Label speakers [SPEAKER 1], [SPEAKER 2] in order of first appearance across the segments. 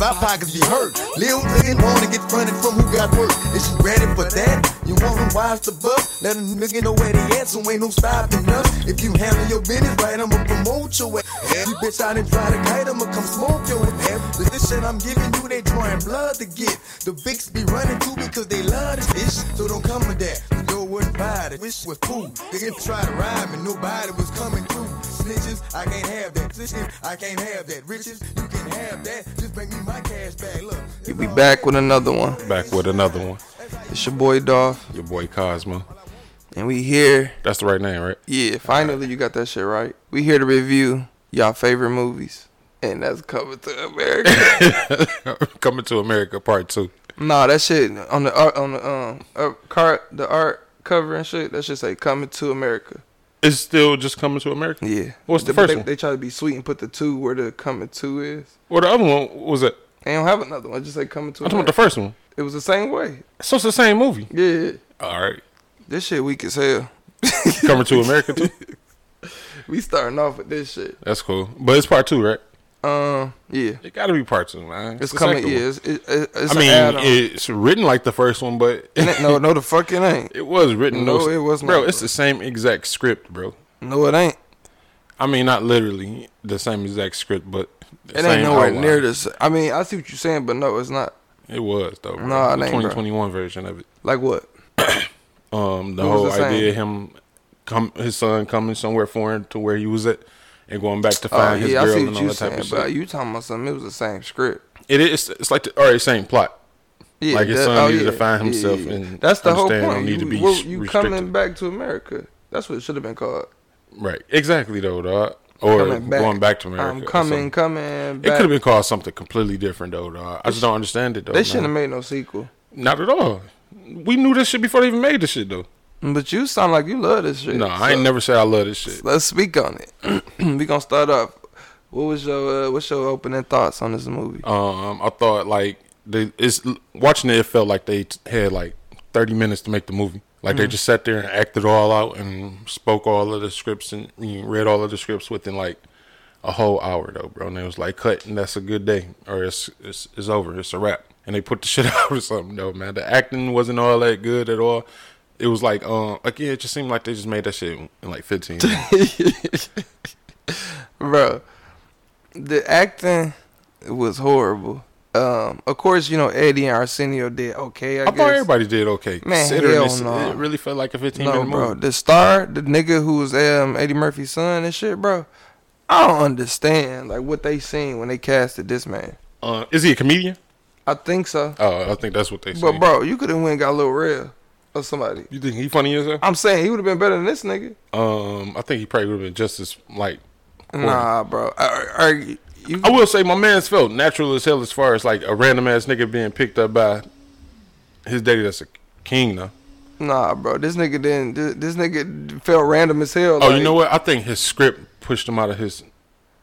[SPEAKER 1] my pockets be hurt. Lil looking wanna get funded from who got work. Is you ready for that? You wanna watch the bus? Let a nigga know where they at, so ain't no stopping us. If you handle your business right, I'ma promote your ass. Every bitch I done try to kite, I'ma come smoke your ass. This, this shit I'm giving you, they drawing blood to get. The Vicks be running too because they love this bitch. So don't come with that. The door wasn't body, wish was cool. They didn't try to rhyme and nobody was coming through. Snitches, I can't have that. Snitches, I can't have that. Riches, you can have that. Just bring me my cash back. Look.
[SPEAKER 2] We be back with another one.
[SPEAKER 3] Back with another one.
[SPEAKER 2] It's your boy Dolph,
[SPEAKER 3] Your boy Cosmo.
[SPEAKER 2] and we here.
[SPEAKER 3] That's the right name, right?
[SPEAKER 2] Yeah, finally you got that shit right. We here to review y'all favorite movies, and that's coming to America.
[SPEAKER 3] Coming to America Part Two.
[SPEAKER 2] nah, that shit on the art on the um art, car the art cover and shit. That shit say coming to America.
[SPEAKER 3] It's still just coming to America.
[SPEAKER 2] Yeah.
[SPEAKER 3] What's the
[SPEAKER 2] They-
[SPEAKER 3] first
[SPEAKER 2] they,
[SPEAKER 3] one?
[SPEAKER 2] They try to be sweet and put the two where the coming to is.
[SPEAKER 3] Or the other one what was it?
[SPEAKER 2] They don't have another one. Just say coming to.
[SPEAKER 3] I'm talking about the
[SPEAKER 2] America.
[SPEAKER 3] first one.
[SPEAKER 2] it was the same way.
[SPEAKER 3] So it's the same movie.
[SPEAKER 2] Yeah.
[SPEAKER 3] All right.
[SPEAKER 2] This shit weak as hell.
[SPEAKER 3] Coming to America too.
[SPEAKER 2] We starting off with this shit.
[SPEAKER 3] That's cool. But it's part two, right?
[SPEAKER 2] Um. Yeah.
[SPEAKER 3] It got to be part two, man.
[SPEAKER 2] It's
[SPEAKER 3] the
[SPEAKER 2] coming.
[SPEAKER 3] second
[SPEAKER 2] Yeah.
[SPEAKER 3] one.
[SPEAKER 2] It's, it, it, it's
[SPEAKER 3] I
[SPEAKER 2] an
[SPEAKER 3] mean,
[SPEAKER 2] add-on.
[SPEAKER 3] it's written like the first one, but
[SPEAKER 2] It ain't- no, no, the fuck it ain't.
[SPEAKER 3] it was written.
[SPEAKER 2] No, it was
[SPEAKER 3] Bro,
[SPEAKER 2] not,
[SPEAKER 3] it's
[SPEAKER 2] bro.
[SPEAKER 3] the same exact script, bro.
[SPEAKER 2] No, it ain't.
[SPEAKER 3] I mean, not literally the same exact script, but the
[SPEAKER 2] It
[SPEAKER 3] same
[SPEAKER 2] ain't nowhere
[SPEAKER 3] outline.
[SPEAKER 2] near this. I mean, I see what you're saying, but no, it's not.
[SPEAKER 3] It was though. Bro.
[SPEAKER 2] Nah, it
[SPEAKER 3] the
[SPEAKER 2] ain't, bro.
[SPEAKER 3] 2021 version of it.
[SPEAKER 2] Like what?
[SPEAKER 3] Um, the
[SPEAKER 2] What was
[SPEAKER 3] whole
[SPEAKER 2] the
[SPEAKER 3] idea
[SPEAKER 2] saying?
[SPEAKER 3] of him, come his son coming somewhere foreign to where he was at, and going back to
[SPEAKER 2] Oh,
[SPEAKER 3] find his
[SPEAKER 2] yeah, I
[SPEAKER 3] girl
[SPEAKER 2] see
[SPEAKER 3] and
[SPEAKER 2] what
[SPEAKER 3] all
[SPEAKER 2] you're
[SPEAKER 3] that type
[SPEAKER 2] saying,
[SPEAKER 3] of
[SPEAKER 2] but
[SPEAKER 3] shit.
[SPEAKER 2] you talking about something. It was the same script.
[SPEAKER 3] It is. It's like the all right, same plot.
[SPEAKER 2] Yeah,
[SPEAKER 3] Like his
[SPEAKER 2] that-
[SPEAKER 3] son
[SPEAKER 2] oh,
[SPEAKER 3] needed to
[SPEAKER 2] yeah,
[SPEAKER 3] find
[SPEAKER 2] yeah,
[SPEAKER 3] himself
[SPEAKER 2] yeah.
[SPEAKER 3] and
[SPEAKER 2] That's the whole
[SPEAKER 3] understand
[SPEAKER 2] point.
[SPEAKER 3] don't need
[SPEAKER 2] you
[SPEAKER 3] to be
[SPEAKER 2] well, you
[SPEAKER 3] restricted.
[SPEAKER 2] coming back to America. That's what it should have been called.
[SPEAKER 3] Right. Exactly though, dog. Or
[SPEAKER 2] Coming back.
[SPEAKER 3] going back to America.
[SPEAKER 2] I'm
[SPEAKER 3] or
[SPEAKER 2] coming,
[SPEAKER 3] something.
[SPEAKER 2] coming
[SPEAKER 3] It
[SPEAKER 2] back.
[SPEAKER 3] could have been called something completely different though, dog. I just don't understand it though.
[SPEAKER 2] They
[SPEAKER 3] man.
[SPEAKER 2] shouldn't have made no sequel.
[SPEAKER 3] Not at all. We knew this shit before they even made this shit though.
[SPEAKER 2] But you sound like you love this shit.
[SPEAKER 3] No, I ain't
[SPEAKER 2] so
[SPEAKER 3] never said I love this shit.
[SPEAKER 2] Let's speak on it. we gonna start off. What was your uh, what's your opening thoughts on this movie?
[SPEAKER 3] Um, I thought like they it's watching it, it felt like they t- had like thirty minutes to make the movie. Like
[SPEAKER 2] Mm.
[SPEAKER 3] they just sat there and acted all out and spoke all of the scripts and you know, read all of the scripts within like a whole hour though, bro. And it was like cut and that's a good day or it's it's, it's over, it's a wrap. And they put the shit out or something though, man. The acting wasn't all that good at all. It was like um like yeah, it just seemed like they just made that shit in like fifteen. minutes.
[SPEAKER 2] bro the acting was horrible um of course you know eddie and arsenio did okay i,
[SPEAKER 3] I
[SPEAKER 2] guess
[SPEAKER 3] thought everybody did okay.
[SPEAKER 2] Man,
[SPEAKER 3] considering
[SPEAKER 2] hell
[SPEAKER 3] it's-
[SPEAKER 2] no.
[SPEAKER 3] it really felt like a fifteen
[SPEAKER 2] no
[SPEAKER 3] minute
[SPEAKER 2] bro
[SPEAKER 3] movie.
[SPEAKER 2] the star the nigga who was um eddie murphy's son and shit bro i don't understand like what they seen when they casted this man
[SPEAKER 3] Uh, is he a comedian?
[SPEAKER 2] i think so
[SPEAKER 3] Oh, I think that's what they say.
[SPEAKER 2] but bro you could have went and got little real or somebody
[SPEAKER 3] you think he funny as hell?
[SPEAKER 2] i'm saying he would have been better than this nigga
[SPEAKER 3] Um, I think he probably would have been just as like. corny.
[SPEAKER 2] nah bro are, are you
[SPEAKER 3] I will say my man's felt natural as hell as far as like a random ass nigga being picked up by his daddy. That's a king though.
[SPEAKER 2] Nah, bro. This nigga didn't. This, this nigga felt random as hell.
[SPEAKER 3] Oh,
[SPEAKER 2] like-
[SPEAKER 3] you know what? I think his script pushed him out of his.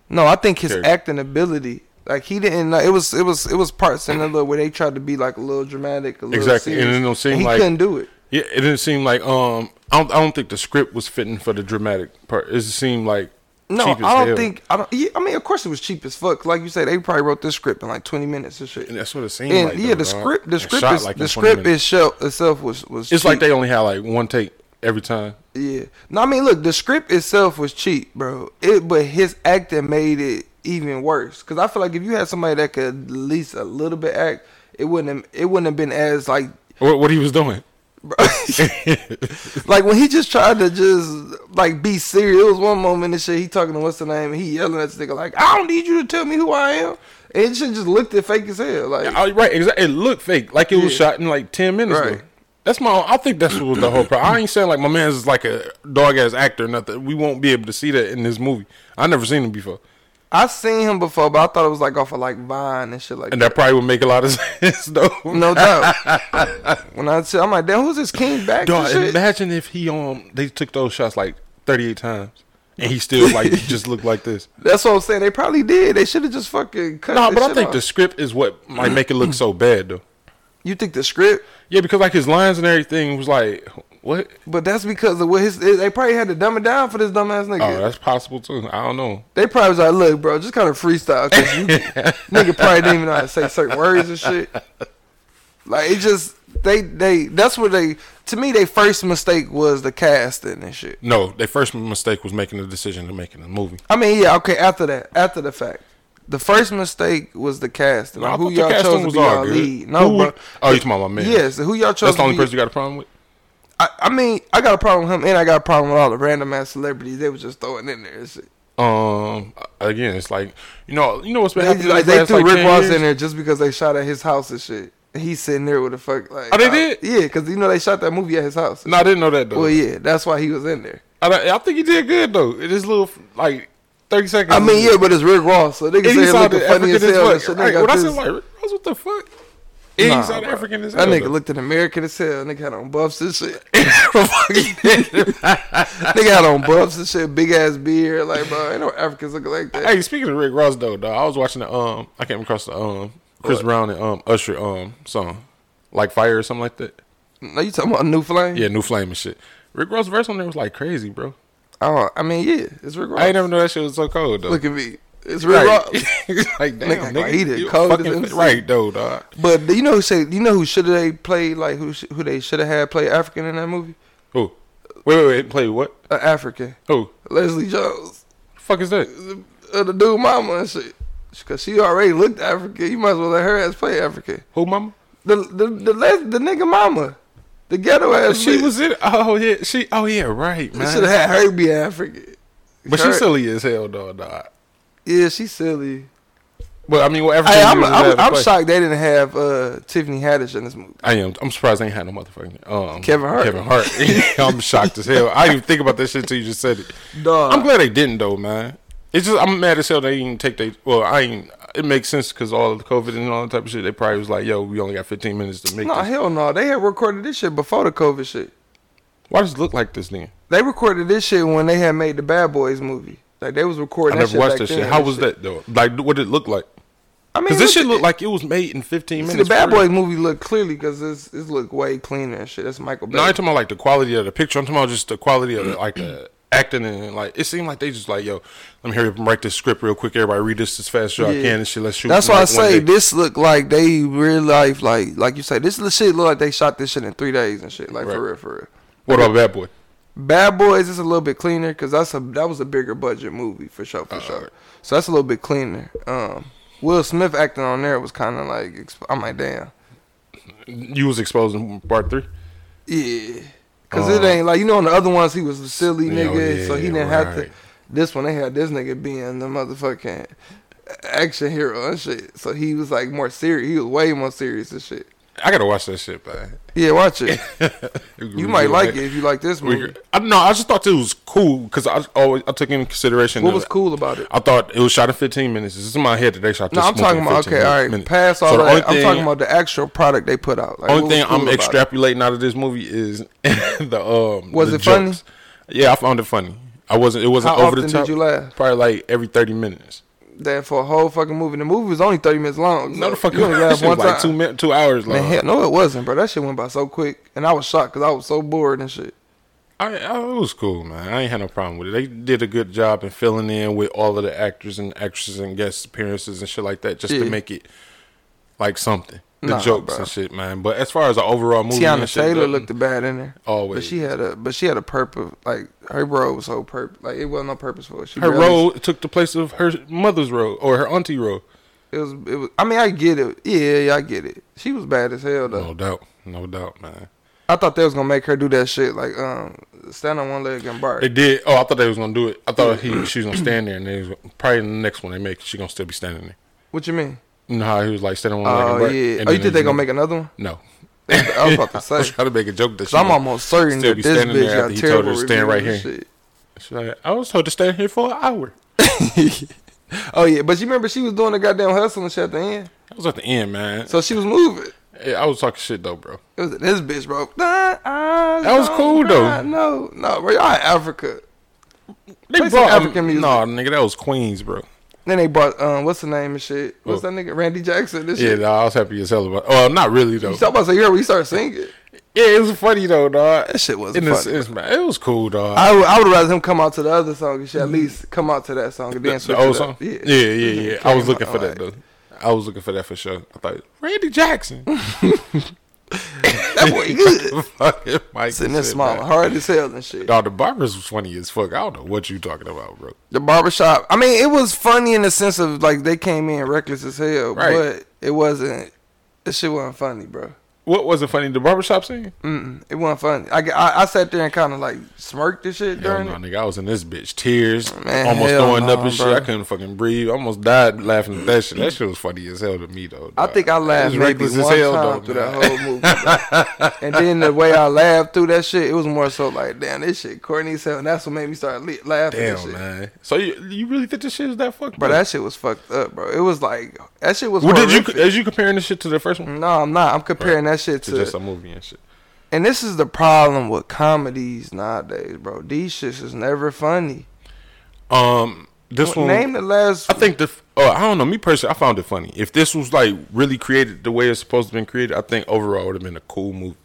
[SPEAKER 2] No, I think his
[SPEAKER 3] Character.
[SPEAKER 2] acting ability, like he didn't. Like, it was it was it was parts in the little where they tried to be like a little dramatic, a little
[SPEAKER 3] Exactly, and
[SPEAKER 2] serious,
[SPEAKER 3] it don't seem
[SPEAKER 2] he
[SPEAKER 3] like-
[SPEAKER 2] couldn't do it.
[SPEAKER 3] Yeah, it didn't seem like um. I don't. I don't think the script was fitting for the dramatic part. It seemed like
[SPEAKER 2] No,
[SPEAKER 3] cheap as
[SPEAKER 2] I don't
[SPEAKER 3] hell.
[SPEAKER 2] think I don't. Yeah, I mean, of course it was cheap as fuck. Like you said, they probably wrote this script in like twenty minutes and shit.
[SPEAKER 3] And that's what it seemed
[SPEAKER 2] And
[SPEAKER 3] like.
[SPEAKER 2] yeah,
[SPEAKER 3] though,
[SPEAKER 2] the
[SPEAKER 3] dog.
[SPEAKER 2] script, the
[SPEAKER 3] And
[SPEAKER 2] script
[SPEAKER 3] shot,
[SPEAKER 2] is
[SPEAKER 3] like,
[SPEAKER 2] the
[SPEAKER 3] in 20
[SPEAKER 2] script
[SPEAKER 3] minutes.
[SPEAKER 2] itself itself was was.
[SPEAKER 3] It's like
[SPEAKER 2] cheap.
[SPEAKER 3] they only had like one take every time.
[SPEAKER 2] Yeah. No, I mean, look, the script itself was cheap, bro. It, but his acting made it even worse. Cause I feel like if you had somebody that could at least a little bit act, it wouldn't have, it wouldn't have been as like,
[SPEAKER 3] What, what he was doing?
[SPEAKER 2] bro. like when he just tried to just like be serious. It was one moment and shit. He talking to what's the name? And he yelling at this nigga like, I don't need you to tell me who I am. And it shit just looked at fake as hell. Like,
[SPEAKER 3] I, right, exactly. It looked fake, like it was
[SPEAKER 2] Yeah.
[SPEAKER 3] shot in like ten minutes.
[SPEAKER 2] Right.
[SPEAKER 3] Right. That's my. I think that's what the whole problem. I ain't saying like my man's is like a dog ass actor or nothing. We won't be able to see that in this movie. I never seen him before,
[SPEAKER 2] I seen him before, but I thought it was like off of like Vine and shit like
[SPEAKER 3] and that probably would make a lot of sense though.
[SPEAKER 2] No doubt. when I said, I'm like, damn, who's this King back?
[SPEAKER 3] Dog,
[SPEAKER 2] and shit?
[SPEAKER 3] imagine if he um they took those shots like thirty eight times, and he still like just looked like this.
[SPEAKER 2] That's what I'm saying. They probably did. They should have just fucking cut.
[SPEAKER 3] No,
[SPEAKER 2] this
[SPEAKER 3] but I
[SPEAKER 2] shit
[SPEAKER 3] think
[SPEAKER 2] off.
[SPEAKER 3] the script is what like make it look so bad though.
[SPEAKER 2] You think the script?
[SPEAKER 3] Yeah, because like his lines and everything was like What?
[SPEAKER 2] But that's because of what his. They probably had to dumb it down for this dumbass nigga.
[SPEAKER 3] Oh, that's possible too. I don't know.
[SPEAKER 2] They probably was like, look, bro, just kind of freestyle because you nigga probably didn't even know how to say certain words and shit. Like it just they they that's what they to me they first mistake was the casting and shit.
[SPEAKER 3] No, their first mistake was making the decision to making the movie.
[SPEAKER 2] I mean, yeah, okay, after that, after the fact. The first mistake was the casting.
[SPEAKER 3] No, I
[SPEAKER 2] Like, who
[SPEAKER 3] thought the
[SPEAKER 2] y'all
[SPEAKER 3] casting
[SPEAKER 2] chose to
[SPEAKER 3] was
[SPEAKER 2] be
[SPEAKER 3] all
[SPEAKER 2] our
[SPEAKER 3] good.
[SPEAKER 2] lead? No,
[SPEAKER 3] Who-
[SPEAKER 2] bro.
[SPEAKER 3] Oh, you talking about my man?
[SPEAKER 2] Yes, who y'all chose
[SPEAKER 3] That's the
[SPEAKER 2] to
[SPEAKER 3] only
[SPEAKER 2] be-
[SPEAKER 3] person you got a problem with.
[SPEAKER 2] I, I mean, I got a problem with him, and I got a problem with all the random ass celebrities they was just throwing in there. And shit.
[SPEAKER 3] Um, again, it's like you know, you know what's been
[SPEAKER 2] They,
[SPEAKER 3] happening.
[SPEAKER 2] just, like,
[SPEAKER 3] these
[SPEAKER 2] they
[SPEAKER 3] last,
[SPEAKER 2] threw
[SPEAKER 3] like,
[SPEAKER 2] Rick
[SPEAKER 3] 10
[SPEAKER 2] Ross
[SPEAKER 3] years?
[SPEAKER 2] in there just because they shot at his house and shit. He's sitting there with a fuck like.
[SPEAKER 3] Oh, they
[SPEAKER 2] I-
[SPEAKER 3] did?
[SPEAKER 2] Yeah, because you know they shot that movie at his house.
[SPEAKER 3] No, I didn't know that though.
[SPEAKER 2] Well, yeah, that's why he was in there.
[SPEAKER 3] I, don't- I think he did good though. It is little like thirty seconds.
[SPEAKER 2] I mean, yeah, but it's Rick Ross, so they
[SPEAKER 3] and
[SPEAKER 2] can
[SPEAKER 3] he
[SPEAKER 2] say it
[SPEAKER 3] sounded
[SPEAKER 2] looking funny
[SPEAKER 3] African
[SPEAKER 2] as
[SPEAKER 3] as
[SPEAKER 2] hell.
[SPEAKER 3] fuck.
[SPEAKER 2] and shit. They
[SPEAKER 3] Right,
[SPEAKER 2] got
[SPEAKER 3] when I said
[SPEAKER 2] this-
[SPEAKER 3] like Rick Ross, what the fuck? And
[SPEAKER 2] Nah,
[SPEAKER 3] he sounded
[SPEAKER 2] bro.
[SPEAKER 3] African as hell.
[SPEAKER 2] That nigga
[SPEAKER 3] though.
[SPEAKER 2] looked an American as hell. Nigga had on buffs and shit. nigga had on buffs and shit, big ass beard. Like, bro, ain't no Africans looking like that.
[SPEAKER 3] Hey, speaking of Rick Ross though, dog, I was watching the um, I came across the um, Chris Brown and um, Usher um song, like Fire or something like that.
[SPEAKER 2] No, you talking about New Flame?
[SPEAKER 3] Yeah, New Flame and shit. Rick Ross verse on there was like crazy, bro.
[SPEAKER 2] Oh, I mean, yeah, it's Rick Ross.
[SPEAKER 3] I ain't never know that shit was so cold though.
[SPEAKER 2] Look at me. It's Rick
[SPEAKER 3] right.
[SPEAKER 2] Ross.
[SPEAKER 3] like damn,
[SPEAKER 2] Nigga,
[SPEAKER 3] nigga,
[SPEAKER 2] like, he did
[SPEAKER 3] you
[SPEAKER 2] cold as
[SPEAKER 3] fucking
[SPEAKER 2] MC.
[SPEAKER 3] fa- right though, dog.
[SPEAKER 2] But you know who say you know who should they played like who sh- who they should have had play African in that movie?
[SPEAKER 3] Who? Wait, wait, wait. Play what?
[SPEAKER 2] An African,
[SPEAKER 3] Who?
[SPEAKER 2] Leslie Jones,
[SPEAKER 3] The fuck is that?
[SPEAKER 2] uh, the dude mama and shit. Cause she already looked African. You might as well let her ass play African.
[SPEAKER 3] Who, mama?
[SPEAKER 2] The the the, Les- the nigga mama, the ghetto ass.
[SPEAKER 3] She
[SPEAKER 2] bitch.
[SPEAKER 3] was in. Oh yeah, she. Oh yeah, right,
[SPEAKER 2] They should have
[SPEAKER 3] man.
[SPEAKER 2] had her be African.
[SPEAKER 3] But
[SPEAKER 2] her-
[SPEAKER 3] she's silly as hell, though, dog.
[SPEAKER 2] Yeah, she's silly.
[SPEAKER 3] But I mean, whatever.
[SPEAKER 2] Hey, I'm I'm, I'm shocked they didn't have uh, Tiffany Haddish in this movie.
[SPEAKER 3] I am. I'm surprised they ain't had no motherfucking um,
[SPEAKER 2] Kevin Hart.
[SPEAKER 3] Kevin Hart. I'm shocked as hell. I didn't even think about that shit till you just said it.
[SPEAKER 2] Dog.
[SPEAKER 3] I'm glad they didn't though, man. It's just I'm mad as hell they didn't take they. Well, I ain't. It makes sense because all of the COVID and all that type of shit. They probably was like, "Yo, we only got 15 minutes to make
[SPEAKER 2] No,
[SPEAKER 3] this."
[SPEAKER 2] hell no. They had recorded this shit before the COVID shit.
[SPEAKER 3] Why does it look like this nigga?
[SPEAKER 2] They recorded this shit when they had made the Bad Boys movie. Like they was
[SPEAKER 3] I
[SPEAKER 2] recording. that
[SPEAKER 3] never
[SPEAKER 2] shit
[SPEAKER 3] watched
[SPEAKER 2] back
[SPEAKER 3] that
[SPEAKER 2] then
[SPEAKER 3] shit.
[SPEAKER 2] and
[SPEAKER 3] How was that though? Like, what did it look like?
[SPEAKER 2] I mean,
[SPEAKER 3] Because this shit
[SPEAKER 2] look
[SPEAKER 3] looked like it was made in 15
[SPEAKER 2] see,
[SPEAKER 3] minutes.
[SPEAKER 2] the Bad
[SPEAKER 3] for real.
[SPEAKER 2] Boys movie look clearly because it's it's look way cleaner and shit. That's Michael Bay.
[SPEAKER 3] No, I ain't talking about like the quality of the picture. I'm talking about just the quality of the, like the acting and like it seemed like they just like yo, let me hurry up and write this script real quick. Everybody read this as fast as I
[SPEAKER 2] Yeah.
[SPEAKER 3] can and shit. Let's shoot.
[SPEAKER 2] That's
[SPEAKER 3] in,
[SPEAKER 2] why I
[SPEAKER 3] like, one
[SPEAKER 2] say
[SPEAKER 3] day.
[SPEAKER 2] this look like they real life like like you say this li- shit look like they shot this shit in three days and shit like
[SPEAKER 3] Right.
[SPEAKER 2] for real for real.
[SPEAKER 3] What about Bad Boy?
[SPEAKER 2] Bad Boys is a little bit cleaner because that's a that was a bigger budget movie for sure
[SPEAKER 3] Uh,
[SPEAKER 2] for sure. So that's a little bit cleaner. Um, Will Smith acting on there was kind of like exp- I'm like damn
[SPEAKER 3] You was exposed in part three.
[SPEAKER 2] yeah because it
[SPEAKER 3] Uh,
[SPEAKER 2] ain't like you know on the other ones he was a silly
[SPEAKER 3] Yeah, oh,
[SPEAKER 2] nigga
[SPEAKER 3] yeah,
[SPEAKER 2] so he didn't have to.
[SPEAKER 3] right.
[SPEAKER 2] This one they had this nigga being the motherfucking action hero and shit. So he was like more serious. He was way more serious and shit.
[SPEAKER 3] I gotta watch that shit, man.
[SPEAKER 2] Yeah, watch it. You might like it if you like this
[SPEAKER 3] We-
[SPEAKER 2] movie.
[SPEAKER 3] I no, I just thought it was cool because I always I took into consideration.
[SPEAKER 2] What
[SPEAKER 3] the-
[SPEAKER 2] was cool about it?
[SPEAKER 3] I thought it was shot in 15 minutes. It's in my head that they shot. This
[SPEAKER 2] No, I'm
[SPEAKER 3] movie
[SPEAKER 2] talking
[SPEAKER 3] in
[SPEAKER 2] about
[SPEAKER 3] 15
[SPEAKER 2] okay, all right.
[SPEAKER 3] minutes.
[SPEAKER 2] Pass
[SPEAKER 3] So
[SPEAKER 2] all
[SPEAKER 3] the only
[SPEAKER 2] that. I'm
[SPEAKER 3] thing-
[SPEAKER 2] talking about the actual product they put out. Like,
[SPEAKER 3] Only
[SPEAKER 2] what was
[SPEAKER 3] thing
[SPEAKER 2] cool
[SPEAKER 3] I'm
[SPEAKER 2] about it?
[SPEAKER 3] extrapolating out of this movie is the um.
[SPEAKER 2] Was
[SPEAKER 3] the
[SPEAKER 2] it funny?
[SPEAKER 3] jokes. Yeah, I found it funny. I wasn't. It wasn't
[SPEAKER 2] How
[SPEAKER 3] over the
[SPEAKER 2] often did
[SPEAKER 3] top.
[SPEAKER 2] you laugh?
[SPEAKER 3] Probably like every thirty minutes.
[SPEAKER 2] That for a whole fucking movie. The movie was only 30 minutes long.
[SPEAKER 3] No,
[SPEAKER 2] so
[SPEAKER 3] the fuck
[SPEAKER 2] you only laughed
[SPEAKER 3] one
[SPEAKER 2] one
[SPEAKER 3] like two
[SPEAKER 2] time.
[SPEAKER 3] min- two hours long.
[SPEAKER 2] Man, hell, no, it wasn't, bro. That shit went by so quick, and I was shocked because I was so bored and shit.
[SPEAKER 3] I, I, it was cool, man. I ain't had no problem with it. They did a good job in filling in with all of the actors and actresses and guest appearances and shit like that, just
[SPEAKER 2] Yeah.
[SPEAKER 3] to make it like something. The
[SPEAKER 2] Nah,
[SPEAKER 3] jokes
[SPEAKER 2] bro.
[SPEAKER 3] and shit, man. But as far as the overall movie,
[SPEAKER 2] Tiana
[SPEAKER 3] and shit,
[SPEAKER 2] Taylor
[SPEAKER 3] though,
[SPEAKER 2] looked bad in there.
[SPEAKER 3] Always.
[SPEAKER 2] but she had a but she had a purpose. Like her role was so purpose. Like it wasn't no purposeful. She
[SPEAKER 3] her
[SPEAKER 2] barely-
[SPEAKER 3] role took the place of her mother's role or her auntie role.
[SPEAKER 2] It was. It was. I mean, I get it. Yeah, yeah, I get it. She was bad as hell though.
[SPEAKER 3] No doubt, no doubt, man.
[SPEAKER 2] I thought they was gonna make her do that shit like um stand on one leg and bark.
[SPEAKER 3] They did. Oh, I thought they was gonna do it. I thought he she was gonna stand there, and they was, probably in the next one they make she gonna still be standing there.
[SPEAKER 2] What you mean?
[SPEAKER 3] You know how he was like standing on one leg.
[SPEAKER 2] Oh
[SPEAKER 3] and break,
[SPEAKER 2] yeah.
[SPEAKER 3] and
[SPEAKER 2] oh, you
[SPEAKER 3] then
[SPEAKER 2] think they
[SPEAKER 3] there's
[SPEAKER 2] gonna
[SPEAKER 3] no-
[SPEAKER 2] make another one?
[SPEAKER 3] No.
[SPEAKER 2] I was about to
[SPEAKER 3] I was
[SPEAKER 2] say.
[SPEAKER 3] trying to make a joke that
[SPEAKER 2] 'Cause
[SPEAKER 3] she
[SPEAKER 2] I'm
[SPEAKER 3] gonna-
[SPEAKER 2] almost certain
[SPEAKER 3] still
[SPEAKER 2] that
[SPEAKER 3] be
[SPEAKER 2] this
[SPEAKER 3] standing
[SPEAKER 2] bitch
[SPEAKER 3] there
[SPEAKER 2] got
[SPEAKER 3] after he told
[SPEAKER 2] terrible
[SPEAKER 3] her to stand right
[SPEAKER 2] reviews and
[SPEAKER 3] She's like, I was told to stand here for an hour.
[SPEAKER 2] shit. oh yeah, but you remember she was doing the goddamn hustling shit at the end,
[SPEAKER 3] I was at the end, man.
[SPEAKER 2] so she was moving.
[SPEAKER 3] Hey, I was talking shit though, bro.
[SPEAKER 2] It was this bitch, bro. That
[SPEAKER 3] That was cool, though.
[SPEAKER 2] No, no, bro. Y'all in Africa.
[SPEAKER 3] They
[SPEAKER 2] Play some African music.
[SPEAKER 3] Nah, nigga, that was Queens, bro.
[SPEAKER 2] Then they brought um, what's the name and shit? What's
[SPEAKER 3] Who?
[SPEAKER 2] that nigga? Randy Jackson. This
[SPEAKER 3] Yeah,
[SPEAKER 2] shit.
[SPEAKER 3] nah, I was happy as hell about. Well, oh, not really though.
[SPEAKER 2] You talk about so you heard when you start singing.
[SPEAKER 3] Yeah, it was funny though, dog.
[SPEAKER 2] That shit wasn't
[SPEAKER 3] And it's,
[SPEAKER 2] funny.
[SPEAKER 3] it's, it was cool, dog.
[SPEAKER 2] I would, I would rather him come out to the other song. He should at least come out to that song and then
[SPEAKER 3] Mm-hmm. the,
[SPEAKER 2] switch
[SPEAKER 3] the old
[SPEAKER 2] it
[SPEAKER 3] song.
[SPEAKER 2] up.
[SPEAKER 3] Yeah, yeah, yeah.
[SPEAKER 2] Mhm.
[SPEAKER 3] I was looking
[SPEAKER 2] I'm
[SPEAKER 3] for that
[SPEAKER 2] like,
[SPEAKER 3] though. I was looking for that for sure. I thought Randy Jackson,
[SPEAKER 2] That boy good.
[SPEAKER 3] fucking Mike,
[SPEAKER 2] Sitting there smiling, hard as hell and shit.
[SPEAKER 3] Dog, the barbers was funny as fuck. I don't know what you talking about, bro.
[SPEAKER 2] The barbershop. I mean, it was funny in the sense of like they came in reckless as hell,
[SPEAKER 3] Right.
[SPEAKER 2] but it wasn't. This shit wasn't funny, bro.
[SPEAKER 3] What wasn't funny? The barbershop scene?
[SPEAKER 2] Mm-mm, it wasn't funny. I, I, I sat there and kind of like smirked and shit
[SPEAKER 3] Hell
[SPEAKER 2] during
[SPEAKER 3] no,
[SPEAKER 2] it.
[SPEAKER 3] nigga. I was in this bitch tears,
[SPEAKER 2] Man,
[SPEAKER 3] almost
[SPEAKER 2] hell
[SPEAKER 3] throwing
[SPEAKER 2] no,
[SPEAKER 3] up and
[SPEAKER 2] bro.
[SPEAKER 3] shit. I couldn't fucking breathe. I almost died laughing at that shit. That shit was funny as hell to me though.
[SPEAKER 2] I
[SPEAKER 3] dog.
[SPEAKER 2] think I
[SPEAKER 3] It was
[SPEAKER 2] laughed maybe
[SPEAKER 3] reckless as
[SPEAKER 2] one
[SPEAKER 3] hell,
[SPEAKER 2] time
[SPEAKER 3] though,
[SPEAKER 2] through
[SPEAKER 3] man.
[SPEAKER 2] that whole movie, bro. and then the way I laughed through that shit, it was more so like, damn, this shit corny as hell. And that's what made me start le- laughing. and
[SPEAKER 3] Damn,
[SPEAKER 2] shit.
[SPEAKER 3] man. So you you really think this shit is that fucked?
[SPEAKER 2] Bro,
[SPEAKER 3] up?
[SPEAKER 2] that shit was fucked up, bro. It was like that shit was.
[SPEAKER 3] Well, did
[SPEAKER 2] horrific.
[SPEAKER 3] you is you comparing this shit to the first one?
[SPEAKER 2] No, I'm not. I'm comparing that shit
[SPEAKER 3] It's
[SPEAKER 2] to.
[SPEAKER 3] just a movie and shit.
[SPEAKER 2] and this is the problem with comedies nowadays, bro. These shits is never funny.
[SPEAKER 3] Um, this one.
[SPEAKER 2] Name the last.
[SPEAKER 3] I think the. Oh, I don't know. Me personally, I found it funny. If this was like really created the way it's supposed to been created, I think overall it would have been a cool movie.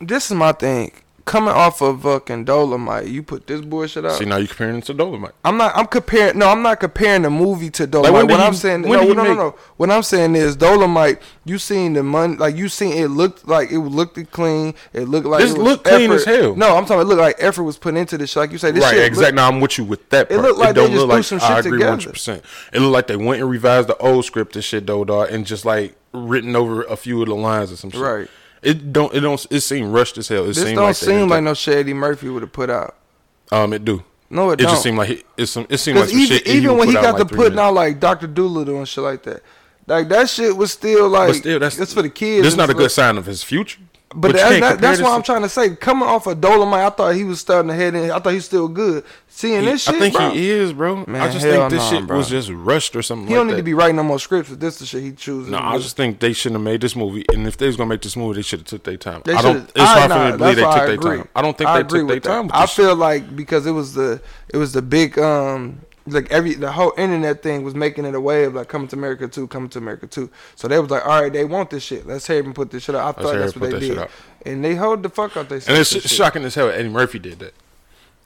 [SPEAKER 2] this is my thing. Coming off of fucking Dolomite, you put this bullshit out.
[SPEAKER 3] See, now you're comparing it to Dolomite.
[SPEAKER 2] I'm not. I'm comparing. No, I'm not comparing the movie to Dolomite.
[SPEAKER 3] when did
[SPEAKER 2] what
[SPEAKER 3] you-
[SPEAKER 2] I'm saying.
[SPEAKER 3] when
[SPEAKER 2] No,
[SPEAKER 3] did
[SPEAKER 2] no,
[SPEAKER 3] you
[SPEAKER 2] no,
[SPEAKER 3] make-
[SPEAKER 2] no. What I'm saying is Dolomite. You seen the money? Like you seen it looked like it looked clean. It looked like
[SPEAKER 3] This
[SPEAKER 2] it was
[SPEAKER 3] looked clean
[SPEAKER 2] effort.
[SPEAKER 3] as hell.
[SPEAKER 2] No, I'm talking. It looked like effort was put into this. Shit. Like you say, this
[SPEAKER 3] right,
[SPEAKER 2] shit look-
[SPEAKER 3] exactly. Now I'm with you with that.
[SPEAKER 2] It
[SPEAKER 3] Part.
[SPEAKER 2] looked like they
[SPEAKER 3] don't
[SPEAKER 2] just
[SPEAKER 3] look
[SPEAKER 2] threw some
[SPEAKER 3] I
[SPEAKER 2] shit
[SPEAKER 3] agree
[SPEAKER 2] together.
[SPEAKER 3] 100%. It looked like they went and revised the old script and shit, though, dog, and just like written over a few of the lines or some shit.
[SPEAKER 2] Right.
[SPEAKER 3] It don't. It don't. It seemed rushed as hell. It
[SPEAKER 2] this
[SPEAKER 3] seemed
[SPEAKER 2] don't
[SPEAKER 3] like they
[SPEAKER 2] seem
[SPEAKER 3] didn't
[SPEAKER 2] like no Shady Murphy would have put out.
[SPEAKER 3] think- Um, it do.
[SPEAKER 2] No, it,
[SPEAKER 3] It
[SPEAKER 2] don't.
[SPEAKER 3] just seemed like he, it's some. It seemed like
[SPEAKER 2] Because even,
[SPEAKER 3] some shit.
[SPEAKER 2] even
[SPEAKER 3] would
[SPEAKER 2] when
[SPEAKER 3] put
[SPEAKER 2] he
[SPEAKER 3] out in,
[SPEAKER 2] got
[SPEAKER 3] like
[SPEAKER 2] to
[SPEAKER 3] three
[SPEAKER 2] putting
[SPEAKER 3] minutes.
[SPEAKER 2] out like Doctor Doolittle and shit like that, like that shit was still like
[SPEAKER 3] But still, that's
[SPEAKER 2] it's for the kids.
[SPEAKER 3] That's not
[SPEAKER 2] It's
[SPEAKER 3] a good
[SPEAKER 2] like-
[SPEAKER 3] sign of his future.
[SPEAKER 2] But,
[SPEAKER 3] you
[SPEAKER 2] that's,
[SPEAKER 3] can't
[SPEAKER 2] that,
[SPEAKER 3] compare
[SPEAKER 2] that's
[SPEAKER 3] this
[SPEAKER 2] what
[SPEAKER 3] to-
[SPEAKER 2] I'm trying to say. Coming off of Dolomite, I thought he was starting to head in. I thought he was still good. Seeing
[SPEAKER 3] He-
[SPEAKER 2] this shit,
[SPEAKER 3] I think
[SPEAKER 2] bro,
[SPEAKER 3] he is, bro. I
[SPEAKER 2] Man,
[SPEAKER 3] just
[SPEAKER 2] hell
[SPEAKER 3] think this
[SPEAKER 2] nah,
[SPEAKER 3] shit
[SPEAKER 2] bro.
[SPEAKER 3] was just rushed or something.
[SPEAKER 2] he
[SPEAKER 3] like
[SPEAKER 2] don't need
[SPEAKER 3] that.
[SPEAKER 2] to be writing no more scripts. If this the shit he chooses,
[SPEAKER 3] No,
[SPEAKER 2] to
[SPEAKER 3] I
[SPEAKER 2] do.
[SPEAKER 3] just think they shouldn't have made this movie. And if they was gonna make this movie, they should have took their time.
[SPEAKER 2] They
[SPEAKER 3] I don't.
[SPEAKER 2] should've-
[SPEAKER 3] It's hard for
[SPEAKER 2] nah,
[SPEAKER 3] me to
[SPEAKER 2] that's
[SPEAKER 3] believe they
[SPEAKER 2] why
[SPEAKER 3] took
[SPEAKER 2] I
[SPEAKER 3] their
[SPEAKER 2] agree.
[SPEAKER 3] time. I don't think
[SPEAKER 2] I
[SPEAKER 3] they took their
[SPEAKER 2] with that.
[SPEAKER 3] time. With
[SPEAKER 2] I
[SPEAKER 3] this shit.
[SPEAKER 2] feel like because it was the it was the big um like every the whole internet thing was making it a wave like coming to America too, coming to America too. So they was like, all right, they want this shit. Let's hear them put this shit out. I thought
[SPEAKER 3] hear
[SPEAKER 2] that's
[SPEAKER 3] him
[SPEAKER 2] what they
[SPEAKER 3] put that shit
[SPEAKER 2] did,
[SPEAKER 3] out.
[SPEAKER 2] and they hold the fuck out. They
[SPEAKER 3] and it's shocking as hell. Eddie Murphy did that.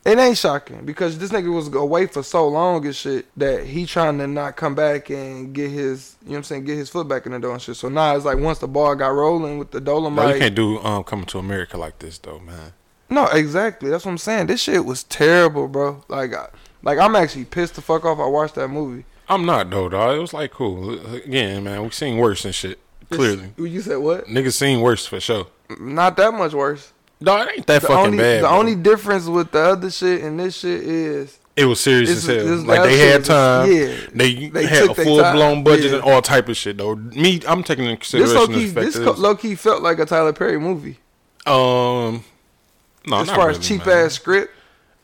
[SPEAKER 2] It ain't shocking because this nigga was away for so long and shit that he trying to not come back and get his, you know what I'm saying, get his foot back in the door and shit. So now it's like once the ball got rolling with the
[SPEAKER 3] No, you
[SPEAKER 2] Dolomite.
[SPEAKER 3] can't do um, coming to America like this though, man.
[SPEAKER 2] No, exactly. That's what I'm saying. This shit was terrible, bro. Like, I, like I'm actually pissed the fuck off. I watched that movie.
[SPEAKER 3] I'm not though, dog. It was like cool. Again, man, we seen worse and shit. Clearly,
[SPEAKER 2] It's- you said what?
[SPEAKER 3] niggas seen worse for sure.
[SPEAKER 2] Not that much worse.
[SPEAKER 3] Dog, it ain't that
[SPEAKER 2] The
[SPEAKER 3] fucking
[SPEAKER 2] only,
[SPEAKER 3] bad.
[SPEAKER 2] the
[SPEAKER 3] bro.
[SPEAKER 2] only difference with the other shit and this shit is
[SPEAKER 3] It was serious
[SPEAKER 2] This
[SPEAKER 3] as
[SPEAKER 2] is-
[SPEAKER 3] hell.
[SPEAKER 2] this is
[SPEAKER 3] like
[SPEAKER 2] last
[SPEAKER 3] they
[SPEAKER 2] year,
[SPEAKER 3] had
[SPEAKER 2] this-
[SPEAKER 3] time.
[SPEAKER 2] yeah.
[SPEAKER 3] they,
[SPEAKER 2] They
[SPEAKER 3] had
[SPEAKER 2] took
[SPEAKER 3] a
[SPEAKER 2] their
[SPEAKER 3] full
[SPEAKER 2] time,
[SPEAKER 3] blown budget
[SPEAKER 2] yeah.
[SPEAKER 3] and all type of shit. Though me, I'm taking into
[SPEAKER 2] this
[SPEAKER 3] consideration
[SPEAKER 2] low
[SPEAKER 3] the
[SPEAKER 2] key.
[SPEAKER 3] fact
[SPEAKER 2] This
[SPEAKER 3] that it was-
[SPEAKER 2] low key felt like a Tyler Perry movie
[SPEAKER 3] um, no,
[SPEAKER 2] as
[SPEAKER 3] not
[SPEAKER 2] far as
[SPEAKER 3] really,
[SPEAKER 2] cheap
[SPEAKER 3] man.
[SPEAKER 2] ass script.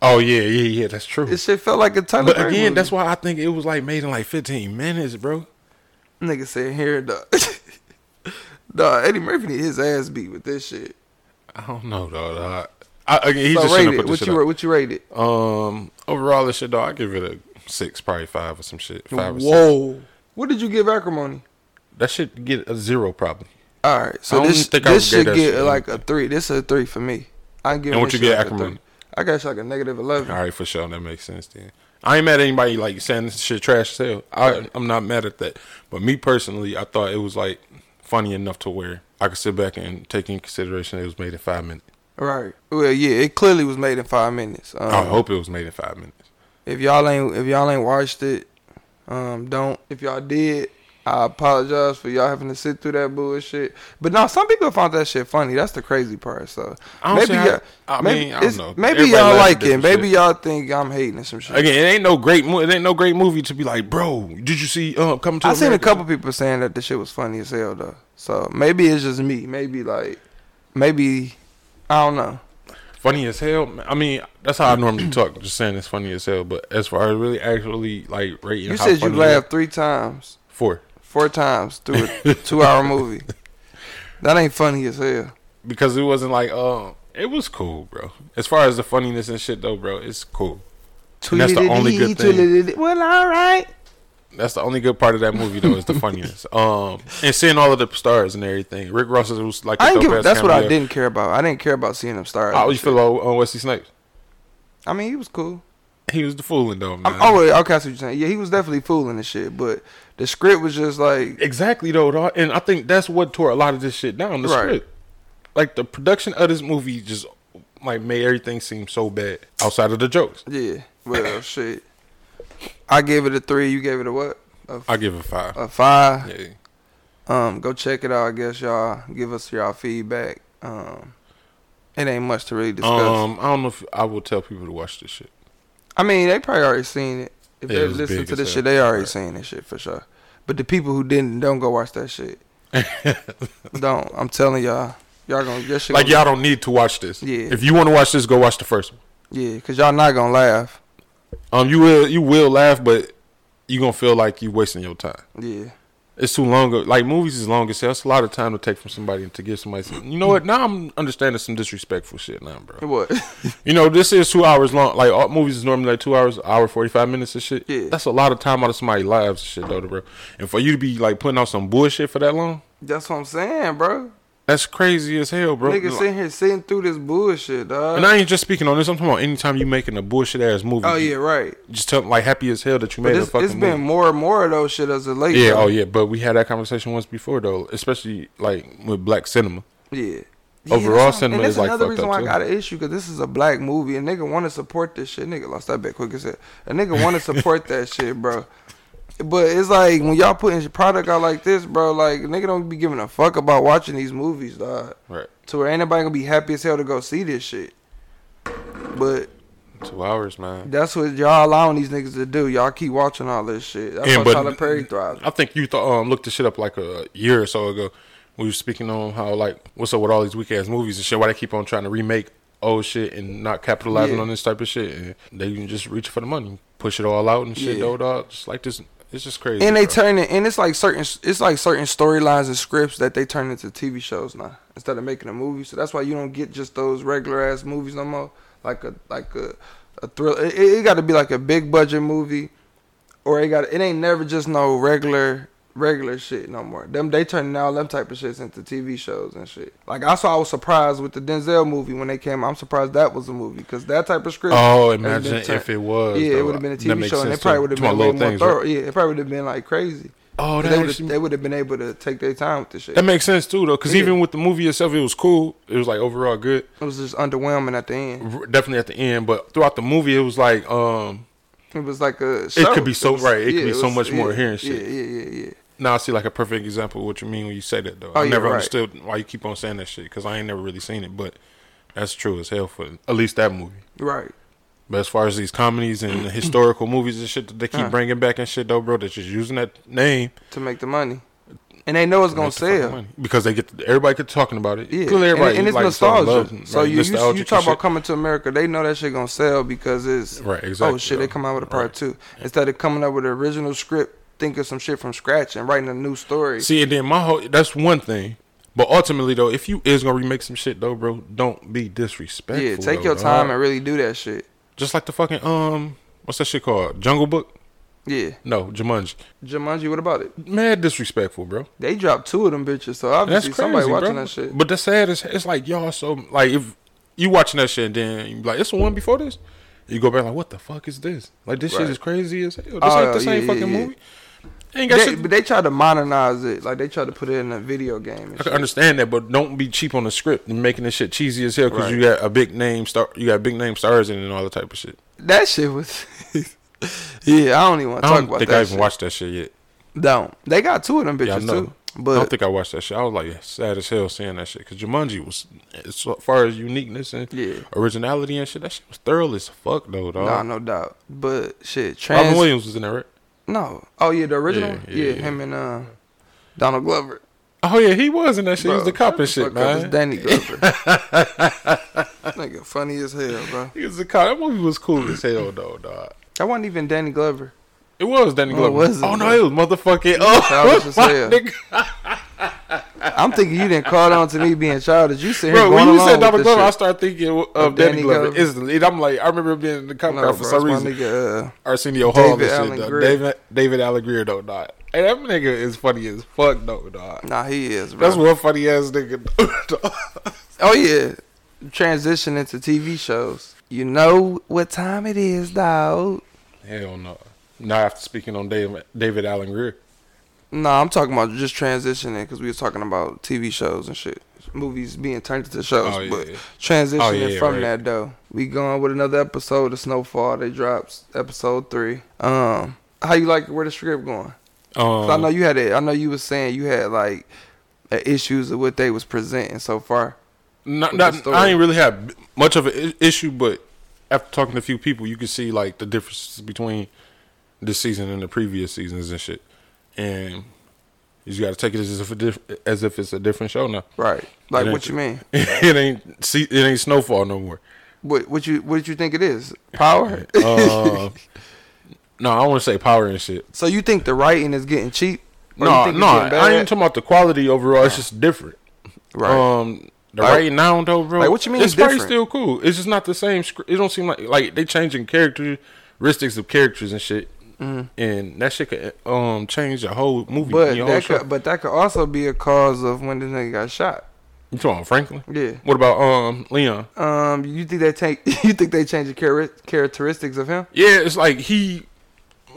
[SPEAKER 3] Oh yeah, yeah, yeah. That's true.
[SPEAKER 2] This shit felt like a Tyler
[SPEAKER 3] but
[SPEAKER 2] Perry.
[SPEAKER 3] again,
[SPEAKER 2] movie.
[SPEAKER 3] that's why I think it was like made in like 15 minutes, bro.
[SPEAKER 2] Nigga said here, dog. dog, Eddie Murphy need his ass beat with this shit.
[SPEAKER 3] I don't know, though. dog. I, again, he
[SPEAKER 2] so
[SPEAKER 3] just
[SPEAKER 2] rate
[SPEAKER 3] shouldn't have
[SPEAKER 2] it.
[SPEAKER 3] put this
[SPEAKER 2] What
[SPEAKER 3] shit
[SPEAKER 2] you
[SPEAKER 3] out.
[SPEAKER 2] ra- what you rated?
[SPEAKER 3] Um, overall, this shit, though, I give it a six, probably five or some shit. Five or six.
[SPEAKER 2] Whoa. What did you give Acrimony?
[SPEAKER 3] That should get a zero probably.
[SPEAKER 2] All right, so
[SPEAKER 3] I don't
[SPEAKER 2] this
[SPEAKER 3] think I
[SPEAKER 2] this
[SPEAKER 3] would
[SPEAKER 2] should
[SPEAKER 3] give that
[SPEAKER 2] get
[SPEAKER 3] shit
[SPEAKER 2] like a three. This is a three for me. I can give.
[SPEAKER 3] And
[SPEAKER 2] this
[SPEAKER 3] what you
[SPEAKER 2] shit
[SPEAKER 3] get,
[SPEAKER 2] like a
[SPEAKER 3] Acrimony?
[SPEAKER 2] three. I got you like a negative eleven.
[SPEAKER 3] All right, for sure, that makes sense. Then I ain't mad at anybody like saying this shit trash as hell. I, I'm not mad at that. But me personally, I thought it was like funny enough to where I could sit back and take in consideration it was made in five minutes.
[SPEAKER 2] Right. Well, yeah, it clearly was made in five minutes. Um,
[SPEAKER 3] I hope it was made in five minutes.
[SPEAKER 2] If y'all ain't if y'all ain't watched it, um, don't. If y'all did, I apologize for y'all having to sit through that bullshit. But now some people found that shit funny. That's the crazy part. So
[SPEAKER 3] I don't see how- I
[SPEAKER 2] maybe
[SPEAKER 3] mean, I don't
[SPEAKER 2] it's-
[SPEAKER 3] know.
[SPEAKER 2] Maybe
[SPEAKER 3] Everybody
[SPEAKER 2] y'all
[SPEAKER 3] laughs at
[SPEAKER 2] like it.
[SPEAKER 3] different
[SPEAKER 2] Maybe
[SPEAKER 3] shit.
[SPEAKER 2] y'all think I'm hating or some shit.
[SPEAKER 3] Again, it ain't no great. Mo- it ain't no great movie to be like, bro. Did you see? Um, come to.
[SPEAKER 2] I seen a
[SPEAKER 3] America?"
[SPEAKER 2] couple people saying that the shit was funny as hell though. So maybe it's just me. Maybe like, maybe I don't know.
[SPEAKER 3] Funny as hell. man. I mean, that's how I normally talk. Just saying it's funny as hell. But as far as really actually like rating,
[SPEAKER 2] You
[SPEAKER 3] how
[SPEAKER 2] said you
[SPEAKER 3] funny it
[SPEAKER 2] laughed three times,
[SPEAKER 3] was, Four.
[SPEAKER 2] four times through a two-hour movie. That ain't funny as hell.
[SPEAKER 3] because it wasn't like um it was cool, bro. As far as the funniness and shit though, bro, it's cool. And that's the only good thing.
[SPEAKER 2] Well, all right.
[SPEAKER 3] That's the only good part of that movie, though, is the funniness. Um, and seeing all of the stars and everything. Rick Ross was like,
[SPEAKER 2] I
[SPEAKER 3] a
[SPEAKER 2] didn't
[SPEAKER 3] dope
[SPEAKER 2] give,
[SPEAKER 3] ass
[SPEAKER 2] that's what I
[SPEAKER 3] cameo.
[SPEAKER 2] didn't care about. I didn't care about seeing him stars.
[SPEAKER 3] I always feel about uh, Wesley Snipes.
[SPEAKER 2] I mean, he was cool.
[SPEAKER 3] He was the fool in though. Man.
[SPEAKER 2] I'm, oh, wait, okay, I see what you're saying. Yeah, he was definitely fooling and shit, but the script was just like
[SPEAKER 3] Exactly though, dawg. and I think that's what tore a lot of this shit down. The
[SPEAKER 2] Right.
[SPEAKER 3] script, like the production of this movie, just like made everything seem so bad outside of the jokes.
[SPEAKER 2] Yeah. Well, shit. I gave it a three. You gave it a what? A,
[SPEAKER 3] I give it five.
[SPEAKER 2] a five.
[SPEAKER 3] yeah.
[SPEAKER 2] Um, go check it out. I guess y'all give us y'all feedback. Um, it ain't much to really discuss.
[SPEAKER 3] Um, I don't know if I will tell people to watch this shit.
[SPEAKER 2] I mean, they probably already seen it. If
[SPEAKER 3] Yeah, it
[SPEAKER 2] they
[SPEAKER 3] was
[SPEAKER 2] listen
[SPEAKER 3] big
[SPEAKER 2] to
[SPEAKER 3] as
[SPEAKER 2] this
[SPEAKER 3] hell.
[SPEAKER 2] shit, they already
[SPEAKER 3] Right.
[SPEAKER 2] seen this shit for sure. But the people who didn't, don't go watch that shit. don't. I'm telling y'all, y'all gonna your shit.
[SPEAKER 3] Like
[SPEAKER 2] gonna,
[SPEAKER 3] y'all don't need to watch this.
[SPEAKER 2] Yeah.
[SPEAKER 3] If you want to watch this, go watch the first one.
[SPEAKER 2] yeah, cause y'all not gonna laugh.
[SPEAKER 3] Um, you will you will laugh, but you gonna feel like you wasting your time.
[SPEAKER 2] Yeah,
[SPEAKER 3] It's too long. Like movies is long as hell. It's a lot of time to take from somebody to give somebody. Some, you know what? Now I'm understanding some disrespectful shit now, bro.
[SPEAKER 2] what?
[SPEAKER 3] You know, this is two hours long. Like all movies is normally like two hours, hour forty five minutes and shit.
[SPEAKER 2] Yeah.
[SPEAKER 3] That's a lot of time out of somebody's lives and shit though, bro. And for you to be like putting out some bullshit for that long,
[SPEAKER 2] That's what I'm saying, bro.
[SPEAKER 3] that's crazy as hell, bro.
[SPEAKER 2] Niggas sitting here sitting through this bullshit, dog.
[SPEAKER 3] and I ain't just speaking on this. I'm talking about anytime you making a bullshit ass movie.
[SPEAKER 2] Oh yeah, right.
[SPEAKER 3] Just tell like happy as hell that you
[SPEAKER 2] But
[SPEAKER 3] made a
[SPEAKER 2] it's,
[SPEAKER 3] fucking
[SPEAKER 2] it's been
[SPEAKER 3] movie.
[SPEAKER 2] more and more of those shit as of late.
[SPEAKER 3] Yeah,
[SPEAKER 2] though.
[SPEAKER 3] oh yeah, but we had that conversation once before though, especially like with black cinema.
[SPEAKER 2] yeah.
[SPEAKER 3] Overall,
[SPEAKER 2] that's-
[SPEAKER 3] cinema
[SPEAKER 2] and that's
[SPEAKER 3] is, like,
[SPEAKER 2] another
[SPEAKER 3] fucked
[SPEAKER 2] reason
[SPEAKER 3] up,
[SPEAKER 2] why I
[SPEAKER 3] too.
[SPEAKER 2] got an issue because this is a black movie and nigga want to support this shit. Nigga lost that bet quick as hell. A nigga want to support that shit, bro. But it's like when y'all putting your product out like this, bro. Like nigga don't be giving a fuck about watching these movies, dog.
[SPEAKER 3] Right.
[SPEAKER 2] To where ain't nobody gonna be happy as hell to go see this shit. But
[SPEAKER 3] Two hours, man.
[SPEAKER 2] that's what y'all allowing these niggas to do. Y'all keep watching all this shit. That's
[SPEAKER 3] And
[SPEAKER 2] why
[SPEAKER 3] but-
[SPEAKER 2] Tyler Perry thrives.
[SPEAKER 3] I think you th- um, looked this shit up like a year or so ago. We were speaking on how like what's up with all these weak ass movies and shit. Why they keep on trying to remake old shit and not capitalizing
[SPEAKER 2] Yeah.
[SPEAKER 3] on this type of shit. And they can just reach for the money, push it all out and shit.
[SPEAKER 2] Yeah.
[SPEAKER 3] Though, dog, just like this, it's just crazy.
[SPEAKER 2] and they
[SPEAKER 3] bro.
[SPEAKER 2] turn it and it's like certain it's like certain storylines and scripts that they turn into TV shows now instead of making a movie. So that's why you don't get just those regular ass movies no more. Like a like a a thrill. It, it got to be like a big budget movie, or it got it ain't never just no regular regular shit no more. Them they turning all them type of shits into TV shows and shit. Like I saw I was surprised with the Denzel movie when they came. I'm surprised that was a movie because that type of script.
[SPEAKER 3] Oh,
[SPEAKER 2] has been
[SPEAKER 3] imagine
[SPEAKER 2] turned-
[SPEAKER 3] if it was.
[SPEAKER 2] yeah, it
[SPEAKER 3] though.
[SPEAKER 2] would have been a
[SPEAKER 3] That
[SPEAKER 2] TV
[SPEAKER 3] makes
[SPEAKER 2] show, and
[SPEAKER 3] sense,
[SPEAKER 2] it probably
[SPEAKER 3] too.
[SPEAKER 2] would have
[SPEAKER 3] To my
[SPEAKER 2] been way
[SPEAKER 3] little
[SPEAKER 2] more
[SPEAKER 3] things, right?
[SPEAKER 2] thorough. Yeah, it probably would have been like crazy.
[SPEAKER 3] Oh,
[SPEAKER 2] But
[SPEAKER 3] that
[SPEAKER 2] they would
[SPEAKER 3] actually-
[SPEAKER 2] have they would have been able to take their time with the shit.
[SPEAKER 3] That makes sense too, though, because
[SPEAKER 2] Yeah.
[SPEAKER 3] even with the movie itself, it was cool. It was like overall good.
[SPEAKER 2] it was just underwhelming at the end.
[SPEAKER 3] R- Definitely at the end, but throughout the movie, it was like um,
[SPEAKER 2] It was like a. Show.
[SPEAKER 3] could be so-
[SPEAKER 2] was-
[SPEAKER 3] right, it could be so
[SPEAKER 2] was-
[SPEAKER 3] much more
[SPEAKER 2] yeah,
[SPEAKER 3] here and shit.
[SPEAKER 2] Yeah, yeah, yeah, yeah.
[SPEAKER 3] Now I see like a perfect example of what you mean when you say that though.
[SPEAKER 2] Oh,
[SPEAKER 3] I
[SPEAKER 2] yeah,
[SPEAKER 3] never
[SPEAKER 2] right.
[SPEAKER 3] understood why you keep on saying that shit because I ain't never really seen it, but that's true as hell for at least that movie.
[SPEAKER 2] Right.
[SPEAKER 3] But as far as these comedies and the historical movies and shit that they keep
[SPEAKER 2] Huh.
[SPEAKER 3] bringing back and shit though, bro, that's just using that name
[SPEAKER 2] To make the money, and they know it's
[SPEAKER 3] to
[SPEAKER 2] gonna
[SPEAKER 3] make the fucking
[SPEAKER 2] sell.
[SPEAKER 3] money. because they get everybody could talking about it.
[SPEAKER 2] Yeah,
[SPEAKER 3] Clearly
[SPEAKER 2] and,
[SPEAKER 3] everybody
[SPEAKER 2] and it's
[SPEAKER 3] like, fell in
[SPEAKER 2] nostalgia.
[SPEAKER 3] love,
[SPEAKER 2] so
[SPEAKER 3] right,
[SPEAKER 2] you, you
[SPEAKER 3] nostalgic
[SPEAKER 2] you talk
[SPEAKER 3] and
[SPEAKER 2] about
[SPEAKER 3] shit.
[SPEAKER 2] coming to America, they know that shit gonna sell because it's
[SPEAKER 3] right? Exactly.
[SPEAKER 2] oh shit, they
[SPEAKER 3] though.
[SPEAKER 2] come out with a
[SPEAKER 3] Right.
[SPEAKER 2] part two instead of coming up with an original script, think of some shit from scratch and writing a new story.
[SPEAKER 3] See, and then my whole that's one thing. But ultimately though, if you is gonna remake some shit though, bro, don't be disrespectful.
[SPEAKER 2] yeah, take
[SPEAKER 3] though,
[SPEAKER 2] your
[SPEAKER 3] dog.
[SPEAKER 2] time and really do that shit.
[SPEAKER 3] just like the fucking um what's that shit called? Jungle Book?
[SPEAKER 2] Yeah,
[SPEAKER 3] No, Jumanji.
[SPEAKER 2] Jumanji, what about it?
[SPEAKER 3] Mad disrespectful, bro.
[SPEAKER 2] They dropped two of them bitches, so
[SPEAKER 3] That's
[SPEAKER 2] obviously
[SPEAKER 3] crazy,
[SPEAKER 2] somebody watching
[SPEAKER 3] bro.
[SPEAKER 2] that shit.
[SPEAKER 3] But the sad is, it's like y'all so like if you watching that shit, and then you be like it's the one before this. You go back like, what the fuck is this? Like this
[SPEAKER 2] Right.
[SPEAKER 3] shit is crazy as hell. This
[SPEAKER 2] Oh,
[SPEAKER 3] ain't the
[SPEAKER 2] yeah,
[SPEAKER 3] same
[SPEAKER 2] yeah,
[SPEAKER 3] fucking
[SPEAKER 2] yeah.
[SPEAKER 3] movie. Ain't got
[SPEAKER 2] They,
[SPEAKER 3] shit.
[SPEAKER 2] but they tried to modernize it, like they tried to put it in a video game. And
[SPEAKER 3] I
[SPEAKER 2] shit.
[SPEAKER 3] can understand that, but don't be cheap on the script and making this shit cheesy as hell because
[SPEAKER 2] Right.
[SPEAKER 3] you got a big name star, you got big name stars in it and all that type of shit.
[SPEAKER 2] That shit was. yeah, I don't even want to
[SPEAKER 3] I
[SPEAKER 2] talk
[SPEAKER 3] don't
[SPEAKER 2] about
[SPEAKER 3] think
[SPEAKER 2] that.
[SPEAKER 3] I even
[SPEAKER 2] shit.
[SPEAKER 3] watched that shit yet.
[SPEAKER 2] Don't. They got two of them
[SPEAKER 3] Yeah, I
[SPEAKER 2] bitches
[SPEAKER 3] know.
[SPEAKER 2] too.
[SPEAKER 3] I don't
[SPEAKER 2] But
[SPEAKER 3] think I watched that shit. I was like sad as hell seeing that shit because Jumanji was, as far as uniqueness and
[SPEAKER 2] yeah,
[SPEAKER 3] originality and shit, that shit was thorough as fuck though, dog.
[SPEAKER 2] nah, no doubt. But shit,
[SPEAKER 3] Robin
[SPEAKER 2] trans.
[SPEAKER 3] Williams was in there, right?
[SPEAKER 2] No. Oh yeah, the original.
[SPEAKER 3] Yeah,
[SPEAKER 2] Yeah,
[SPEAKER 3] yeah, yeah.
[SPEAKER 2] him and uh, Donald Glover.
[SPEAKER 3] Oh yeah, he was in that shit. he was the
[SPEAKER 2] Bro,
[SPEAKER 3] cop and
[SPEAKER 2] shut the fuck
[SPEAKER 3] shit,
[SPEAKER 2] up,
[SPEAKER 3] man.
[SPEAKER 2] It's Danny Glover. Nigga, funny as hell, bro.
[SPEAKER 3] he was the cop. That movie was cool as hell though, dog.
[SPEAKER 2] That wasn't even Danny Glover.
[SPEAKER 3] It was Danny
[SPEAKER 2] Oh,
[SPEAKER 3] Glover.
[SPEAKER 2] was it,
[SPEAKER 3] oh no,
[SPEAKER 2] bro?
[SPEAKER 3] it was motherfucking. Oh,
[SPEAKER 2] Childish as
[SPEAKER 3] my
[SPEAKER 2] hell.
[SPEAKER 3] nigga.
[SPEAKER 2] I'm thinking you didn't caught on to me being childish. You sit here
[SPEAKER 3] Bro,
[SPEAKER 2] going
[SPEAKER 3] when you
[SPEAKER 2] along
[SPEAKER 3] said Donald
[SPEAKER 2] with this
[SPEAKER 3] Glover, I
[SPEAKER 2] shit.
[SPEAKER 3] started thinking of, of Danny,
[SPEAKER 2] Danny
[SPEAKER 3] Glover
[SPEAKER 2] Glover.
[SPEAKER 3] instantly. And I'm like, I remember him being in the comic
[SPEAKER 2] No,
[SPEAKER 3] for
[SPEAKER 2] bro,
[SPEAKER 3] some
[SPEAKER 2] it's my
[SPEAKER 3] reason.
[SPEAKER 2] nigga, uh,
[SPEAKER 3] Arsenio Hall
[SPEAKER 2] David
[SPEAKER 3] and
[SPEAKER 2] Allen
[SPEAKER 3] shit, though.
[SPEAKER 2] Greer.
[SPEAKER 3] David, David Allen Greer, though, dog. Hey, that nigga is funny as fuck, though, dog.
[SPEAKER 2] nah, he is, bro.
[SPEAKER 3] That's one funny ass nigga, dog.
[SPEAKER 2] Oh yeah, transition into TV shows. You know what time it is, dog.
[SPEAKER 3] Hell no. Now after speaking on David, David Allen Greer.
[SPEAKER 2] No, I'm talking about just transitioning because we was talking about TV shows and shit, movies being turned into shows.
[SPEAKER 3] Oh, yeah,
[SPEAKER 2] but
[SPEAKER 3] yeah.
[SPEAKER 2] transitioning
[SPEAKER 3] Oh, yeah,
[SPEAKER 2] from
[SPEAKER 3] right.
[SPEAKER 2] that though, we going with another episode of Snowfall. They drops episode three. Um, how you like where the script going? 'Cause I know
[SPEAKER 3] Um,
[SPEAKER 2] you had it. I know you was saying you had like uh, issues of what they was presenting so far.
[SPEAKER 3] not,
[SPEAKER 2] with the
[SPEAKER 3] not,
[SPEAKER 2] story.
[SPEAKER 3] I ain't really had much of an i- issue, but after talking to a few people, you can see like the differences between this season and the previous seasons and shit. And you just got to take it as if, a diff- as if it's a different show now.
[SPEAKER 2] Right. Like
[SPEAKER 3] It
[SPEAKER 2] what
[SPEAKER 3] ain't-
[SPEAKER 2] you mean?
[SPEAKER 3] it ain't see, it ain't snowfall no more.
[SPEAKER 2] What what you what did you think it is? Power.
[SPEAKER 3] Uh, no, I want to say power and shit.
[SPEAKER 2] So you think the writing is getting cheap? Or you
[SPEAKER 3] No,
[SPEAKER 2] think
[SPEAKER 3] no,
[SPEAKER 2] it's getting
[SPEAKER 3] I ain't
[SPEAKER 2] bad?
[SPEAKER 3] talking about the quality overall. It's just different.
[SPEAKER 2] right.
[SPEAKER 3] Um, the
[SPEAKER 2] Like-
[SPEAKER 3] writing now though, bro.
[SPEAKER 2] like, what you mean
[SPEAKER 3] It's probably
[SPEAKER 2] different?
[SPEAKER 3] still cool. It's just not the same. scr- It don't seem like like they changing characteristics of characters and shit, and that shit could um change the whole
[SPEAKER 2] Mm.
[SPEAKER 3] movie.
[SPEAKER 2] but
[SPEAKER 3] your whole
[SPEAKER 2] that
[SPEAKER 3] show.
[SPEAKER 2] could, but that could also be a cause of when this nigga got shot.
[SPEAKER 3] you talking about Franklin?
[SPEAKER 2] Yeah.
[SPEAKER 3] What about um Leon?
[SPEAKER 2] Um, you think they take? You think they change the char- characteristics of him?
[SPEAKER 3] Yeah, it's like he.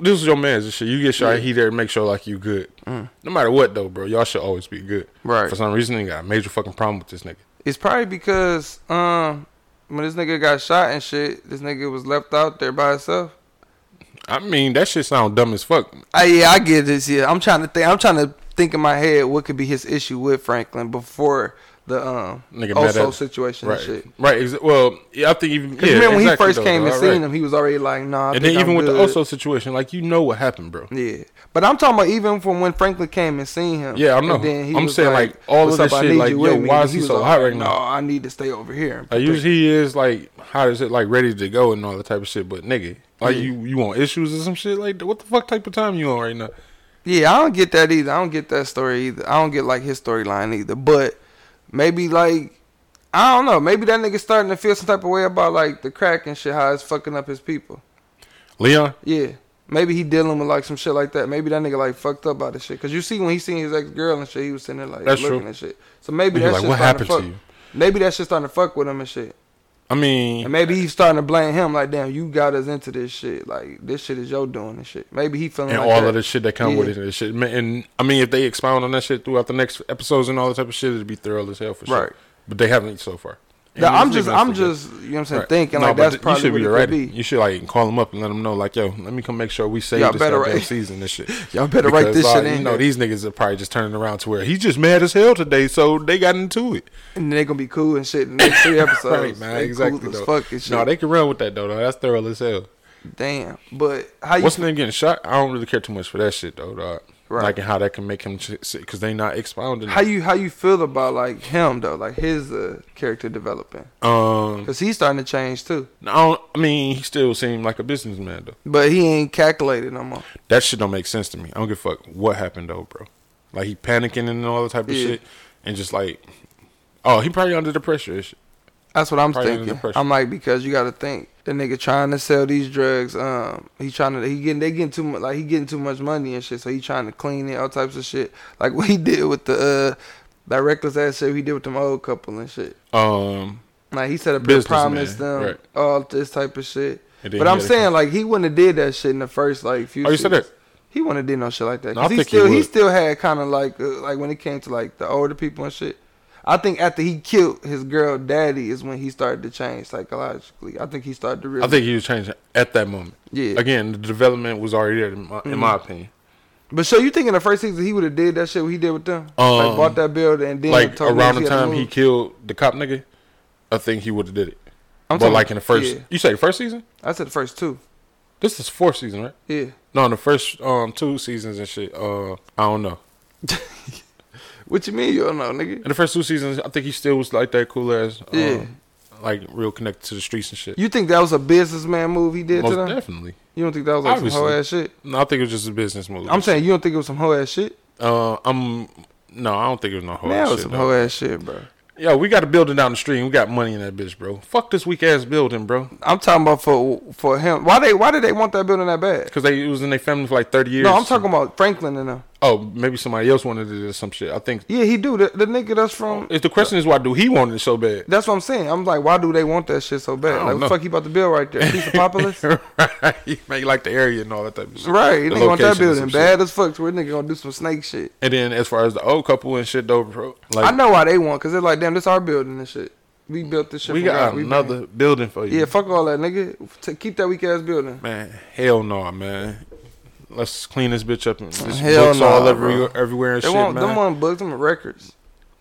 [SPEAKER 3] This is your man's and shit. You get shot, he there, make sure like you good. No matter what though, bro, y'all should always be good.
[SPEAKER 2] Mm. Right.
[SPEAKER 3] For some reason, they got a major fucking problem with this nigga.
[SPEAKER 2] It's probably because um, when this nigga got shot and shit, this nigga was left out there by himself.
[SPEAKER 3] I mean, that shit sound dumb as fuck.
[SPEAKER 2] I, yeah, I get this. Yeah, I'm trying to think. I'm trying to think in my head what could be his issue with Franklin before the um
[SPEAKER 3] Nigga mad
[SPEAKER 2] also
[SPEAKER 3] at-
[SPEAKER 2] situation
[SPEAKER 3] Right.
[SPEAKER 2] and shit.
[SPEAKER 3] Right. Exa- well, yeah, I think even
[SPEAKER 2] Cause
[SPEAKER 3] yeah,
[SPEAKER 2] remember when
[SPEAKER 3] exactly
[SPEAKER 2] he first
[SPEAKER 3] though,
[SPEAKER 2] came and
[SPEAKER 3] dog,
[SPEAKER 2] seen
[SPEAKER 3] right.
[SPEAKER 2] him, he was already like, "Nah." I
[SPEAKER 3] And
[SPEAKER 2] think
[SPEAKER 3] then even
[SPEAKER 2] I'm
[SPEAKER 3] with the
[SPEAKER 2] good.
[SPEAKER 3] Oso situation, like you know what happened, bro.
[SPEAKER 2] Yeah, but I'm talking about even from when Franklin came and seen him.
[SPEAKER 3] Yeah, I
[SPEAKER 2] And
[SPEAKER 3] know.
[SPEAKER 2] then he
[SPEAKER 3] I'm
[SPEAKER 2] was
[SPEAKER 3] saying, like, all
[SPEAKER 2] "What's
[SPEAKER 3] of this
[SPEAKER 2] up? I
[SPEAKER 3] shit,
[SPEAKER 2] need
[SPEAKER 3] like,
[SPEAKER 2] you
[SPEAKER 3] yo,
[SPEAKER 2] with me."
[SPEAKER 3] why
[SPEAKER 2] And
[SPEAKER 3] is he so hot right now?
[SPEAKER 2] No, I need to stay over here. and
[SPEAKER 3] Like
[SPEAKER 2] protect-"
[SPEAKER 3] usually he is like how is it like ready to go and all that type of shit, but nigga, like you you want issues or some shit like that? what the fuck type of time you on right now?
[SPEAKER 2] yeah, I don't get that either. I don't get that story either. I don't get like his storyline either. But maybe like I don't know. Maybe that nigga starting to feel some type of way about like the crack and shit, how it's fucking up his people.
[SPEAKER 3] Leon,
[SPEAKER 2] Yeah. Maybe he dealing with like some shit like that. Maybe that nigga like fucked up by this shit. Cause you see when he seen his ex girl and shit, he was sitting there like
[SPEAKER 3] That's
[SPEAKER 2] looking
[SPEAKER 3] true.
[SPEAKER 2] and shit. So maybe
[SPEAKER 3] He
[SPEAKER 2] that's
[SPEAKER 3] like,
[SPEAKER 2] just
[SPEAKER 3] "What
[SPEAKER 2] starting
[SPEAKER 3] happened to
[SPEAKER 2] fuck-
[SPEAKER 3] you?"
[SPEAKER 2] Maybe that shit starting to fuck with him and shit.
[SPEAKER 3] I mean,
[SPEAKER 2] And maybe he's starting to blame him, like, damn, you got us into this shit. Like, this shit is your doing and shit. Maybe he feeling
[SPEAKER 3] and
[SPEAKER 2] like
[SPEAKER 3] all
[SPEAKER 2] that.
[SPEAKER 3] of the shit that come with it
[SPEAKER 2] Yeah.
[SPEAKER 3] and shit. Man, And I mean, if they expound on that shit throughout the next episodes and all that type of shit, it'd be thorough as hell for sure.
[SPEAKER 2] Right.
[SPEAKER 3] But they haven't so far. And
[SPEAKER 2] Nah, I'm
[SPEAKER 3] it's
[SPEAKER 2] just,
[SPEAKER 3] even
[SPEAKER 2] I'm
[SPEAKER 3] still good.
[SPEAKER 2] just, you know what I'm saying,
[SPEAKER 3] Right.
[SPEAKER 2] thinking
[SPEAKER 3] No,
[SPEAKER 2] like
[SPEAKER 3] but
[SPEAKER 2] that's
[SPEAKER 3] th-
[SPEAKER 2] probably
[SPEAKER 3] you should
[SPEAKER 2] what
[SPEAKER 3] be
[SPEAKER 2] it could
[SPEAKER 3] ready.
[SPEAKER 2] be.
[SPEAKER 3] You should like call them up and let them know like, yo, let me come make sure we save
[SPEAKER 2] Y'all
[SPEAKER 3] this
[SPEAKER 2] better
[SPEAKER 3] goddamn
[SPEAKER 2] write-
[SPEAKER 3] season and shit.
[SPEAKER 2] Y'all better write this
[SPEAKER 3] Because,
[SPEAKER 2] shit
[SPEAKER 3] uh,
[SPEAKER 2] in.
[SPEAKER 3] You know
[SPEAKER 2] here.
[SPEAKER 3] these niggas are probably just turning around to where he's just mad as hell today, so they got into it.
[SPEAKER 2] and they gonna be cool and shit in the next three episodes.
[SPEAKER 3] right, man,
[SPEAKER 2] They
[SPEAKER 3] exactly.
[SPEAKER 2] Cool as
[SPEAKER 3] though.
[SPEAKER 2] fuck and shit.
[SPEAKER 3] No, they can run with that though. though. That's thorough as hell.
[SPEAKER 2] damn. But how you?
[SPEAKER 3] What's the name getting shot? I don't really care too much for that shit though, dog.
[SPEAKER 2] Right.
[SPEAKER 3] Like and how that can make him because they not expounding.
[SPEAKER 2] how
[SPEAKER 3] it.
[SPEAKER 2] you how you feel about like him though, like his uh, character developing,
[SPEAKER 3] um,
[SPEAKER 2] cause he's starting to change too,
[SPEAKER 3] I, don't, I mean, he still seemed like a businessman though.
[SPEAKER 2] but he ain't calculated no more.
[SPEAKER 3] That shit don't make sense to me. I don't give a fuck what happened though, bro. Like he panicking and all that type of
[SPEAKER 2] Yeah.
[SPEAKER 3] shit, and just like, oh, he probably under the pressure. and shit.
[SPEAKER 2] That's what I'm
[SPEAKER 3] Probably under
[SPEAKER 2] thinking.
[SPEAKER 3] pressure.
[SPEAKER 2] I'm like because you got to think the nigga trying to sell these drugs. Um, he trying to he getting they getting too much like he getting too much money and shit. So he trying to clean it, all types of shit. Like what he did with the uh, that reckless ass shit he did with them old couple and shit.
[SPEAKER 3] Um,
[SPEAKER 2] Like he set up and
[SPEAKER 3] Businessman,
[SPEAKER 2] promised them
[SPEAKER 3] right.
[SPEAKER 2] all this type of shit.
[SPEAKER 3] And then
[SPEAKER 2] But
[SPEAKER 3] he
[SPEAKER 2] I'm
[SPEAKER 3] had a-
[SPEAKER 2] saying like he wouldn't have did that shit in the first like few.
[SPEAKER 3] Oh, you said
[SPEAKER 2] seasons.
[SPEAKER 3] that?
[SPEAKER 2] He wouldn't have did no shit like that.
[SPEAKER 3] No, I
[SPEAKER 2] 'Cause he
[SPEAKER 3] think he
[SPEAKER 2] still he,
[SPEAKER 3] would.
[SPEAKER 2] still had kind of like uh, like when it came to like the older people and shit. I think after he killed his girl daddy is when he started to change psychologically. I think he started to really.
[SPEAKER 3] I think he was changing at that moment.
[SPEAKER 2] yeah. Mm-hmm.
[SPEAKER 3] Again, the development was already there in my, in my opinion.
[SPEAKER 2] But so you think in the first season he would have did that shit what he did with them? like
[SPEAKER 3] Um,
[SPEAKER 2] bought that building and then
[SPEAKER 3] like
[SPEAKER 2] told
[SPEAKER 3] around
[SPEAKER 2] niggas had
[SPEAKER 3] the
[SPEAKER 2] to
[SPEAKER 3] time he
[SPEAKER 2] move.
[SPEAKER 3] killed the cop nigga, I think he would have did it.
[SPEAKER 2] I'm
[SPEAKER 3] but
[SPEAKER 2] talking-
[SPEAKER 3] like in the first,
[SPEAKER 2] yeah.
[SPEAKER 3] you say the first season?
[SPEAKER 2] I said the first two.
[SPEAKER 3] This is fourth season, right?
[SPEAKER 2] Yeah.
[SPEAKER 3] No, in the first um two seasons and shit. Uh, I don't know.
[SPEAKER 2] What you mean you don't know, nigga?
[SPEAKER 3] In the first two seasons, I think he still was like that cool ass. Um,
[SPEAKER 2] Yeah.
[SPEAKER 3] Like real connected to the streets and shit.
[SPEAKER 2] You think that was a businessman move he did
[SPEAKER 3] Most
[SPEAKER 2] to them?
[SPEAKER 3] definitely.
[SPEAKER 2] You don't think that was like some
[SPEAKER 3] Obviously.
[SPEAKER 2] hoe ass shit?
[SPEAKER 3] No, I think it was just a business move.
[SPEAKER 2] I'm saying you don't think it was some hoe ass shit.
[SPEAKER 3] uh, I'm No, I don't think it was no whole
[SPEAKER 2] Now
[SPEAKER 3] shit.
[SPEAKER 2] it's some
[SPEAKER 3] though.
[SPEAKER 2] hoe ass shit, bro.
[SPEAKER 3] Yo, we got a building down the street and we got money in that bitch, bro. Fuck this weak ass building, bro.
[SPEAKER 2] I'm talking about for for him. Why they why did they want that building that bad?
[SPEAKER 3] Because they it was in their family for like 30 years.
[SPEAKER 2] No, I'm talking about Franklin and them.
[SPEAKER 3] Oh, maybe somebody else wanted it or some shit. I think.
[SPEAKER 2] Yeah, he do the, the nigga that's from.
[SPEAKER 3] If the question is why do he want it so bad?
[SPEAKER 2] That's what I'm saying. I'm like, why do they want that shit so bad? Like,
[SPEAKER 3] don't
[SPEAKER 2] what
[SPEAKER 3] know.
[SPEAKER 2] the fuck, you about to build right there? Piece of populace.
[SPEAKER 3] right. They like the area and all that type of shit.
[SPEAKER 2] Right,
[SPEAKER 3] The
[SPEAKER 2] nigga want that
[SPEAKER 3] location and
[SPEAKER 2] building
[SPEAKER 3] some shit.
[SPEAKER 2] bad as fuck. So we nigga gonna do some snake shit.
[SPEAKER 3] And then as far as the old couple and shit though, bro, like
[SPEAKER 2] I know why they want, cause they're like, damn, this our building and shit. We built this shit.
[SPEAKER 3] we
[SPEAKER 2] from
[SPEAKER 3] got
[SPEAKER 2] God. We
[SPEAKER 3] another
[SPEAKER 2] been-
[SPEAKER 3] building for you.
[SPEAKER 2] yeah, fuck all that, nigga. T- keep that weak ass building.
[SPEAKER 3] man, hell no, man. Let's clean this bitch up and this
[SPEAKER 2] Hell
[SPEAKER 3] books
[SPEAKER 2] nah,
[SPEAKER 3] all
[SPEAKER 2] bro.
[SPEAKER 3] every, everywhere and
[SPEAKER 2] They
[SPEAKER 3] shit,
[SPEAKER 2] want
[SPEAKER 3] man.
[SPEAKER 2] them want books, them records.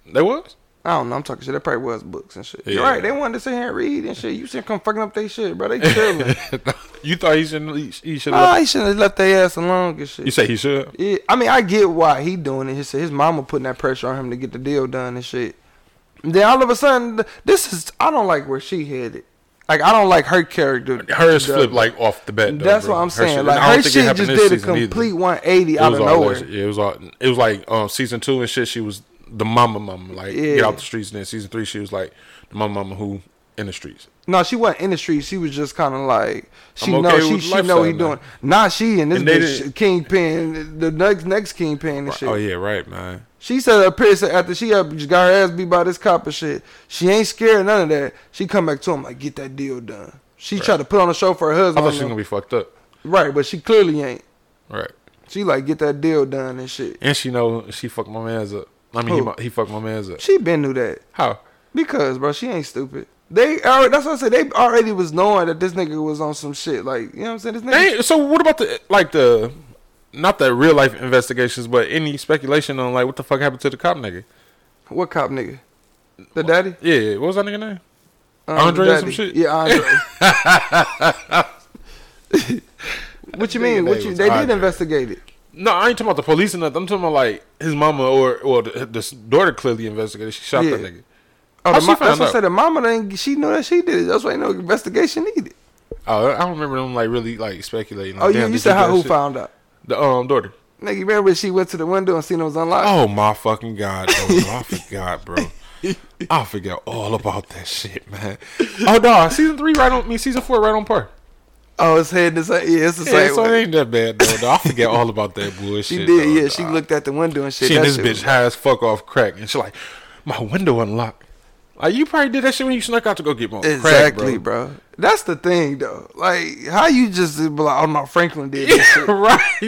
[SPEAKER 3] they was.
[SPEAKER 2] I don't know. I'm talking shit. That probably was books and shit. You're
[SPEAKER 3] Yeah.
[SPEAKER 2] right. They wanted to sit here and read and shit. You should come fucking up their shit, bro. They chilling.
[SPEAKER 3] you thought he shouldn't? He, he should.
[SPEAKER 2] nah,
[SPEAKER 3] have
[SPEAKER 2] he shouldn't have left their ass alone and shit.
[SPEAKER 3] You say he should?
[SPEAKER 2] Yeah, I mean, I get why he doing it. His his mama putting that pressure on him to get the deal done and shit. Then all of a sudden, this is I don't like where she headed. Like I don't like her character.
[SPEAKER 3] Hers
[SPEAKER 2] The-
[SPEAKER 3] flipped like off the bat. Though,
[SPEAKER 2] That's
[SPEAKER 3] bro.
[SPEAKER 2] what I'm saying.
[SPEAKER 3] shit-
[SPEAKER 2] like
[SPEAKER 3] I don't
[SPEAKER 2] her
[SPEAKER 3] think it
[SPEAKER 2] shit
[SPEAKER 3] happened
[SPEAKER 2] just
[SPEAKER 3] this
[SPEAKER 2] did a
[SPEAKER 3] season either.
[SPEAKER 2] complete 180
[SPEAKER 3] It
[SPEAKER 2] out
[SPEAKER 3] was
[SPEAKER 2] of
[SPEAKER 3] all
[SPEAKER 2] nowhere.
[SPEAKER 3] that shit. Yeah, it was all. It was like um, season two and shit. She was the mama, mama. Like
[SPEAKER 2] Yeah.
[SPEAKER 3] get out the streets. And then season three, she was like the mama, mama who in the streets.
[SPEAKER 2] No, she wasn't in the street. She was just kind of like she
[SPEAKER 3] I'm
[SPEAKER 2] know
[SPEAKER 3] okay
[SPEAKER 2] she
[SPEAKER 3] with
[SPEAKER 2] she
[SPEAKER 3] lifestyle
[SPEAKER 2] know he
[SPEAKER 3] now.
[SPEAKER 2] doing. Nah, she and this
[SPEAKER 3] And they
[SPEAKER 2] bitch
[SPEAKER 3] didn't-
[SPEAKER 2] kingpin, the next next kingpin and shit.
[SPEAKER 3] Oh yeah, right, man.
[SPEAKER 2] She said her piss after she up just got her ass beat by this cop and shit. She ain't scared of none of that. She come back to him like get that deal done. She tried to put on a show for her
[SPEAKER 3] I
[SPEAKER 2] husband.
[SPEAKER 3] thought she was gonna be fucked up.
[SPEAKER 2] right, but she clearly ain't.
[SPEAKER 3] Right,
[SPEAKER 2] She like get that deal done and shit.
[SPEAKER 3] and she know she fucked my man's up. I mean, he
[SPEAKER 2] Who?
[SPEAKER 3] mu- he he fucked my man's up.
[SPEAKER 2] She been knew that
[SPEAKER 3] How?
[SPEAKER 2] because bro, she ain't stupid. They already that's what I said. They already was knowing that this nigga was on some shit. Like you know what I'm saying? This nigga.
[SPEAKER 3] Hey, so what about the like the not the real life investigations, but any speculation on like what the fuck happened to the cop nigga?
[SPEAKER 2] What cop nigga? The daddy.
[SPEAKER 3] Yeah, what was that nigga name?
[SPEAKER 2] Um,
[SPEAKER 3] Andre
[SPEAKER 2] the
[SPEAKER 3] or some shit?
[SPEAKER 2] Yeah, Andre. what you mean?
[SPEAKER 3] Nigga
[SPEAKER 2] What you?
[SPEAKER 3] name was
[SPEAKER 2] They did
[SPEAKER 3] Andre.
[SPEAKER 2] investigate it.
[SPEAKER 3] No, I ain't talking about the police or nothing. I'm talking about like his mama or well, the, the daughter clearly investigated. She shot
[SPEAKER 2] Yeah.
[SPEAKER 3] that nigga.
[SPEAKER 2] Oh, the
[SPEAKER 3] How she
[SPEAKER 2] mo-
[SPEAKER 3] found
[SPEAKER 2] that's what I
[SPEAKER 3] out?
[SPEAKER 2] said. The mama didn't. She knew that she did it. That's why ain't no investigation needed.
[SPEAKER 3] Oh, I don't remember them like really like speculating.
[SPEAKER 2] Oh,
[SPEAKER 3] Like,
[SPEAKER 2] you,
[SPEAKER 3] damn,
[SPEAKER 2] you
[SPEAKER 3] did
[SPEAKER 2] said
[SPEAKER 3] do
[SPEAKER 2] how
[SPEAKER 3] that
[SPEAKER 2] who
[SPEAKER 3] shit?
[SPEAKER 2] found out?
[SPEAKER 3] the um daughter.
[SPEAKER 2] Nigga, you remember when she went to the window and seen it was unlocked?
[SPEAKER 3] Oh my fucking god! Oh, I forgot, bro. I forgot all about that shit, man. Oh no, season three right on me. Season four right on par.
[SPEAKER 2] Oh, it's head the same. Yeah, it's the
[SPEAKER 3] Yeah,
[SPEAKER 2] same.
[SPEAKER 3] so
[SPEAKER 2] way.
[SPEAKER 3] it ain't that bad though. dawg. I forget all about that
[SPEAKER 2] She
[SPEAKER 3] bullshit.
[SPEAKER 2] did. yeah,
[SPEAKER 3] dawg.
[SPEAKER 2] she looked at the window and shit.
[SPEAKER 3] She and
[SPEAKER 2] That
[SPEAKER 3] this
[SPEAKER 2] shit
[SPEAKER 3] bitch high as fuck off crack, and she like, my window unlocked. Like you probably did that shit when you snuck out to go get more
[SPEAKER 2] was-
[SPEAKER 3] crack,
[SPEAKER 2] Exactly, bro. That's the thing, though. Like, how you just be like, oh no, Franklin did this shit.
[SPEAKER 3] right,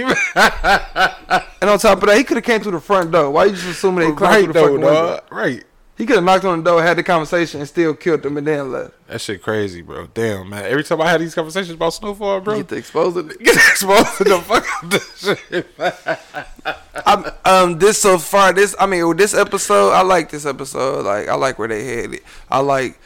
[SPEAKER 2] And on top of that, he could have came through the front door. Why you just assuming they climbed through the
[SPEAKER 3] right though,
[SPEAKER 2] fucking window?
[SPEAKER 3] dog. Right.
[SPEAKER 2] He could have knocked on the door, had the conversation, and still killed them and then left.
[SPEAKER 3] That shit crazy, bro. Damn, man. Every time I had these conversations about snowfall, bro,
[SPEAKER 2] Get to expose it.
[SPEAKER 3] get exposed to the fuck out this shit.
[SPEAKER 2] I'm, um, this so far, this I mean, with this episode, I like this episode. Like, I like where they headed. I like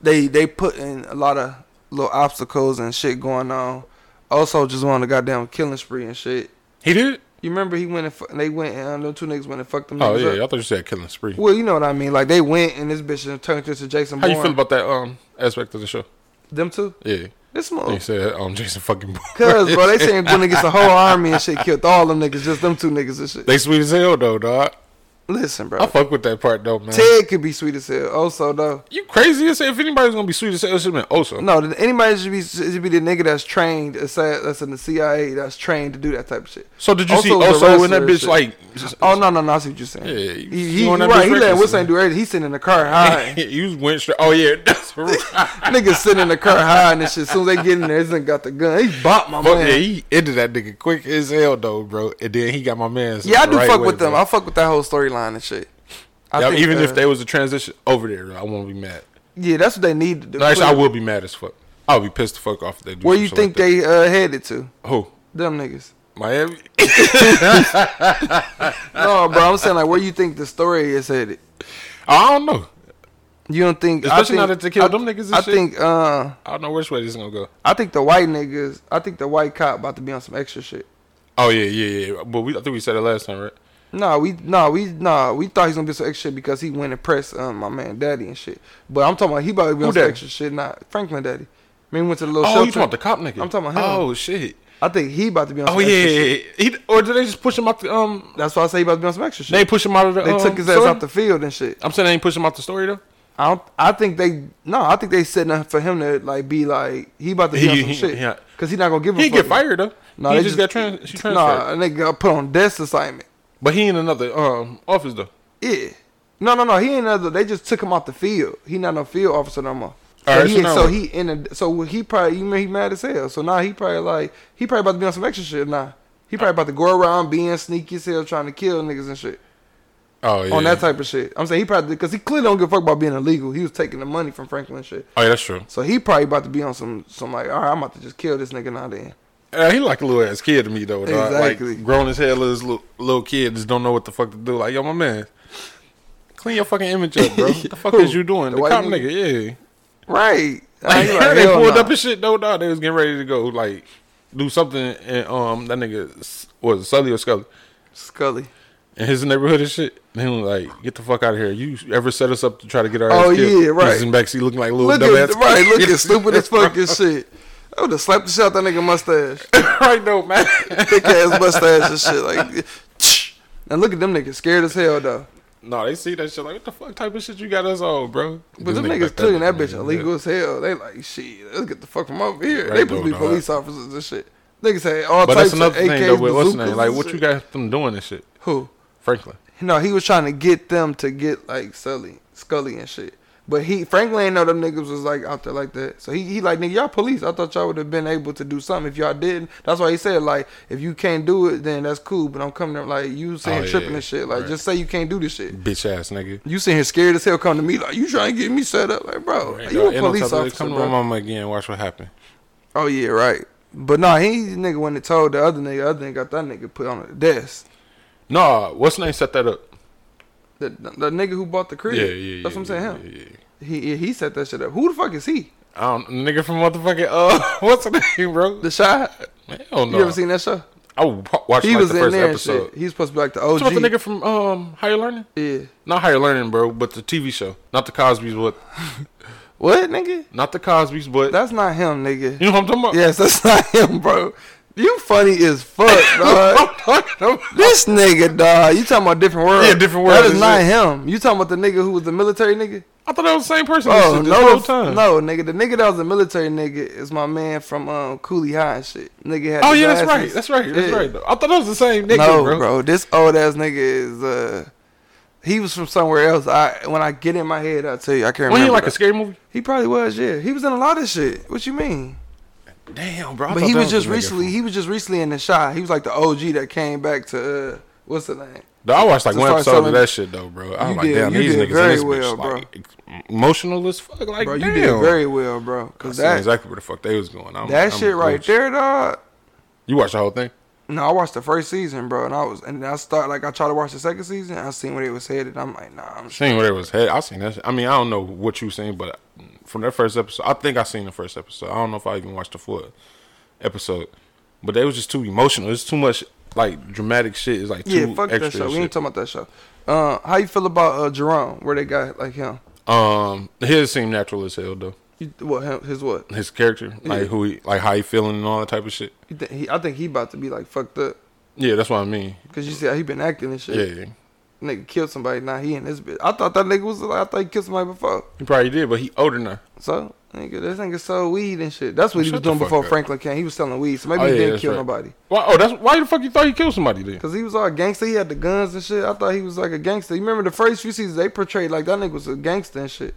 [SPEAKER 2] they they put in a lot of little obstacles and shit going on. Also, just on the goddamn killing spree and shit.
[SPEAKER 3] He did.
[SPEAKER 2] You remember he went and fu- they went and um, them two niggas went and fucked them.
[SPEAKER 3] Oh
[SPEAKER 2] niggas
[SPEAKER 3] yeah, I
[SPEAKER 2] up?
[SPEAKER 3] thought you said killing spree.
[SPEAKER 2] Well, you know what I mean. Like they went and this bitch and turned into Jason.
[SPEAKER 3] How you
[SPEAKER 2] Bourne.
[SPEAKER 3] feel about that um aspect of the show?
[SPEAKER 2] them two?
[SPEAKER 3] Yeah,
[SPEAKER 2] This
[SPEAKER 3] you
[SPEAKER 2] small.
[SPEAKER 3] said um Jason fucking. Bourne.
[SPEAKER 2] Cause Oh. bro, they saying when it gets a whole army and shit killed all them niggas, just them two niggas and shit.
[SPEAKER 3] They sweet as hell though, dog.
[SPEAKER 2] Listen, bro.
[SPEAKER 3] I fuck with that part though, man.
[SPEAKER 2] Ted could be sweet as hell. Also, though,
[SPEAKER 3] You crazy as if anybody's gonna be sweet as hell, it should have been Oso.
[SPEAKER 2] no, th- anybody should be should be the nigga that's trained, that's that's in the CIA, that's trained to do that type of shit.
[SPEAKER 3] So did you see
[SPEAKER 2] Oso was a
[SPEAKER 3] Oso in
[SPEAKER 2] wrestler
[SPEAKER 3] that
[SPEAKER 2] and
[SPEAKER 3] bitch
[SPEAKER 2] shit.
[SPEAKER 3] like?
[SPEAKER 2] Oh no, no, no! I see what you're saying.
[SPEAKER 3] Yeah,
[SPEAKER 2] he,
[SPEAKER 3] you-
[SPEAKER 2] he,
[SPEAKER 3] you on
[SPEAKER 2] you
[SPEAKER 3] that
[SPEAKER 2] right.
[SPEAKER 3] bitch
[SPEAKER 2] He letting
[SPEAKER 3] reckless,
[SPEAKER 2] Wilson do everything. He's sitting in the car high.
[SPEAKER 3] you went straight. Oh yeah, that's right.
[SPEAKER 2] Niggas sitting in the car high and this shit. As soon as they get in there, this nigga got the gun. He bopped my
[SPEAKER 3] Fuck
[SPEAKER 2] man.
[SPEAKER 3] yeah,
[SPEAKER 2] Yeah,
[SPEAKER 3] he ended that nigga quick as hell though, bro. And then he got my man.
[SPEAKER 2] I do fuck with them. I fuck with that whole storyline and shit. I think,
[SPEAKER 3] even
[SPEAKER 2] uh,
[SPEAKER 3] if there was a transition over there, I won't be mad.
[SPEAKER 2] yeah, that's what they need to do.
[SPEAKER 3] No, actually, I
[SPEAKER 2] Clear.
[SPEAKER 3] will be mad as fuck. I'll be pissed the fuck off if they do.
[SPEAKER 2] Where
[SPEAKER 3] some
[SPEAKER 2] you
[SPEAKER 3] shit
[SPEAKER 2] think
[SPEAKER 3] like
[SPEAKER 2] they uh, headed to?
[SPEAKER 3] that. Who?
[SPEAKER 2] Them niggas.
[SPEAKER 3] Miami.
[SPEAKER 2] No, bro, I'm saying like where you think the story is headed.
[SPEAKER 3] I don't know.
[SPEAKER 2] You don't think? I
[SPEAKER 3] Especially
[SPEAKER 2] think,
[SPEAKER 3] now that they killed
[SPEAKER 2] I-
[SPEAKER 3] them niggas and
[SPEAKER 2] I
[SPEAKER 3] shit.
[SPEAKER 2] think, uh,
[SPEAKER 3] I don't know which way this is gonna go.
[SPEAKER 2] I think the white niggas. I think the white cop about to be on some extra shit.
[SPEAKER 3] Oh yeah, yeah, yeah. But we, I think we said it last time, right?
[SPEAKER 2] Nah, we nah we nah we thought he's gonna be some extra shit because he went and pressed um my man daddy and shit. But I'm talking about he about to be
[SPEAKER 3] Who
[SPEAKER 2] on some
[SPEAKER 3] daddy?
[SPEAKER 2] extra shit. Not Franklin daddy. I mean, he went to the little
[SPEAKER 3] Oh,
[SPEAKER 2] shelter.
[SPEAKER 3] you talking about the cop nigga?
[SPEAKER 2] I'm talking about him.
[SPEAKER 3] Oh shit.
[SPEAKER 2] I think he about to be on. Some
[SPEAKER 3] Oh yeah,
[SPEAKER 2] extra shit.
[SPEAKER 3] yeah, yeah. He, or did they just push him out the um?
[SPEAKER 2] That's why I say he about to be on some extra shit.
[SPEAKER 3] They push him out of the.
[SPEAKER 2] They
[SPEAKER 3] um,
[SPEAKER 2] took his ass
[SPEAKER 3] story?
[SPEAKER 2] off the field and shit.
[SPEAKER 3] I'm saying they ain't push him out the story though.
[SPEAKER 2] I don't, I think they no. I think they setting up for him to like be like he about to be
[SPEAKER 3] He-
[SPEAKER 2] on some
[SPEAKER 3] he-
[SPEAKER 2] shit
[SPEAKER 3] yeah.
[SPEAKER 2] because he not gonna give a
[SPEAKER 3] He
[SPEAKER 2] fuck.
[SPEAKER 3] get fired though.
[SPEAKER 2] No,
[SPEAKER 3] he
[SPEAKER 2] they
[SPEAKER 3] just,
[SPEAKER 2] just-
[SPEAKER 3] got trans. She transferred.
[SPEAKER 2] Nah, and they got put on desk assignment.
[SPEAKER 3] But he in another um office though.
[SPEAKER 2] Yeah. No, no, no. He ain't other. They just took him off the field. He not no field officer no more. So,
[SPEAKER 3] All right,
[SPEAKER 2] he,
[SPEAKER 3] so
[SPEAKER 2] so,
[SPEAKER 3] now what?
[SPEAKER 2] he in a, so he probably you mean he mad as hell. So now he probably like he probably about to be on some extra shit now. He probably about to go around being sneaky as hell, trying to kill niggas and shit
[SPEAKER 3] Oh yeah.
[SPEAKER 2] on that type of shit. I'm saying he probably because he clearly don't give a fuck about being illegal. He was taking the money from Franklin and shit.
[SPEAKER 3] Oh yeah, that's true.
[SPEAKER 2] So he probably about to be on some some like all right, I'm about to just kill this nigga now. Then
[SPEAKER 3] Uh, he like a little ass kid to me though. dog.
[SPEAKER 2] Exactly.
[SPEAKER 3] Like grown as hell as little, little kid just don't know what the fuck to do. Like yo, my man, clean your fucking image up, bro. what the fuck
[SPEAKER 2] Who?
[SPEAKER 3] is you doing?
[SPEAKER 2] The
[SPEAKER 3] The,
[SPEAKER 2] white
[SPEAKER 3] cop
[SPEAKER 2] nigga?
[SPEAKER 3] nigga, yeah.
[SPEAKER 2] right?
[SPEAKER 3] Like,
[SPEAKER 2] He like,
[SPEAKER 3] they
[SPEAKER 2] hell
[SPEAKER 3] pulled
[SPEAKER 2] nah.
[SPEAKER 3] up his shit though. Dog, they was getting ready to go like do something, and um that nigga S- was it Sully or Scully
[SPEAKER 2] Scully.
[SPEAKER 3] in his neighborhood and shit. And he was like, "Get the fuck out of here! You ever set us up to try to get our
[SPEAKER 2] Oh,
[SPEAKER 3] ass killed?"
[SPEAKER 2] yeah, right.
[SPEAKER 3] He's in backseat looking like a little
[SPEAKER 2] Look
[SPEAKER 3] dumbass.
[SPEAKER 2] at right, look
[SPEAKER 3] kid.
[SPEAKER 2] at stupid as fuck and shit. I would have slapped the shit out that nigga mustache.
[SPEAKER 3] right though, man.
[SPEAKER 2] thick ass mustache and shit. Like, and look at them niggas, scared as hell though.
[SPEAKER 3] No, they see that shit like, what the fuck type of shit you got us on, bro?
[SPEAKER 2] But them niggas clearly that bitch illegal as hell. They like, shit, let's get the fuck from over here.
[SPEAKER 3] Right
[SPEAKER 2] they supposed to be
[SPEAKER 3] though, dog.
[SPEAKER 2] police officers and shit. Niggas had all
[SPEAKER 3] But
[SPEAKER 2] types
[SPEAKER 3] that's another
[SPEAKER 2] of
[SPEAKER 3] thing
[SPEAKER 2] AKs,
[SPEAKER 3] though. With what's his
[SPEAKER 2] bazookas
[SPEAKER 3] name? Like,
[SPEAKER 2] and
[SPEAKER 3] what
[SPEAKER 2] shit.
[SPEAKER 3] you got them doing and shit?
[SPEAKER 2] Who?
[SPEAKER 3] Franklin.
[SPEAKER 2] No, he was trying to get them to get like Sully, Scully and shit. But he Franklin ain't know them niggas was like out there like that. So he, he like nigga, y'all police. I thought y'all would have been able to do something if y'all didn't. That's why he said like if you can't do it, then that's cool. But I'm coming up like you saying
[SPEAKER 3] Oh,
[SPEAKER 2] tripping
[SPEAKER 3] yeah,
[SPEAKER 2] and shit. Like
[SPEAKER 3] right.
[SPEAKER 2] just say you can't do this shit.
[SPEAKER 3] Bitch ass nigga.
[SPEAKER 2] You sitting here scared as hell come to me like you trying to get me set up like bro
[SPEAKER 3] Right,
[SPEAKER 2] you
[SPEAKER 3] dog.
[SPEAKER 2] a
[SPEAKER 3] And on
[SPEAKER 2] police
[SPEAKER 3] top of that,
[SPEAKER 2] officer
[SPEAKER 3] Come
[SPEAKER 2] bro
[SPEAKER 3] to my mama again. Watch what happened.
[SPEAKER 2] oh yeah right but nah he nigga went and told the other nigga the other nigga got that nigga put on the desk
[SPEAKER 3] Nah, what's his name set that up?
[SPEAKER 2] the, the, the nigga who bought the crib
[SPEAKER 3] Yeah, yeah,
[SPEAKER 2] that's what
[SPEAKER 3] yeah,
[SPEAKER 2] I'm saying
[SPEAKER 3] yeah,
[SPEAKER 2] him
[SPEAKER 3] yeah, yeah.
[SPEAKER 2] he yeah, he set that shit up who the fuck is he
[SPEAKER 3] I don't nigga from motherfucking uh what's his name, bro?
[SPEAKER 2] the shy
[SPEAKER 3] Hell no.
[SPEAKER 2] you ever seen that show
[SPEAKER 3] I would po- watch
[SPEAKER 2] he
[SPEAKER 3] like
[SPEAKER 2] was
[SPEAKER 3] the
[SPEAKER 2] in
[SPEAKER 3] first
[SPEAKER 2] there and
[SPEAKER 3] episode.
[SPEAKER 2] shit he was supposed to be like the OG
[SPEAKER 3] What's about the nigga from um Higher Learning?
[SPEAKER 2] yeah
[SPEAKER 3] Not Higher Learning, bro, but the TV show. Not the Cosby's, but
[SPEAKER 2] what nigga
[SPEAKER 3] not the Cosby's, but
[SPEAKER 2] that's not him nigga
[SPEAKER 3] you know what I'm talking about?
[SPEAKER 2] yes that's not him bro you funny as fuck dog.
[SPEAKER 3] I'm talking about.
[SPEAKER 2] This nigga, dog. You talking about different world?
[SPEAKER 3] Yeah, different world
[SPEAKER 2] That is
[SPEAKER 3] and
[SPEAKER 2] not
[SPEAKER 3] shit.
[SPEAKER 2] him. You talking about the nigga who was the military nigga?
[SPEAKER 3] I thought that was the same person.
[SPEAKER 2] Oh
[SPEAKER 3] this,
[SPEAKER 2] no,
[SPEAKER 3] this whole time.
[SPEAKER 2] no, nigga. The nigga that was the military nigga is my man from um Cooley High and shit. Nigga had.
[SPEAKER 3] Oh
[SPEAKER 2] the
[SPEAKER 3] yeah, that's
[SPEAKER 2] glasses.
[SPEAKER 3] right. That's right. That's
[SPEAKER 2] Yeah.
[SPEAKER 3] right. Though. I thought that was the same nigga,
[SPEAKER 2] no,
[SPEAKER 3] bro.
[SPEAKER 2] bro. This old ass nigga is. uh He was from somewhere else. I when I get in my head, I will tell you, I can't
[SPEAKER 3] Wasn't he
[SPEAKER 2] remember.
[SPEAKER 3] like a
[SPEAKER 2] though.
[SPEAKER 3] scary movie?
[SPEAKER 2] he probably was. Yeah, he was in a lot of shit. What you mean?
[SPEAKER 3] Damn, bro. I
[SPEAKER 2] but
[SPEAKER 3] thought
[SPEAKER 2] he
[SPEAKER 3] that
[SPEAKER 2] was just
[SPEAKER 3] the nigga
[SPEAKER 2] recently.
[SPEAKER 3] from-
[SPEAKER 2] He was just recently in the shot. He was like the OG that came back to uh what's the name?
[SPEAKER 3] Though, I watched like
[SPEAKER 2] to
[SPEAKER 3] one
[SPEAKER 2] start
[SPEAKER 3] episode
[SPEAKER 2] selling-
[SPEAKER 3] of that shit though, bro. I
[SPEAKER 2] You
[SPEAKER 3] was like,
[SPEAKER 2] did-
[SPEAKER 3] damn,
[SPEAKER 2] you
[SPEAKER 3] these
[SPEAKER 2] did
[SPEAKER 3] niggas in
[SPEAKER 2] very
[SPEAKER 3] this
[SPEAKER 2] well,
[SPEAKER 3] bitch
[SPEAKER 2] bro.
[SPEAKER 3] like ex- emotional as fuck. Like,
[SPEAKER 2] Bro,
[SPEAKER 3] damn.
[SPEAKER 2] you did very well, bro.
[SPEAKER 3] I
[SPEAKER 2] Cause
[SPEAKER 3] seen
[SPEAKER 2] that
[SPEAKER 3] exactly where the fuck they was going. I'm,
[SPEAKER 2] That
[SPEAKER 3] I'm
[SPEAKER 2] shit right
[SPEAKER 3] glitched.
[SPEAKER 2] there, dog.
[SPEAKER 3] You watched the whole thing?
[SPEAKER 2] No, I watched the first season, bro, and I was and I start like I tried to watch the second season. I seen where it was headed. I'm like, nah, I'm
[SPEAKER 3] Seen where it was head. I seen that. Shit. I mean, I don't know what you seen, but from that first episode, I think I seen the first episode. I don't know if I even watched the full episode, but they was just too emotional. It's too much like dramatic shit. It's like too
[SPEAKER 2] yeah, fuck
[SPEAKER 3] extra
[SPEAKER 2] that show.
[SPEAKER 3] and
[SPEAKER 2] We ain't
[SPEAKER 3] shit.
[SPEAKER 2] talking about that show. Uh, how you feel about uh, Jerome? Where they got like him?
[SPEAKER 3] um, his seemed natural as hell though.
[SPEAKER 2] You, what him, his what?
[SPEAKER 3] His character,
[SPEAKER 2] Yeah.
[SPEAKER 3] like who, he, like how he feeling and all that type of shit.
[SPEAKER 2] You think he, I think he about to be like fucked up
[SPEAKER 3] Yeah, that's what I mean.
[SPEAKER 2] because you see how he been acting and shit.
[SPEAKER 3] Yeah, yeah.
[SPEAKER 2] Nigga killed somebody. Now he in this bitch. I thought that nigga was like I thought he killed somebody before.
[SPEAKER 3] he probably did, but he older now.
[SPEAKER 2] So nigga, this nigga sold weed and shit. That's what he
[SPEAKER 3] Shut
[SPEAKER 2] was
[SPEAKER 3] the
[SPEAKER 2] doing
[SPEAKER 3] fuck
[SPEAKER 2] before
[SPEAKER 3] up.
[SPEAKER 2] Franklin came. He was selling weed, so maybe
[SPEAKER 3] Oh,
[SPEAKER 2] he
[SPEAKER 3] yeah,
[SPEAKER 2] didn't
[SPEAKER 3] that's
[SPEAKER 2] kill
[SPEAKER 3] right.
[SPEAKER 2] nobody.
[SPEAKER 3] Why? Oh, that's why the fuck you thought he killed somebody then?
[SPEAKER 2] Cause he was all gangster, he had the guns and shit. I thought he was like a gangster. You remember the first few seasons they portrayed like that nigga was a gangster and shit.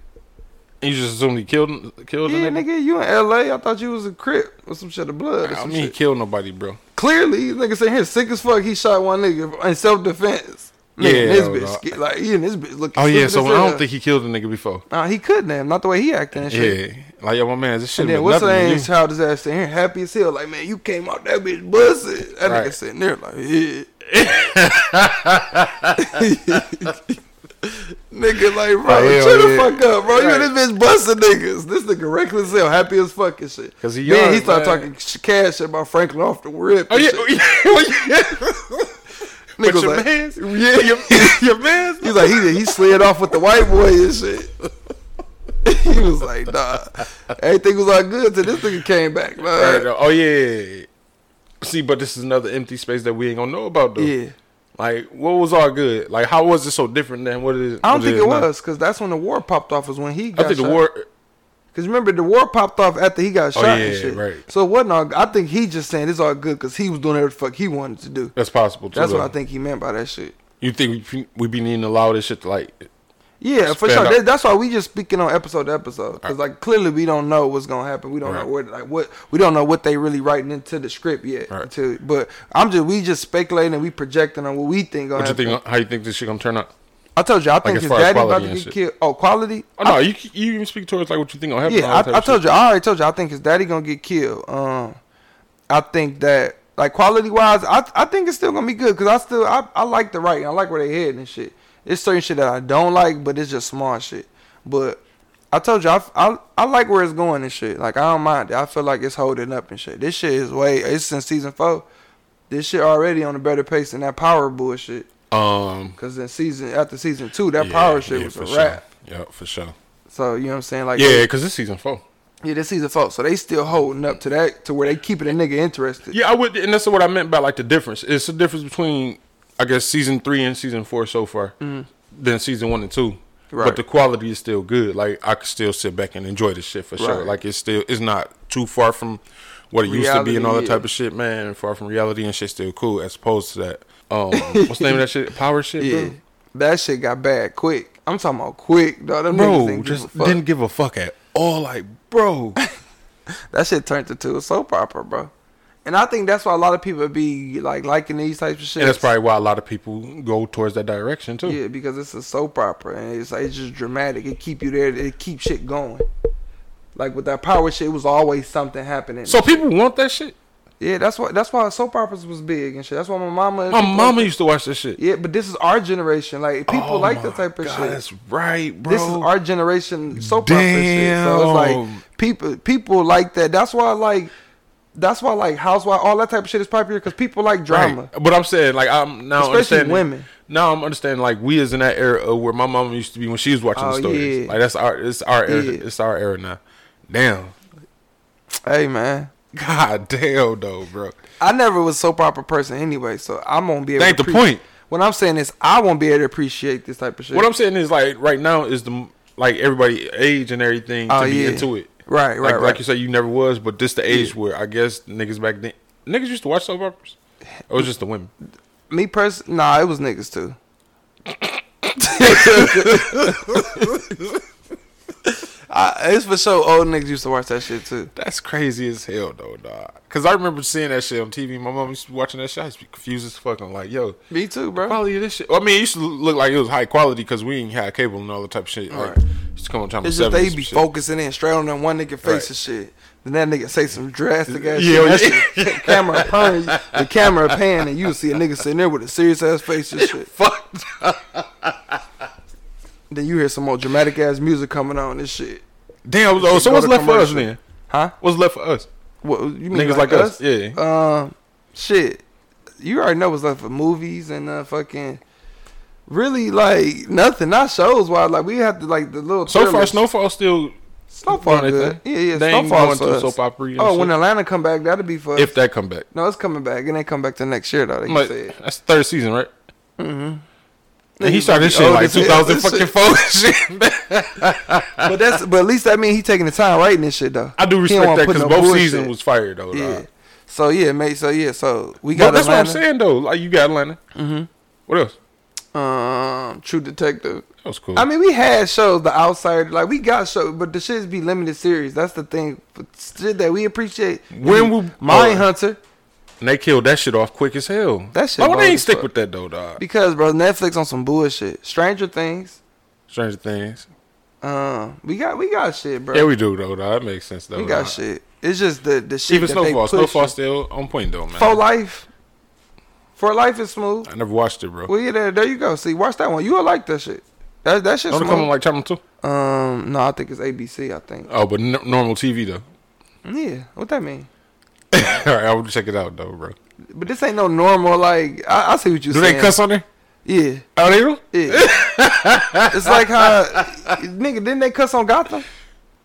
[SPEAKER 3] You just assumed he killed killed
[SPEAKER 2] Yeah,
[SPEAKER 3] the nigga.
[SPEAKER 2] nigga, you in L.A. I thought you was a crip or some shit of blood. Or
[SPEAKER 3] I
[SPEAKER 2] some
[SPEAKER 3] mean, he
[SPEAKER 2] shit.
[SPEAKER 3] killed nobody, bro.
[SPEAKER 2] Clearly, this nigga saying here sick as fuck. He shot one nigga in self defense. Nigga,
[SPEAKER 3] Yeah,
[SPEAKER 2] this
[SPEAKER 3] no,
[SPEAKER 2] bitch
[SPEAKER 3] no.
[SPEAKER 2] sca- like he and this bitch looking.
[SPEAKER 3] Oh yeah,
[SPEAKER 2] stupid
[SPEAKER 3] so
[SPEAKER 2] as
[SPEAKER 3] I
[SPEAKER 2] hell.
[SPEAKER 3] don't think he killed a nigga before.
[SPEAKER 2] Nah, he couldn't have. Not the way he acting and shit.
[SPEAKER 3] Yeah, like yo, my man, this shit.
[SPEAKER 2] And
[SPEAKER 3] meant
[SPEAKER 2] then what's the
[SPEAKER 3] nothing to
[SPEAKER 2] name?
[SPEAKER 3] you.
[SPEAKER 2] Child is ass sitting here happy as hell. Like man, you came out that bitch busted. That nigga
[SPEAKER 3] Right.
[SPEAKER 2] sitting there like yeah. nigga, like bro,
[SPEAKER 3] Oh, hell
[SPEAKER 2] shut the
[SPEAKER 3] yeah.
[SPEAKER 2] fuck up, bro. You
[SPEAKER 3] Right.
[SPEAKER 2] and this bitch busting niggas. This nigga reckless as hell, happy as fuck and shit.
[SPEAKER 3] 'Cause he
[SPEAKER 2] then
[SPEAKER 3] young,
[SPEAKER 2] he started
[SPEAKER 3] man.
[SPEAKER 2] talking sh- cash about Franklin off the rip.
[SPEAKER 3] Oh
[SPEAKER 2] and
[SPEAKER 3] yeah,
[SPEAKER 2] shit.
[SPEAKER 3] oh, yeah.
[SPEAKER 2] nigga
[SPEAKER 3] But
[SPEAKER 2] was
[SPEAKER 3] your
[SPEAKER 2] like,
[SPEAKER 3] man's,
[SPEAKER 2] yeah,
[SPEAKER 3] your, your man's.
[SPEAKER 2] He's like, he he slid off with the white boy and shit. he was like, nah. Everything was all good till this nigga came back. Nah.
[SPEAKER 3] Right, though. oh yeah, See, but this is another empty space that we ain't gonna know about though.
[SPEAKER 2] Yeah.
[SPEAKER 3] Like, what was all good? Like, how was it so different than what it is?
[SPEAKER 2] I don't
[SPEAKER 3] what
[SPEAKER 2] think
[SPEAKER 3] is
[SPEAKER 2] it
[SPEAKER 3] now?
[SPEAKER 2] was because that's when the war popped off. Was when he.
[SPEAKER 3] I
[SPEAKER 2] Got
[SPEAKER 3] think the
[SPEAKER 2] shot.
[SPEAKER 3] war.
[SPEAKER 2] Because remember, the war popped off after he got
[SPEAKER 3] Oh,
[SPEAKER 2] shot and
[SPEAKER 3] yeah,
[SPEAKER 2] shit.
[SPEAKER 3] right.
[SPEAKER 2] So it wasn't all. I think he just saying it's all good because he was doing whatever the fuck he wanted to do.
[SPEAKER 3] That's possible. Too,
[SPEAKER 2] That's what
[SPEAKER 3] though.
[SPEAKER 2] I think he meant by that shit.
[SPEAKER 3] You think we we be needing to allow this shit to like?
[SPEAKER 2] Yeah, for
[SPEAKER 3] Expand
[SPEAKER 2] sure.
[SPEAKER 3] out.
[SPEAKER 2] That, that's why we just speaking on episode to episode because like clearly we don't know what's gonna happen. We don't
[SPEAKER 3] Right.
[SPEAKER 2] know what like what we don't know what they really writing into the script yet.
[SPEAKER 3] Right.
[SPEAKER 2] until- but I'm just we just speculating. We projecting on what we think gonna
[SPEAKER 3] What
[SPEAKER 2] happen.
[SPEAKER 3] you think? How you think this shit gonna turn out?
[SPEAKER 2] I told you. I think
[SPEAKER 3] as
[SPEAKER 2] his
[SPEAKER 3] far as
[SPEAKER 2] daddy about
[SPEAKER 3] quality
[SPEAKER 2] to
[SPEAKER 3] and
[SPEAKER 2] get
[SPEAKER 3] shit.
[SPEAKER 2] killed. Oh, quality.
[SPEAKER 3] Oh, no, you you even speak towards like what you think gonna happen.
[SPEAKER 2] Yeah, I, I told you. I already told you. I think his daddy gonna get killed. Um, I think that like quality wise, I I think it's still gonna be good because I still I, I like the writing. I like where they heading and shit. It's certain shit that I don't like, but it's just small shit. But I told you I, I, I like where it's going and shit. Like I don't mind. it. I feel like it's holding up and shit. This shit is way. It's since season four. This shit already on a better pace than that power bullshit.
[SPEAKER 3] you. Um,
[SPEAKER 2] Cause in season after season two, that
[SPEAKER 3] yeah,
[SPEAKER 2] power shit
[SPEAKER 3] yeah,
[SPEAKER 2] was a
[SPEAKER 3] for
[SPEAKER 2] wrap.
[SPEAKER 3] sure. Yeah, for sure.
[SPEAKER 2] So you know what I'm saying? Like
[SPEAKER 3] Yeah, because it's season four.
[SPEAKER 2] yeah, this season four. So they still holding up to that to where they keeping a nigga interested.
[SPEAKER 3] Yeah, I would, and that's what I meant by like the difference. It's the difference between, I guess, season three and season four so far, than season one and two.
[SPEAKER 2] Mm. Right.
[SPEAKER 3] But the quality is still good. Like I could still sit back and enjoy this shit for sure.
[SPEAKER 2] Right.
[SPEAKER 3] Like it's still, it's not too far from what it used to be and all that
[SPEAKER 2] Reality,
[SPEAKER 3] type
[SPEAKER 2] yeah.
[SPEAKER 3] of shit, man. Far from reality and shit, still cool. As opposed to that, um, what's the name of that shit? Power shit,
[SPEAKER 2] Yeah. That shit got bad quick. I'm talking about quick, dog. Them
[SPEAKER 3] bro.
[SPEAKER 2] niggas
[SPEAKER 3] Bro,
[SPEAKER 2] didn't give a
[SPEAKER 3] just
[SPEAKER 2] fuck.
[SPEAKER 3] didn't give a fuck at all. Like, bro,
[SPEAKER 2] That shit turned into a soap opera, bro. And I think that's why a lot of people be like liking these types of shit.
[SPEAKER 3] and that's probably why a lot of people go towards that direction too.
[SPEAKER 2] yeah, because it's a soap opera and it's like, it's just dramatic. It keep you there. It keep shit going. Like with that power shit, it was always something happening.
[SPEAKER 3] So people want that shit.
[SPEAKER 2] yeah, that's why that's why soap operas was big and shit. That's why my mama.
[SPEAKER 3] My mama used to watch that shit.
[SPEAKER 2] Yeah, but this is our generation. Like people
[SPEAKER 3] Oh
[SPEAKER 2] like that
[SPEAKER 3] my
[SPEAKER 2] type of
[SPEAKER 3] God,
[SPEAKER 2] shit.
[SPEAKER 3] That's right, bro.
[SPEAKER 2] this is our generation soap opera shit. So it's
[SPEAKER 3] Damn.
[SPEAKER 2] like people people like that. That's why like that's why like housewife all that type of shit is popular because people like drama.
[SPEAKER 3] Right. But I'm saying, like, I'm now
[SPEAKER 2] Especially
[SPEAKER 3] understanding
[SPEAKER 2] women.
[SPEAKER 3] Now I'm understanding, like, we is in that era of where my mama used to be when she was watching
[SPEAKER 2] Oh,
[SPEAKER 3] the stories.
[SPEAKER 2] yeah.
[SPEAKER 3] Like, that's our, it's our era,
[SPEAKER 2] Yeah.
[SPEAKER 3] it's our era now. Damn,
[SPEAKER 2] Hey man.
[SPEAKER 3] god damn, though, bro.
[SPEAKER 2] I never was a soap opera person anyway, so I'm gonna be able
[SPEAKER 3] That
[SPEAKER 2] to
[SPEAKER 3] ain't the
[SPEAKER 2] appreci-
[SPEAKER 3] point.
[SPEAKER 2] What I'm saying is I won't be able to appreciate this type of shit.
[SPEAKER 3] What I'm saying is, like, right now is the like everybody age and everything
[SPEAKER 2] Oh,
[SPEAKER 3] to be
[SPEAKER 2] yeah.
[SPEAKER 3] into it.
[SPEAKER 2] Right,
[SPEAKER 3] Like,
[SPEAKER 2] right,
[SPEAKER 3] like
[SPEAKER 2] right.
[SPEAKER 3] you say, you never was, but this the age where I guess niggas back then niggas used to watch soap operas. It was just the women.
[SPEAKER 2] Me person nah, it was niggas too. I, it's for sure old niggas used to watch that shit too.
[SPEAKER 3] That's crazy as hell though, dog. Cause I remember seeing that shit on TV. My mom used to be watching that shit. I used to be confused as fuck. I'm like, yo,
[SPEAKER 2] Me too, bro.
[SPEAKER 3] quality of this shit. I mean, it used to look like it was high quality because we ain't had cable and all the type of shit. Like,
[SPEAKER 2] Right.
[SPEAKER 3] used to come on time.
[SPEAKER 2] It's
[SPEAKER 3] at
[SPEAKER 2] just
[SPEAKER 3] seven
[SPEAKER 2] they
[SPEAKER 3] and some
[SPEAKER 2] be
[SPEAKER 3] shit.
[SPEAKER 2] focusing in straight on that one nigga face
[SPEAKER 3] Right.
[SPEAKER 2] and shit. Then that nigga say some drastic ass
[SPEAKER 3] Yeah,
[SPEAKER 2] shit. That shit- camera pan, the camera pan, and you see a nigga sitting there with a serious ass face and shit.
[SPEAKER 3] Fuck.
[SPEAKER 2] Then you hear some more dramatic ass music coming on and shit.
[SPEAKER 3] Damn.
[SPEAKER 2] Go
[SPEAKER 3] Oh, so what's
[SPEAKER 2] to
[SPEAKER 3] left for us
[SPEAKER 2] commercial.
[SPEAKER 3] then?
[SPEAKER 2] Huh?
[SPEAKER 3] What's left for us?
[SPEAKER 2] What you mean
[SPEAKER 3] Niggas like, us? Yeah.
[SPEAKER 2] Um, shit. You already know what's left for movies and uh, fucking. Really, like nothing. Not shows wise. Like we have to like the little.
[SPEAKER 3] so far,
[SPEAKER 2] thrillers.
[SPEAKER 3] Snowfall still.
[SPEAKER 2] Snowfall
[SPEAKER 3] doing their
[SPEAKER 2] good.
[SPEAKER 3] thing.
[SPEAKER 2] Yeah, yeah.
[SPEAKER 3] They ain't
[SPEAKER 2] Snowfall's
[SPEAKER 3] going
[SPEAKER 2] for
[SPEAKER 3] through
[SPEAKER 2] us.
[SPEAKER 3] soap opera. and
[SPEAKER 2] Oh,
[SPEAKER 3] shit.
[SPEAKER 2] when Atlanta come back, that'll be for us.
[SPEAKER 3] if that come back,
[SPEAKER 2] No, it's coming back. It ain't come back till next year though. They
[SPEAKER 3] Like,
[SPEAKER 2] said.
[SPEAKER 3] that's the third season, right? Mm-hmm. And he
[SPEAKER 2] Niggas
[SPEAKER 3] started
[SPEAKER 2] be
[SPEAKER 3] this shit
[SPEAKER 2] old
[SPEAKER 3] like
[SPEAKER 2] as hell.
[SPEAKER 3] 2000 fucking four. Shit, man.
[SPEAKER 2] But that's but at least that means he taking the time writing this shit though.
[SPEAKER 3] I do
[SPEAKER 2] He
[SPEAKER 3] respect
[SPEAKER 2] wanna
[SPEAKER 3] that
[SPEAKER 2] put no
[SPEAKER 3] because both
[SPEAKER 2] bullshit.
[SPEAKER 3] seasons was fire though.
[SPEAKER 2] yeah.
[SPEAKER 3] dog.
[SPEAKER 2] So yeah, mate. So yeah. So we
[SPEAKER 3] But
[SPEAKER 2] got
[SPEAKER 3] that's what I'm
[SPEAKER 2] Atlanta,
[SPEAKER 3] saying though. Like you got Atlanta. Mm-hmm. What else?
[SPEAKER 2] Um, True Detective.
[SPEAKER 3] That was cool.
[SPEAKER 2] I mean, we had shows, The Outsider. Like we got shows, but the shits be limited series. That's the thing. But shit that we appreciate.
[SPEAKER 3] When we-
[SPEAKER 2] Mindhunter.
[SPEAKER 3] and they killed that shit off quick as hell.
[SPEAKER 2] That shit
[SPEAKER 3] Why would
[SPEAKER 2] bold
[SPEAKER 3] they ain't
[SPEAKER 2] as
[SPEAKER 3] stick
[SPEAKER 2] fuck.
[SPEAKER 3] with that though, dog?
[SPEAKER 2] Because bro, Netflix on some bullshit. Stranger Things.
[SPEAKER 3] Stranger Things.
[SPEAKER 2] Um, we got we got shit, bro.
[SPEAKER 3] Yeah, we do though, dog. That makes sense though.
[SPEAKER 2] we got
[SPEAKER 3] dog.
[SPEAKER 2] shit. It's just the the shit
[SPEAKER 3] Even
[SPEAKER 2] that they
[SPEAKER 3] Snowfall.
[SPEAKER 2] push.
[SPEAKER 3] Snowfall still on point though, man.
[SPEAKER 2] For life. For life is smooth.
[SPEAKER 3] I never watched it, bro.
[SPEAKER 2] Well, yeah, there, there you go. See, watch that one. You'll like that shit. That that shit's
[SPEAKER 3] Don't it
[SPEAKER 2] smooth.
[SPEAKER 3] come on like channel two?
[SPEAKER 2] um, no, I think it's ABC. I think.
[SPEAKER 3] Oh, but n- normal TV though.
[SPEAKER 2] Yeah, what that mean?
[SPEAKER 3] All right, I will check it out though, bro.
[SPEAKER 2] But this ain't no normal. Like I, I see what you
[SPEAKER 3] Do
[SPEAKER 2] saying.
[SPEAKER 3] they cuss on there?
[SPEAKER 2] Yeah,
[SPEAKER 3] Oh, they do.
[SPEAKER 2] yeah. it's like how nigga didn't they cuss on Gotham?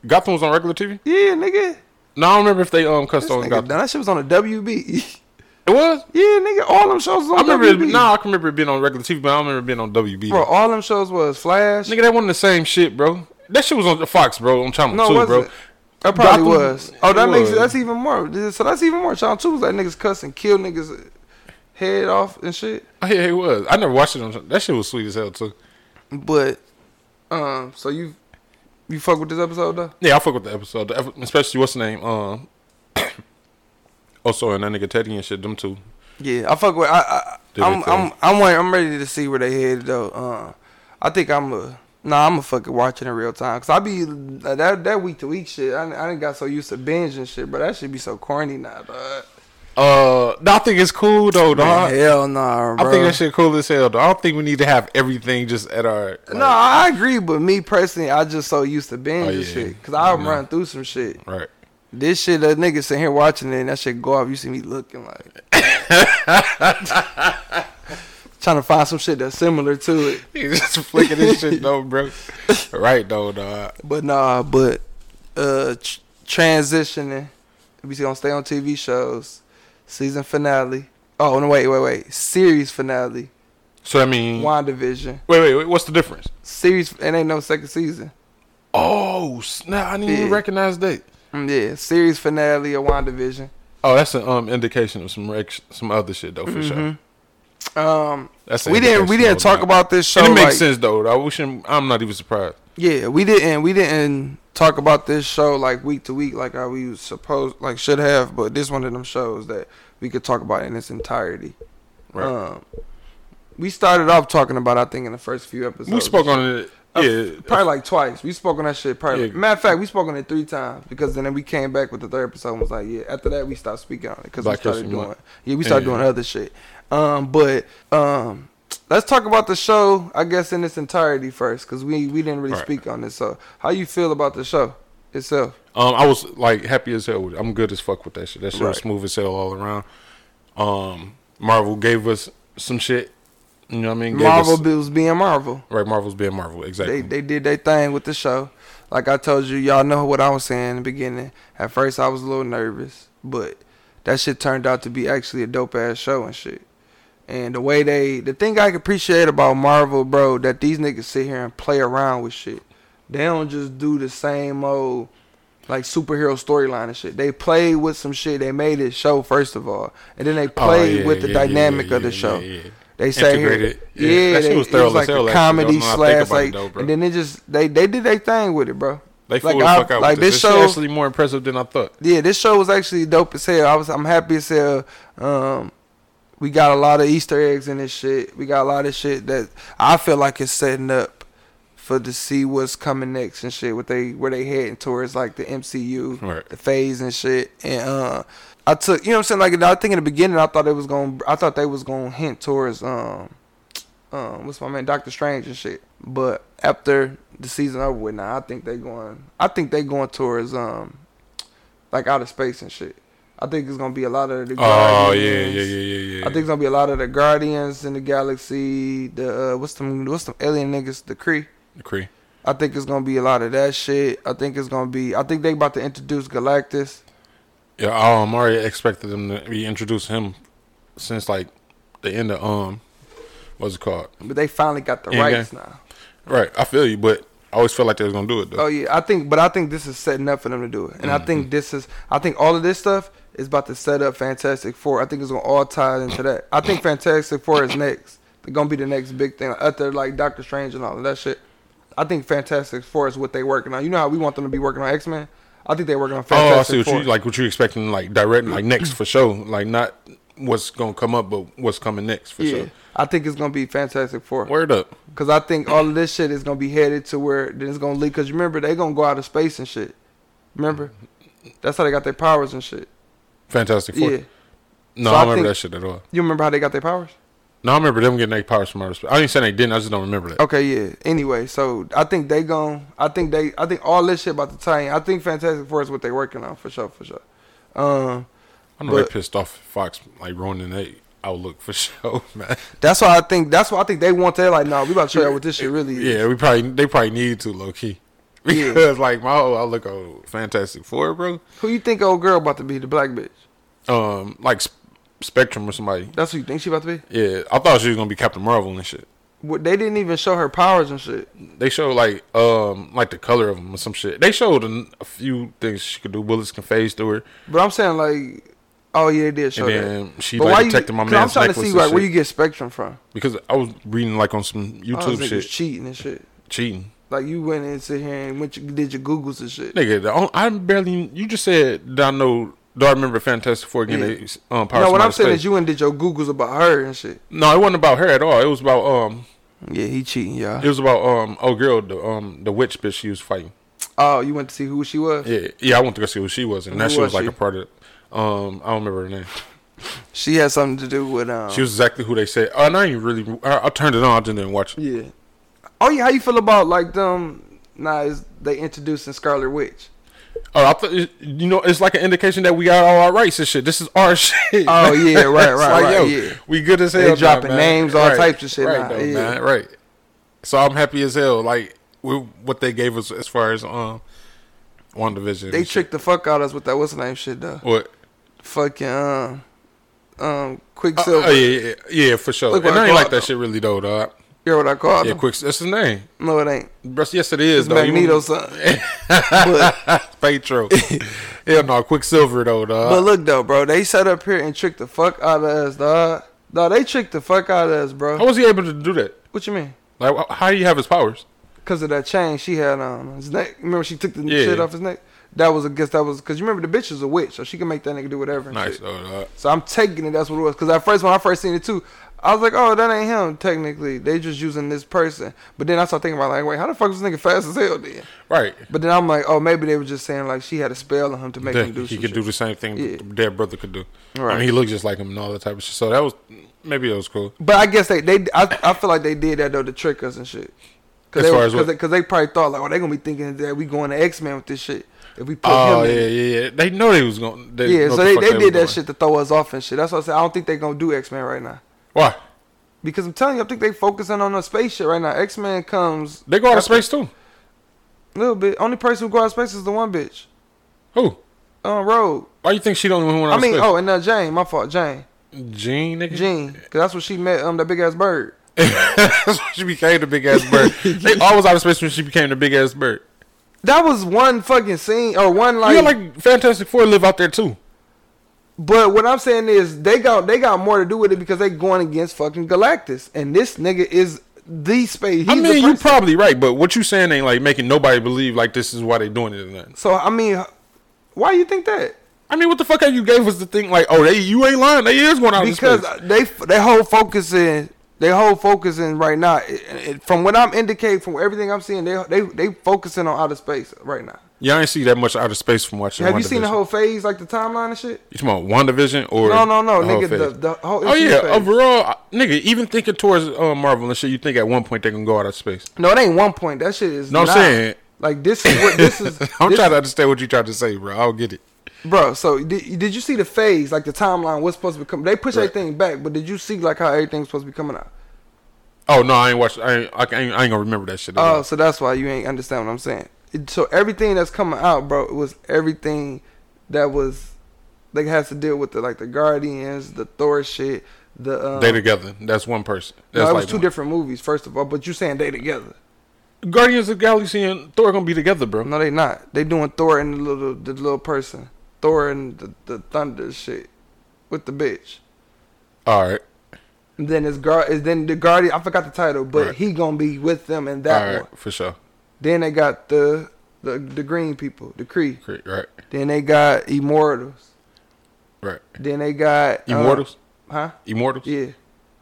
[SPEAKER 3] Gotham was on regular TV.
[SPEAKER 2] Yeah, nigga.
[SPEAKER 3] No, I don't remember if they um cussed
[SPEAKER 2] This
[SPEAKER 3] on
[SPEAKER 2] nigga done.
[SPEAKER 3] Gotham.
[SPEAKER 2] That shit was on a WB.
[SPEAKER 3] It was.
[SPEAKER 2] E. Yeah, nigga, all them shows was on
[SPEAKER 3] I remember. It,
[SPEAKER 2] WB.
[SPEAKER 3] nah, I can remember it being on regular TV, but I don't remember it being on WB.
[SPEAKER 2] bro, all them shows was Flash.
[SPEAKER 3] Nigga, that wasn't the same shit, bro. That shit was on the Fox, bro. On Channel
[SPEAKER 2] No,
[SPEAKER 3] Two,
[SPEAKER 2] it
[SPEAKER 3] bro.
[SPEAKER 2] wasn't. That probably
[SPEAKER 3] Gotham-
[SPEAKER 2] was. Oh, that
[SPEAKER 3] It
[SPEAKER 2] makes
[SPEAKER 3] was.
[SPEAKER 2] that's even more. So that's even more. Channel two was like niggas cuss and kill niggas head off and shit.
[SPEAKER 3] Oh, yeah, it was. I never watched it on. That shit was sweet as hell too.
[SPEAKER 2] But um, so you you fuck with this episode though?
[SPEAKER 3] Yeah, I fuck with the episode, the ep- especially what's the name. Um, also, and that nigga Teddy and shit. Them two.
[SPEAKER 2] Yeah, I fuck with. I, I
[SPEAKER 3] Did
[SPEAKER 2] I'm
[SPEAKER 3] it though.
[SPEAKER 2] I'm I'm, wait- I'm ready to see where they headed though. Uh, I think I'm a nah. I'm a fucking watching in real time because I be uh, that that week to week shit. I I didn't got so used to binge and shit, but that should be so corny now. Dog.
[SPEAKER 3] Uh, no, I think it's cool though, dog.
[SPEAKER 2] Hell nah, bro.
[SPEAKER 3] I think that shit cool as hell. Though. I don't think we need to have everything just at our. like-
[SPEAKER 2] No, I agree, but me personally, I just so used to binge
[SPEAKER 3] Oh,
[SPEAKER 2] and
[SPEAKER 3] yeah.
[SPEAKER 2] shit. Cause I'll
[SPEAKER 3] Yeah.
[SPEAKER 2] run through some shit.
[SPEAKER 3] Right.
[SPEAKER 2] This shit, that nigga sitting here watching it and that shit go off. You see me looking like. trying to find some shit that's similar to it.
[SPEAKER 3] He's just flicking this shit though, bro. Right though, dog.
[SPEAKER 2] But nah, but uh tr- transitioning. We gonna stay on TV shows. Season finale. Oh, no, wait, wait, wait. Series finale.
[SPEAKER 3] So I mean, wait,
[SPEAKER 2] WandaVision.
[SPEAKER 3] wait, wait. What's the difference?
[SPEAKER 2] Series, it ain't no second season.
[SPEAKER 3] Oh, snap! I didn't even
[SPEAKER 2] Yeah.
[SPEAKER 3] recognize that.
[SPEAKER 2] Mm, Yeah, series finale of WandaVision.
[SPEAKER 3] Oh, that's an um indication of some rec- some other shit though for sure.
[SPEAKER 2] Um,
[SPEAKER 3] That's
[SPEAKER 2] Mm-hmm.
[SPEAKER 3] an
[SPEAKER 2] we didn't we
[SPEAKER 3] indication
[SPEAKER 2] didn't
[SPEAKER 3] of
[SPEAKER 2] talk
[SPEAKER 3] that.
[SPEAKER 2] about this show.
[SPEAKER 3] and it makes
[SPEAKER 2] like-
[SPEAKER 3] sense though. I wish him, I'm not even surprised.
[SPEAKER 2] Yeah, we didn't we didn't talk about this show like week to week like how we was supposed like should have, but this one of them shows that we could talk about in its entirety.
[SPEAKER 3] Right.
[SPEAKER 2] Um, we started off talking about I think in the first few episodes.
[SPEAKER 3] we spoke on it.
[SPEAKER 2] Uh,
[SPEAKER 3] Yeah,
[SPEAKER 2] probably like twice. We spoke on that shit. Probably
[SPEAKER 3] Yeah.
[SPEAKER 2] matter of fact, we spoke on it three times because then we came back with the third episode and was like, yeah. After that, we stopped speaking on it because we
[SPEAKER 3] Black
[SPEAKER 2] started
[SPEAKER 3] History
[SPEAKER 2] doing
[SPEAKER 3] Month.
[SPEAKER 2] yeah we started
[SPEAKER 3] Yeah.
[SPEAKER 2] doing other shit. Um, but um, let's talk about the show I guess in its entirety first because we we didn't really
[SPEAKER 3] Right.
[SPEAKER 2] speak on this. So how you feel about the show itself?
[SPEAKER 3] um, I was like happy as hell. With it. I'm good as fuck with that shit. That shit was
[SPEAKER 2] Right.
[SPEAKER 3] smooth as hell all around. Um, Marvel gave us some shit. You know what I mean? Gave
[SPEAKER 2] Marvel
[SPEAKER 3] us-
[SPEAKER 2] was being Marvel.
[SPEAKER 3] right? Marvel's being Marvel. Exactly.
[SPEAKER 2] They they did their thing with the show. Like I told you, y'all know what I was saying in the beginning. At first, I was a little nervous, but that shit turned out to be actually a dope ass show and shit. And the way they, the thing I appreciate about Marvel, bro, that these niggas sit here and play around with shit. They don't just do the same old like superhero storyline and shit. They played with some shit. They made it show first of all, and then they
[SPEAKER 3] Oh,
[SPEAKER 2] played
[SPEAKER 3] yeah,
[SPEAKER 2] with the
[SPEAKER 3] yeah, yeah,
[SPEAKER 2] dynamic
[SPEAKER 3] yeah,
[SPEAKER 2] of the
[SPEAKER 3] yeah,
[SPEAKER 2] show.
[SPEAKER 3] yeah, yeah.
[SPEAKER 2] They say here,
[SPEAKER 3] Integrated.
[SPEAKER 2] yeah,
[SPEAKER 3] Yeah, that
[SPEAKER 2] they,
[SPEAKER 3] shit was
[SPEAKER 2] it
[SPEAKER 3] thorough
[SPEAKER 2] was
[SPEAKER 3] as
[SPEAKER 2] like
[SPEAKER 3] hell,
[SPEAKER 2] a
[SPEAKER 3] actually,
[SPEAKER 2] comedy
[SPEAKER 3] though, now I think
[SPEAKER 2] slash,
[SPEAKER 3] about it,
[SPEAKER 2] like,
[SPEAKER 3] though, bro.
[SPEAKER 2] and then it just they they did their thing with it, bro.
[SPEAKER 3] They
[SPEAKER 2] like,
[SPEAKER 3] fooled the
[SPEAKER 2] I-
[SPEAKER 3] fuck out
[SPEAKER 2] like
[SPEAKER 3] with this.
[SPEAKER 2] this
[SPEAKER 3] This
[SPEAKER 2] show-
[SPEAKER 3] shit actually more impressive than I thought.
[SPEAKER 2] Yeah, this show was actually dope as hell. I was I'm happy as hell. Um, we got a lot of Easter eggs in this shit. We got a lot of shit that I feel like is setting up for to see what's coming next and shit. What they where they heading towards like the MCU,
[SPEAKER 3] Right.
[SPEAKER 2] the phase and shit. And uh, I took you know what I'm saying. Like I think in the beginning I thought it was gonna I thought they was gonna hint towards um um, what's my man, Doctor Strange and shit. But after the season over with, now I think they going. I think they going towards um, like outer space and shit. I think it's gonna be a lot of the.
[SPEAKER 3] Oh yeah, yeah,
[SPEAKER 2] Guardians.
[SPEAKER 3] yeah, yeah, yeah.
[SPEAKER 2] I think it's gonna be a lot of the Guardians in the galaxy. The uh, what's them what's them alien niggas? The Kree.
[SPEAKER 3] Cree.
[SPEAKER 2] I think it's gonna be a lot of that shit. I think it's gonna be. I think they about to introduce Galactus.
[SPEAKER 3] Yeah, um, I already expected them to be introducing him since like the end of um, what's it called?
[SPEAKER 2] But they finally got the
[SPEAKER 3] Yeah,
[SPEAKER 2] rights now.
[SPEAKER 3] Right, I feel you, but I always felt like they was gonna do it though.
[SPEAKER 2] Oh yeah, I think, but I think this is setting up for them to do it, and I
[SPEAKER 3] Mm-hmm.
[SPEAKER 2] think this is, I think all of this stuff is about to set up Fantastic Four. I think it's gonna all tie into that. I think Fantastic Four is next. They're gonna be the next big thing after like Doctor Strange and all of that shit. I think Fantastic Four is what they working on. You know how we want them to be working on X Men. I think they're working on
[SPEAKER 3] Oh, I
[SPEAKER 2] Fantastic
[SPEAKER 3] see what
[SPEAKER 2] Four.
[SPEAKER 3] you like. What you expecting? Like direct, like next for sure. Like not what's gonna come up, but what's coming next for
[SPEAKER 2] yeah,
[SPEAKER 3] sure.
[SPEAKER 2] I think it's gonna be Fantastic Four.
[SPEAKER 3] Word up.
[SPEAKER 2] Cause I think all of this shit is gonna be headed to where then it's gonna leak. Cause remember they gonna go out of space and shit. Remember,
[SPEAKER 3] Mm-hmm.
[SPEAKER 2] that's how they got their powers and shit.
[SPEAKER 3] Fantastic Four.
[SPEAKER 2] Yeah. So
[SPEAKER 3] No, I
[SPEAKER 2] I
[SPEAKER 3] don't remember
[SPEAKER 2] think-
[SPEAKER 3] that shit at all.
[SPEAKER 2] You remember how they got their powers?
[SPEAKER 3] No, I remember them getting their powers from outer space. I didn't say they didn't. I just don't remember that.
[SPEAKER 2] Okay, yeah. Anyway, so I think they gon' I think they. I think all this shit about the tie. I think Fantastic Four is what they working on for sure, for sure. Um,
[SPEAKER 3] I know they
[SPEAKER 2] but-
[SPEAKER 3] pissed off Fox, like ruining their outlook for sure, man.
[SPEAKER 2] that's why I think. That's why I think they want. They like, no, we about to show you what this shit really is.
[SPEAKER 3] Yeah, we probably they probably need to low key
[SPEAKER 2] Yeah.
[SPEAKER 3] because like my whole outlook on Fantastic Four, bro.
[SPEAKER 2] Who you think old girl about to be the black bitch?
[SPEAKER 3] Um, like sp- Spectrum or somebody.
[SPEAKER 2] That's who you think she about to be?
[SPEAKER 3] Yeah, I thought she was gonna be Captain Marvel and shit.
[SPEAKER 2] What, they didn't even show her powers and shit.
[SPEAKER 3] They showed like um like the color of them or some shit. They showed a, a few things she could do. Bullets can phase through her,
[SPEAKER 2] But I'm saying like, oh yeah, they did show
[SPEAKER 3] and
[SPEAKER 2] that.
[SPEAKER 3] then she
[SPEAKER 2] But
[SPEAKER 3] like
[SPEAKER 2] why you?
[SPEAKER 3] protected my
[SPEAKER 2] 'cause
[SPEAKER 3] man's
[SPEAKER 2] I'm trying to
[SPEAKER 3] necklace
[SPEAKER 2] see
[SPEAKER 3] and
[SPEAKER 2] like where
[SPEAKER 3] shit.
[SPEAKER 2] you Oh, get Spectrum from.
[SPEAKER 3] because I was reading like on some
[SPEAKER 2] All
[SPEAKER 3] YouTube
[SPEAKER 2] those niggas
[SPEAKER 3] shit
[SPEAKER 2] cheating and shit.
[SPEAKER 3] cheating.
[SPEAKER 2] Like you went and sit here and went, did your Googles and shit.
[SPEAKER 3] Nigga, the on- I barely. You just said that I know. Do I remember Fantastic Four getting
[SPEAKER 2] Yeah.
[SPEAKER 3] they, um, powers
[SPEAKER 2] No, what
[SPEAKER 3] from
[SPEAKER 2] I'm
[SPEAKER 3] outer
[SPEAKER 2] saying
[SPEAKER 3] space?
[SPEAKER 2] is you went and did your Googles about her and shit.
[SPEAKER 3] No, it wasn't about her at all. It was about um,
[SPEAKER 2] Yeah, he cheating, y'all.
[SPEAKER 3] it was about um, oh girl, the um, the witch bitch she was fighting.
[SPEAKER 2] Oh, you went to see who she was?
[SPEAKER 3] Yeah, yeah, I went to go see who she was, and
[SPEAKER 2] Who
[SPEAKER 3] that shit was
[SPEAKER 2] was
[SPEAKER 3] like
[SPEAKER 2] she?
[SPEAKER 3] a part of. Um, I don't remember her name.
[SPEAKER 2] She had something to do with um.
[SPEAKER 3] She was exactly who they said. Oh, and I ain't really. I, I turned it on. I just didn't watch it.
[SPEAKER 2] yeah. Oh yeah, how you feel about like them? Nah, is they introducing Scarlet Witch.
[SPEAKER 3] Oh, I thought it- you know it's like an indication that we got all our rights and shit. This is our shit.
[SPEAKER 2] Oh, yeah, right,
[SPEAKER 3] It's
[SPEAKER 2] right, right, yeah.
[SPEAKER 3] We good as hell.
[SPEAKER 2] They
[SPEAKER 3] now,
[SPEAKER 2] dropping
[SPEAKER 3] man.
[SPEAKER 2] names, all
[SPEAKER 3] Right,
[SPEAKER 2] types of shit
[SPEAKER 3] Right,
[SPEAKER 2] now,
[SPEAKER 3] though,
[SPEAKER 2] yeah.
[SPEAKER 3] man. Right. So I'm happy as hell. Like with what they gave us as far as um, one division.
[SPEAKER 2] They tricked the fuck out of us with that what's the name shit though.
[SPEAKER 3] What?
[SPEAKER 2] Fucking um, um,
[SPEAKER 3] Oh,
[SPEAKER 2] Quicksilver.
[SPEAKER 3] oh, yeah, yeah, yeah, for sure.
[SPEAKER 2] Look
[SPEAKER 3] and
[SPEAKER 2] what
[SPEAKER 3] I
[SPEAKER 2] I
[SPEAKER 3] ain't like
[SPEAKER 2] called
[SPEAKER 3] that
[SPEAKER 2] them.
[SPEAKER 3] shit really though, dog.
[SPEAKER 2] You hear what I called
[SPEAKER 3] Yeah,
[SPEAKER 2] him?
[SPEAKER 3] quick. That's his name.
[SPEAKER 2] No, it ain't.
[SPEAKER 3] Bruh, Yes, it is.
[SPEAKER 2] It's
[SPEAKER 3] though. You-
[SPEAKER 2] Magneto's son. but,
[SPEAKER 3] Petro. Hell no, Quicksilver though, dog.
[SPEAKER 2] but look though, bro, they sat up here and tricked the fuck out of us, dog. Dog, they tricked the fuck out of us,
[SPEAKER 3] How
[SPEAKER 2] bro.
[SPEAKER 3] was he able to do that?
[SPEAKER 2] What you mean?
[SPEAKER 3] Like, wh- how do you have his powers?
[SPEAKER 2] Cause of that chain she had on his neck. Remember she took the
[SPEAKER 3] Yeah.
[SPEAKER 2] shit off his neck. That was I guess that was because you remember the bitch is a witch, so she can make that nigga do whatever. and
[SPEAKER 3] Nice
[SPEAKER 2] shit.
[SPEAKER 3] though, dog.
[SPEAKER 2] So I'm taking it. That's what it was. Because at first, when I first seen it too, I was like, "Oh, that ain't him." Technically, they just using this person. But then I started thinking about like, "Wait, how the fuck was this nigga fast as hell?" Then.
[SPEAKER 3] Right.
[SPEAKER 2] But then I'm like, "Oh, maybe they were just saying like she had a spell on him to make
[SPEAKER 3] That
[SPEAKER 2] him do
[SPEAKER 3] he
[SPEAKER 2] some
[SPEAKER 3] could do
[SPEAKER 2] shit."
[SPEAKER 3] the same thing
[SPEAKER 2] Yeah.
[SPEAKER 3] that the dead brother could do. I
[SPEAKER 2] Right.
[SPEAKER 3] mean, he looked just like him and all that type of shit. So that was maybe it was cool.
[SPEAKER 2] But I guess they they I, I feel like they did that though to trick us and shit. Cause
[SPEAKER 3] As
[SPEAKER 2] they,
[SPEAKER 3] far
[SPEAKER 2] were-
[SPEAKER 3] as
[SPEAKER 2] cause
[SPEAKER 3] what-
[SPEAKER 2] they, 'cause they probably thought like, "Oh, they gonna be thinking that we going to X Men with this shit if we put
[SPEAKER 3] Oh
[SPEAKER 2] him."
[SPEAKER 3] yeah,
[SPEAKER 2] in it.
[SPEAKER 3] yeah, yeah. They know they was going. They
[SPEAKER 2] Yeah, so
[SPEAKER 3] know the
[SPEAKER 2] they,
[SPEAKER 3] fuck
[SPEAKER 2] they,
[SPEAKER 3] was
[SPEAKER 2] did
[SPEAKER 3] going.
[SPEAKER 2] that shit to throw us off and shit. That's what I said. I don't think they gonna do X Men right now
[SPEAKER 3] Why?
[SPEAKER 2] because I'm telling you, I think they focusing on the space shit right now. X Men comes
[SPEAKER 3] They go out of
[SPEAKER 2] after-
[SPEAKER 3] space too.
[SPEAKER 2] Little bit. Only person who go out of space is the one bitch.
[SPEAKER 3] Who?
[SPEAKER 2] Um, Rogue.
[SPEAKER 3] Why you think she don't even went out
[SPEAKER 2] I
[SPEAKER 3] of
[SPEAKER 2] mean,
[SPEAKER 3] space?
[SPEAKER 2] oh, and uh, Jane. My fault, Jane.
[SPEAKER 3] Gene, nigga.
[SPEAKER 2] Jean, because that's what she met. Um, that big ass bird.
[SPEAKER 3] That's why she became the big ass bird. they always out of space when she became the big ass bird.
[SPEAKER 2] That was one fucking scene or one like.
[SPEAKER 3] yeah, like Fantastic Four live out there too.
[SPEAKER 2] But what I'm saying is they got they got more to do with it because they going against fucking Galactus, and this nigga is the space. He's
[SPEAKER 3] I
[SPEAKER 2] the
[SPEAKER 3] mean, you're
[SPEAKER 2] person.
[SPEAKER 3] probably right, but what you saying ain't like making nobody believe like this is why they doing it or nothing.
[SPEAKER 2] so I mean, why you think that?
[SPEAKER 3] I mean, what the fuck? You gave us the thing like, oh, they you ain't lying. They is going out
[SPEAKER 2] because
[SPEAKER 3] of space.
[SPEAKER 2] they they whole focus in they whole focusing right now. It- it- from what I'm indicating, from everything I'm seeing, they they they focusing on outer space right now.
[SPEAKER 3] Yeah, I ain't see that much out of space from watching.
[SPEAKER 2] Have you seen the
[SPEAKER 3] WandaVision.
[SPEAKER 2] whole phase, like the timeline and shit?
[SPEAKER 3] You talking about WandaVision or
[SPEAKER 2] No, no, no,
[SPEAKER 3] the whole
[SPEAKER 2] nigga, the-
[SPEAKER 3] phase?
[SPEAKER 2] the whole
[SPEAKER 3] oh
[SPEAKER 2] MCU
[SPEAKER 3] yeah,
[SPEAKER 2] phase.
[SPEAKER 3] overall, I- nigga. Even thinking towards uh, Marvel and shit, you think at one point they can go out of space.
[SPEAKER 2] No, it ain't one point. That shit is.
[SPEAKER 3] No, I'm
[SPEAKER 2] now.
[SPEAKER 3] saying-
[SPEAKER 2] like this is what this is.
[SPEAKER 3] I'm
[SPEAKER 2] this-
[SPEAKER 3] trying to understand what you tried to say, bro. I don't get it.
[SPEAKER 2] bro. So did, did you see the phase, like the timeline? What's supposed to be coming? They push
[SPEAKER 3] Right.
[SPEAKER 2] everything back, but did you see like how everything's supposed to be coming out?
[SPEAKER 3] Oh no, I ain't watched. I ain't, I ain't, I ain't gonna remember that shit. at
[SPEAKER 2] Oh,
[SPEAKER 3] all.
[SPEAKER 2] so that's why you ain't understand what I'm saying. It- so everything that's coming out, bro, it was everything that was that has to deal with the like the Guardians, the Thor shit, the um,
[SPEAKER 3] they together. That's one person.
[SPEAKER 2] no,
[SPEAKER 3] That's
[SPEAKER 2] it
[SPEAKER 3] like
[SPEAKER 2] was two
[SPEAKER 3] one.
[SPEAKER 2] different movies. First of all, but you saying they together?
[SPEAKER 3] Guardians of the Galaxy and Thor gonna be together, bro.
[SPEAKER 2] No, they not. They doing Thor and the little the little person, Thor and the, the thunder shit with the bitch.
[SPEAKER 3] All right.
[SPEAKER 2] And then it's guard is then the guardian. I forgot the title, but
[SPEAKER 3] Right.
[SPEAKER 2] he gonna be with them in that
[SPEAKER 3] All
[SPEAKER 2] one.
[SPEAKER 3] right, for sure.
[SPEAKER 2] Then they got the the the green people, the Kree.
[SPEAKER 3] Great, right,
[SPEAKER 2] Then they got Immortals.
[SPEAKER 3] right.
[SPEAKER 2] Then they got uh,
[SPEAKER 3] Immortals,
[SPEAKER 2] huh?
[SPEAKER 3] Immortals,
[SPEAKER 2] Yeah,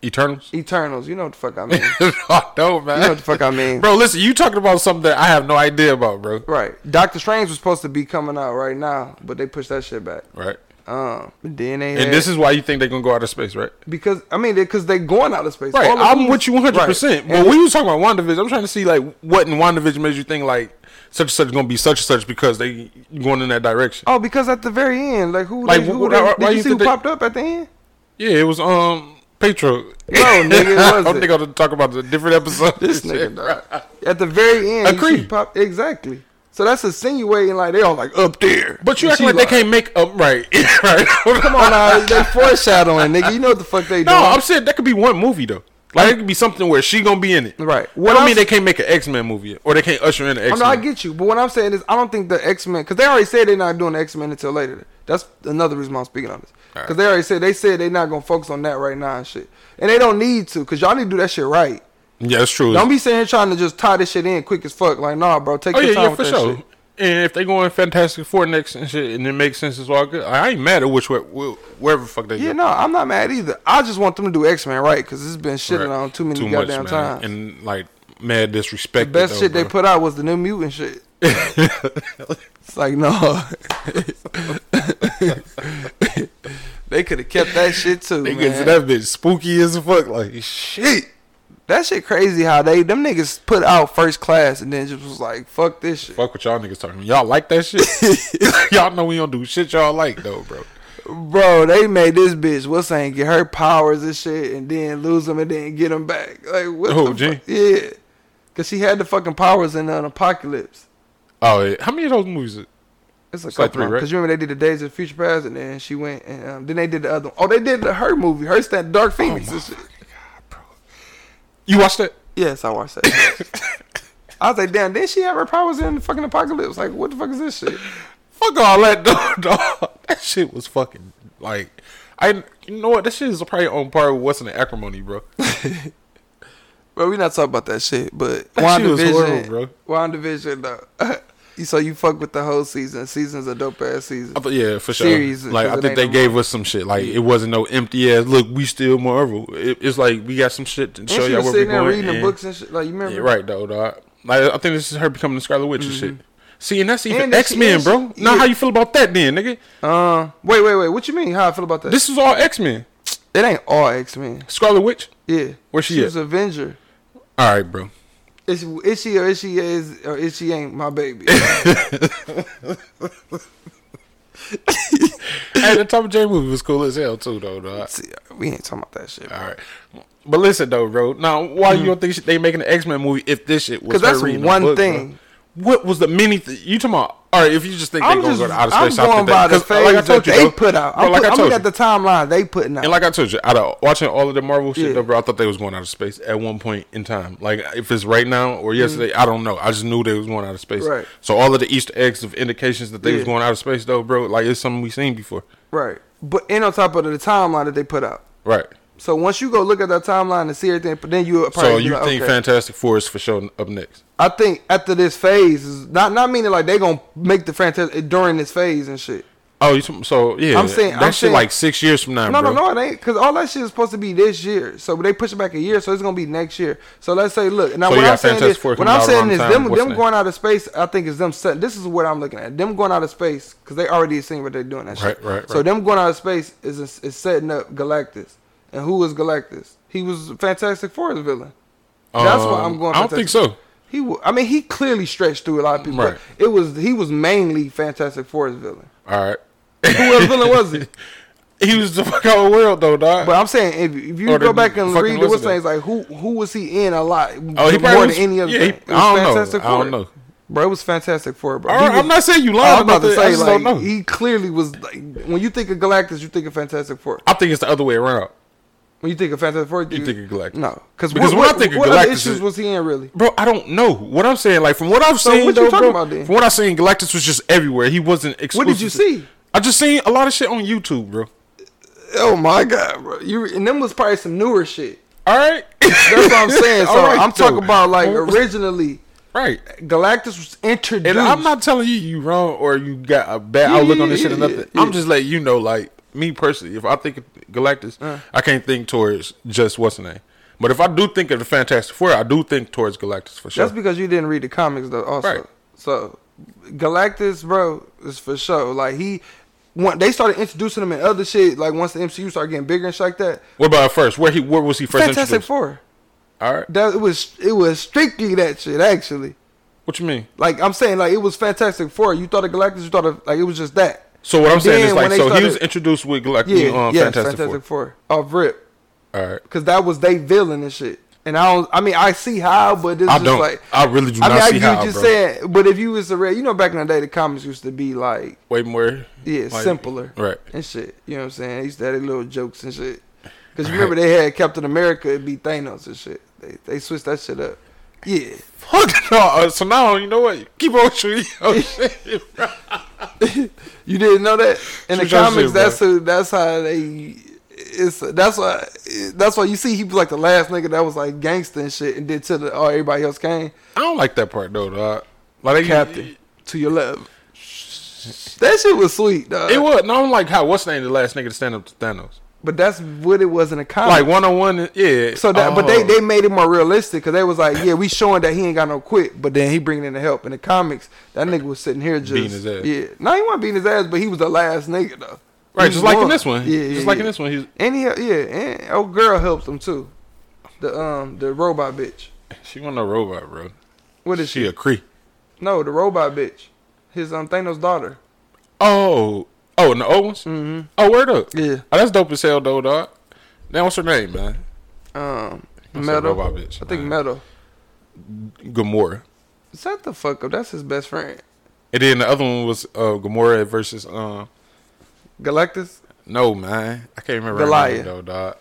[SPEAKER 3] Eternals.
[SPEAKER 2] Eternals. You know what the fuck I mean? you
[SPEAKER 3] I know, man.
[SPEAKER 2] know what the fuck I mean?
[SPEAKER 3] Bro, listen, you talking about something that I have no idea about, bro.
[SPEAKER 2] Right. Doctor Strange was supposed to be coming out right now, but they pushed that shit back.
[SPEAKER 3] Right.
[SPEAKER 2] Um. Then they
[SPEAKER 3] And
[SPEAKER 2] had-
[SPEAKER 3] this is why you think they're gonna go out of space, right?
[SPEAKER 2] because I mean because they, going out of space.
[SPEAKER 3] Right.
[SPEAKER 2] All of
[SPEAKER 3] I'm
[SPEAKER 2] these-
[SPEAKER 3] with you 100. percent
[SPEAKER 2] Right. And-
[SPEAKER 3] But when you was talking about WandaVision, I'm trying to see like what in WandaVision made you think like such and such gonna be such and such because they going in that direction.
[SPEAKER 2] Oh, because at the very end, like who?
[SPEAKER 3] Like,
[SPEAKER 2] they, who
[SPEAKER 3] wh- wh-
[SPEAKER 2] they-
[SPEAKER 3] why-
[SPEAKER 2] did
[SPEAKER 3] why
[SPEAKER 2] you,
[SPEAKER 3] you
[SPEAKER 2] see who
[SPEAKER 3] think they-
[SPEAKER 2] popped up at the end?
[SPEAKER 3] Yeah, it was um Petro.
[SPEAKER 2] No, nigga, it
[SPEAKER 3] I don't
[SPEAKER 2] wasn't.
[SPEAKER 3] think I'm gonna talk about the different episode.
[SPEAKER 2] This nigga, dog. At the very end,
[SPEAKER 3] A
[SPEAKER 2] you see
[SPEAKER 3] creep.
[SPEAKER 2] pop exactly. So that's insinuating like they all like up there.
[SPEAKER 3] But you
[SPEAKER 2] And
[SPEAKER 3] acting
[SPEAKER 2] she
[SPEAKER 3] like, they can't make up right. right.
[SPEAKER 2] Come on now, they foreshadowing, nigga. You know what the fuck they
[SPEAKER 3] No,
[SPEAKER 2] doing.
[SPEAKER 3] I'm saying that could be one movie though. Like it could be something where she gonna be in it.
[SPEAKER 2] Right.
[SPEAKER 3] What
[SPEAKER 2] What
[SPEAKER 3] I don't
[SPEAKER 2] I'm
[SPEAKER 3] mean they
[SPEAKER 2] s-
[SPEAKER 3] can't make an X Men movie or they can't usher in an X
[SPEAKER 2] No, I
[SPEAKER 3] Men.
[SPEAKER 2] get you, but what I'm saying is, I don't think the X Men because they already said they're not doing X Men until later. That's another reason why I'm speaking on this because they already said they said they're not gonna focus on that right now and shit, and they don't need to because y'all need to do that shit right.
[SPEAKER 3] Yeah, that's true.
[SPEAKER 2] Don't be sitting here trying to just tie this shit in quick as fuck. Like, nah, bro, take
[SPEAKER 3] oh
[SPEAKER 2] your
[SPEAKER 3] yeah,
[SPEAKER 2] time
[SPEAKER 3] yeah,
[SPEAKER 2] with
[SPEAKER 3] for
[SPEAKER 2] that
[SPEAKER 3] sure.
[SPEAKER 2] shit.
[SPEAKER 3] And if they go in Fantastic Four next and shit, and it makes sense, it's all good. I ain't mad at which way, wh- wherever the fuck they
[SPEAKER 2] Yeah,
[SPEAKER 3] go.
[SPEAKER 2] no, I'm not mad either. I just want them to do X Men right because it's been shitted
[SPEAKER 3] Right.
[SPEAKER 2] on too many
[SPEAKER 3] much,
[SPEAKER 2] goddamn
[SPEAKER 3] man.
[SPEAKER 2] times.
[SPEAKER 3] And like mad disrespect.
[SPEAKER 2] Best shit they put out was the new mutant shit. it's like no, they could have kept that shit too.
[SPEAKER 3] Niggas,
[SPEAKER 2] man.
[SPEAKER 3] that bitch spooky as fuck. Like shit.
[SPEAKER 2] That shit crazy how they them niggas put out first class and then just was like, fuck this shit.
[SPEAKER 3] Fuck what y'all niggas talking. about. Y'all like that shit? y'all know we don't do shit y'all like though, bro.
[SPEAKER 2] Bro, they made this bitch what's saying get her powers and shit and then lose them and then get them back. Like what
[SPEAKER 3] Who,
[SPEAKER 2] the
[SPEAKER 3] Jean?
[SPEAKER 2] fuck? Yeah. Cause she had the fucking powers in an apocalypse.
[SPEAKER 3] Oh, yeah. how many of those movies? is-
[SPEAKER 2] It's a
[SPEAKER 3] It's like
[SPEAKER 2] couple
[SPEAKER 3] three, right?
[SPEAKER 2] Cause you remember they did the Days of Future Past and then she went and um, then they did the other one. Oh, they did the, her movie, her stand
[SPEAKER 3] Oh
[SPEAKER 2] Dark Phoenix and shit.
[SPEAKER 3] You watched that?
[SPEAKER 2] Yes, I watched that. I was like, damn, did she have her powers in the fucking apocalypse? Like, what the fuck is this shit?
[SPEAKER 3] Fuck all that, dog. dog. That shit was fucking like, I you know what? That shit is probably on par with what's in the acrimony, bro.
[SPEAKER 2] Bro, we not talking about that shit, but
[SPEAKER 3] That shit was
[SPEAKER 2] WandaVision,
[SPEAKER 3] horrible,
[SPEAKER 2] WandaVision, though. You- so you fuck with the whole season. Season's a dope ass season.
[SPEAKER 3] I thought, yeah, for sure.
[SPEAKER 2] Series,
[SPEAKER 3] like I
[SPEAKER 2] because it
[SPEAKER 3] think
[SPEAKER 2] ain't
[SPEAKER 3] they
[SPEAKER 2] no
[SPEAKER 3] gave us some shit. Like it wasn't no empty ass. Look, we still Marvel. It, it's like we got some shit to
[SPEAKER 2] And
[SPEAKER 3] show
[SPEAKER 2] she
[SPEAKER 3] y'all
[SPEAKER 2] was
[SPEAKER 3] where we
[SPEAKER 2] sitting there
[SPEAKER 3] going.
[SPEAKER 2] reading the
[SPEAKER 3] and-
[SPEAKER 2] books and shit. Like you remember,
[SPEAKER 3] Yeah, right though, dog. Like I think this is her becoming the Scarlet Witch and shit. See, and that's even
[SPEAKER 2] Mm-hmm. And that
[SPEAKER 3] X
[SPEAKER 2] she-
[SPEAKER 3] Men,
[SPEAKER 2] and she-
[SPEAKER 3] bro. Now
[SPEAKER 2] yeah.
[SPEAKER 3] how you feel about that, then, nigga?
[SPEAKER 2] Um, wait, wait, wait. What you mean? How I feel about that?
[SPEAKER 3] This is all X Men.
[SPEAKER 2] it ain't all X Men.
[SPEAKER 3] Scarlet Witch.
[SPEAKER 2] Yeah,
[SPEAKER 3] Where she
[SPEAKER 2] She
[SPEAKER 3] at?
[SPEAKER 2] was Avenger.
[SPEAKER 3] All right, bro.
[SPEAKER 2] Is, is she or is she is or is she ain't my baby?
[SPEAKER 3] hey, the Tom J movie was cool as hell too, though, dog.
[SPEAKER 2] See, we ain't talking about that shit.
[SPEAKER 3] All right. But listen though, bro. Now, why you don't think she- they making an X Men movie if this shit was?
[SPEAKER 2] Mm-hmm. 'Cause
[SPEAKER 3] her
[SPEAKER 2] that's
[SPEAKER 3] reading the
[SPEAKER 2] one
[SPEAKER 3] book, bro?
[SPEAKER 2] thing.
[SPEAKER 3] What was the many? Th- you talking about? All right, if you just think they
[SPEAKER 2] I'm
[SPEAKER 3] gonna
[SPEAKER 2] just,
[SPEAKER 3] go to outer
[SPEAKER 2] I'm
[SPEAKER 3] space, I
[SPEAKER 2] going
[SPEAKER 3] think they-
[SPEAKER 2] by the
[SPEAKER 3] 'cause, like I
[SPEAKER 2] phase
[SPEAKER 3] told
[SPEAKER 2] that
[SPEAKER 3] you,
[SPEAKER 2] they
[SPEAKER 3] though,
[SPEAKER 2] put out.
[SPEAKER 3] bro,
[SPEAKER 2] I'm,
[SPEAKER 3] like
[SPEAKER 2] put,
[SPEAKER 3] I
[SPEAKER 2] I'm
[SPEAKER 3] told
[SPEAKER 2] looking
[SPEAKER 3] you,
[SPEAKER 2] at the timeline they putting out.
[SPEAKER 3] and like I told you, out of watching all of the Marvel shit,
[SPEAKER 2] Yeah.
[SPEAKER 3] though, bro, I thought they was going out of space at one point in time. Like if it's right now or yesterday, I don't know. I just knew they was going out of space.
[SPEAKER 2] Mm-hmm. Right.
[SPEAKER 3] So all of the Easter eggs of indications that they was
[SPEAKER 2] Yeah.
[SPEAKER 3] going out of space, though, bro, like it's something we seen before.
[SPEAKER 2] right, but and on top of the timeline that they put out.
[SPEAKER 3] Right.
[SPEAKER 2] So once you go look at that timeline and see everything, but then you probably
[SPEAKER 3] So
[SPEAKER 2] be
[SPEAKER 3] you
[SPEAKER 2] like,
[SPEAKER 3] think
[SPEAKER 2] okay.
[SPEAKER 3] Fantastic Four is for sure up next?
[SPEAKER 2] I think after this phase is not not meaning like they gonna make the fantastic during this phase and shit.
[SPEAKER 3] Oh, you talking- so yeah.
[SPEAKER 2] I'm saying-
[SPEAKER 3] that
[SPEAKER 2] I'm
[SPEAKER 3] shit
[SPEAKER 2] saying-
[SPEAKER 3] like six years from now,
[SPEAKER 2] No,
[SPEAKER 3] bro.
[SPEAKER 2] no, no, it ain't because all that shit is supposed to be this year. So they push it back a year, so it's gonna be next year. So let's say, look, now
[SPEAKER 3] So
[SPEAKER 2] what
[SPEAKER 3] you
[SPEAKER 2] I'm
[SPEAKER 3] got
[SPEAKER 2] saying
[SPEAKER 3] Fantastic
[SPEAKER 2] is,
[SPEAKER 3] Four
[SPEAKER 2] what
[SPEAKER 3] coming
[SPEAKER 2] I'm
[SPEAKER 3] out
[SPEAKER 2] saying
[SPEAKER 3] around
[SPEAKER 2] is
[SPEAKER 3] the time.
[SPEAKER 2] them
[SPEAKER 3] What's
[SPEAKER 2] them
[SPEAKER 3] the
[SPEAKER 2] going out of space. I think is them setting. This is what I'm looking at. Them going out of space because they already seen what they're doing. That shit.
[SPEAKER 3] Right, right,
[SPEAKER 2] So
[SPEAKER 3] right.
[SPEAKER 2] them going out of space is is setting up Galactus. And who was Galactus? He was Fantastic Four's villain. That's why I'm going.
[SPEAKER 3] Um, I don't think
[SPEAKER 2] Fantastic-
[SPEAKER 3] so.
[SPEAKER 2] He, wa- I mean, he clearly stretched through a lot of people.
[SPEAKER 3] Right.
[SPEAKER 2] But it was he was mainly Fantastic Four's villain.
[SPEAKER 3] All right.
[SPEAKER 2] Who else villain was he?
[SPEAKER 3] He was the fuck out of the world though, dog.
[SPEAKER 2] But I'm saying if, if you
[SPEAKER 3] Or
[SPEAKER 2] go
[SPEAKER 3] the
[SPEAKER 2] back and
[SPEAKER 3] fucking
[SPEAKER 2] read the what's
[SPEAKER 3] listener.
[SPEAKER 2] things like who who was he in a lot?
[SPEAKER 3] Oh, he probably
[SPEAKER 2] more
[SPEAKER 3] was-
[SPEAKER 2] than any other.
[SPEAKER 3] yeah, he-
[SPEAKER 2] thing. It was
[SPEAKER 3] I don't know.
[SPEAKER 2] Fantastic
[SPEAKER 3] I don't
[SPEAKER 2] Four.
[SPEAKER 3] know.
[SPEAKER 2] Bro, it was Fantastic Four, bro.
[SPEAKER 3] All
[SPEAKER 2] He
[SPEAKER 3] right,
[SPEAKER 2] was-
[SPEAKER 3] I'm not saying you
[SPEAKER 2] I was
[SPEAKER 3] lying
[SPEAKER 2] about
[SPEAKER 3] about
[SPEAKER 2] to
[SPEAKER 3] this. I
[SPEAKER 2] say
[SPEAKER 3] just
[SPEAKER 2] like
[SPEAKER 3] don't know.
[SPEAKER 2] he clearly was like when you think of Galactus, you think of Fantastic Four.
[SPEAKER 3] I think it's the other way around.
[SPEAKER 2] When you think of Fantastic Four,
[SPEAKER 3] You think of Galactus.
[SPEAKER 2] No, because
[SPEAKER 3] Because
[SPEAKER 2] what,
[SPEAKER 3] when I
[SPEAKER 2] what,
[SPEAKER 3] think of
[SPEAKER 2] what other
[SPEAKER 3] Galactus
[SPEAKER 2] issues
[SPEAKER 3] is-
[SPEAKER 2] was he in really?
[SPEAKER 3] Bro, I don't know what I'm saying. Like from what I've
[SPEAKER 2] So
[SPEAKER 3] seen,
[SPEAKER 2] what you
[SPEAKER 3] though,
[SPEAKER 2] talking
[SPEAKER 3] bro,
[SPEAKER 2] about then?
[SPEAKER 3] from what I've seen, Galactus was just everywhere. He wasn't exclusive.
[SPEAKER 2] did you
[SPEAKER 3] to-
[SPEAKER 2] see?
[SPEAKER 3] I just seen a lot of shit on YouTube, bro.
[SPEAKER 2] Oh my god, bro! You and them was probably some newer shit.
[SPEAKER 3] All right,
[SPEAKER 2] That's what I'm saying. So
[SPEAKER 3] All right,
[SPEAKER 2] I'm talking
[SPEAKER 3] though.
[SPEAKER 2] about like
[SPEAKER 3] Well,
[SPEAKER 2] originally
[SPEAKER 3] right.
[SPEAKER 2] Galactus was introduced.
[SPEAKER 3] And I'm not telling you you wrong or you got a bad
[SPEAKER 2] Yeah,
[SPEAKER 3] outlook
[SPEAKER 2] yeah,
[SPEAKER 3] on this shit or
[SPEAKER 2] yeah,
[SPEAKER 3] nothing.
[SPEAKER 2] yeah.
[SPEAKER 3] I'm just letting you know, like me personally, if I think of Galactus,
[SPEAKER 2] Uh.
[SPEAKER 3] I can't think towards just what's the name. But if I do think of the Fantastic Four, I do think towards Galactus for sure.
[SPEAKER 2] That's because you didn't read the comics though. Also,
[SPEAKER 3] Right.
[SPEAKER 2] so Galactus, bro, is for sure. Like he, when they started introducing him in other shit, like once the MCU started getting bigger and shit like that.
[SPEAKER 3] what about first? Where he? Where was he first
[SPEAKER 2] Fantastic
[SPEAKER 3] introduced?
[SPEAKER 2] Four.
[SPEAKER 3] All right.
[SPEAKER 2] That it was it was strictly that shit actually.
[SPEAKER 3] What you mean?
[SPEAKER 2] Like I'm saying, like it was Fantastic Four. You thought of Galactus, you thought of like it was just that.
[SPEAKER 3] So what I'm
[SPEAKER 2] And
[SPEAKER 3] saying
[SPEAKER 2] then
[SPEAKER 3] is
[SPEAKER 2] when
[SPEAKER 3] like,
[SPEAKER 2] they
[SPEAKER 3] so he was
[SPEAKER 2] started-
[SPEAKER 3] introduced with Galactus
[SPEAKER 2] yeah,
[SPEAKER 3] on
[SPEAKER 2] yeah,
[SPEAKER 3] uh, Fantastic,
[SPEAKER 2] Fantastic, Four. off rip,
[SPEAKER 3] Four. All right.
[SPEAKER 2] because that was they villain and shit. And I don't. I mean, I see how, but it's
[SPEAKER 3] I
[SPEAKER 2] just
[SPEAKER 3] don't.
[SPEAKER 2] like
[SPEAKER 3] I really do
[SPEAKER 2] I
[SPEAKER 3] not
[SPEAKER 2] mean, I
[SPEAKER 3] see
[SPEAKER 2] get
[SPEAKER 3] how,
[SPEAKER 2] what you
[SPEAKER 3] bro.
[SPEAKER 2] said, but if you was to read, you know, back in the day, the comics used to be like,
[SPEAKER 3] Way more.
[SPEAKER 2] yeah,
[SPEAKER 3] like,
[SPEAKER 2] simpler
[SPEAKER 3] Right.
[SPEAKER 2] and shit. You know what I'm saying? They used to have their little jokes and shit. Cause you remember they had Captain America it'd be Thanos and shit. They they switched that shit up. Yeah,
[SPEAKER 3] Fuck no. uh, So now you know what? Keep on shooting. Oh shit.
[SPEAKER 2] you didn't know that in the
[SPEAKER 3] Switch that
[SPEAKER 2] comics.
[SPEAKER 3] shit,
[SPEAKER 2] That's who. That's how they. It's that's why. That's why you see he was like the last nigga that was like gangster and shit, and did till the, all everybody else came.
[SPEAKER 3] I don't like that part though, dog. Like they-
[SPEAKER 2] Captain to your left. That shit was sweet, dog.
[SPEAKER 3] It was. No, I don't like how what's the name the last nigga to stand up to Thanos.
[SPEAKER 2] but that's what it was in the comic.
[SPEAKER 3] Like one on one. Yeah.
[SPEAKER 2] Um, So that, but
[SPEAKER 3] Oh.
[SPEAKER 2] they, they made it more realistic because they was like, yeah, we showing that he ain't got no quit, but then he bringing in the help. In the comics, that nigga was sitting here just
[SPEAKER 3] Beating his ass.
[SPEAKER 2] Yeah, no, he wasn't beating his ass, but he was the last nigga though.
[SPEAKER 3] right,
[SPEAKER 2] He
[SPEAKER 3] just like in
[SPEAKER 2] won.
[SPEAKER 3] this one.
[SPEAKER 2] Yeah, yeah
[SPEAKER 3] just like
[SPEAKER 2] yeah.
[SPEAKER 3] in this one. He's
[SPEAKER 2] And he, yeah, and old girl helps him too. The um, the robot bitch.
[SPEAKER 3] she wasn't a robot, bro.
[SPEAKER 2] What is
[SPEAKER 3] she,
[SPEAKER 2] she?
[SPEAKER 3] a Cree?
[SPEAKER 2] No, the robot bitch. His um Thanos daughter.
[SPEAKER 3] Oh, oh, and the old ones. Mm-hmm. Oh, word up.
[SPEAKER 2] Yeah.
[SPEAKER 3] Oh, that's dope as hell, though, dog. Now what's her name, man?
[SPEAKER 2] Um,
[SPEAKER 3] I said
[SPEAKER 2] metal.
[SPEAKER 3] robot bitch.
[SPEAKER 2] I think
[SPEAKER 3] Nah.
[SPEAKER 2] metal.
[SPEAKER 3] Gamora.
[SPEAKER 2] Shut the fuck up. That's his best friend.
[SPEAKER 3] And then the other one was uh, Gamora versus um.
[SPEAKER 2] Galactus.
[SPEAKER 3] No, man, I can't remember. her name,
[SPEAKER 2] Goliath.
[SPEAKER 3] though, dog.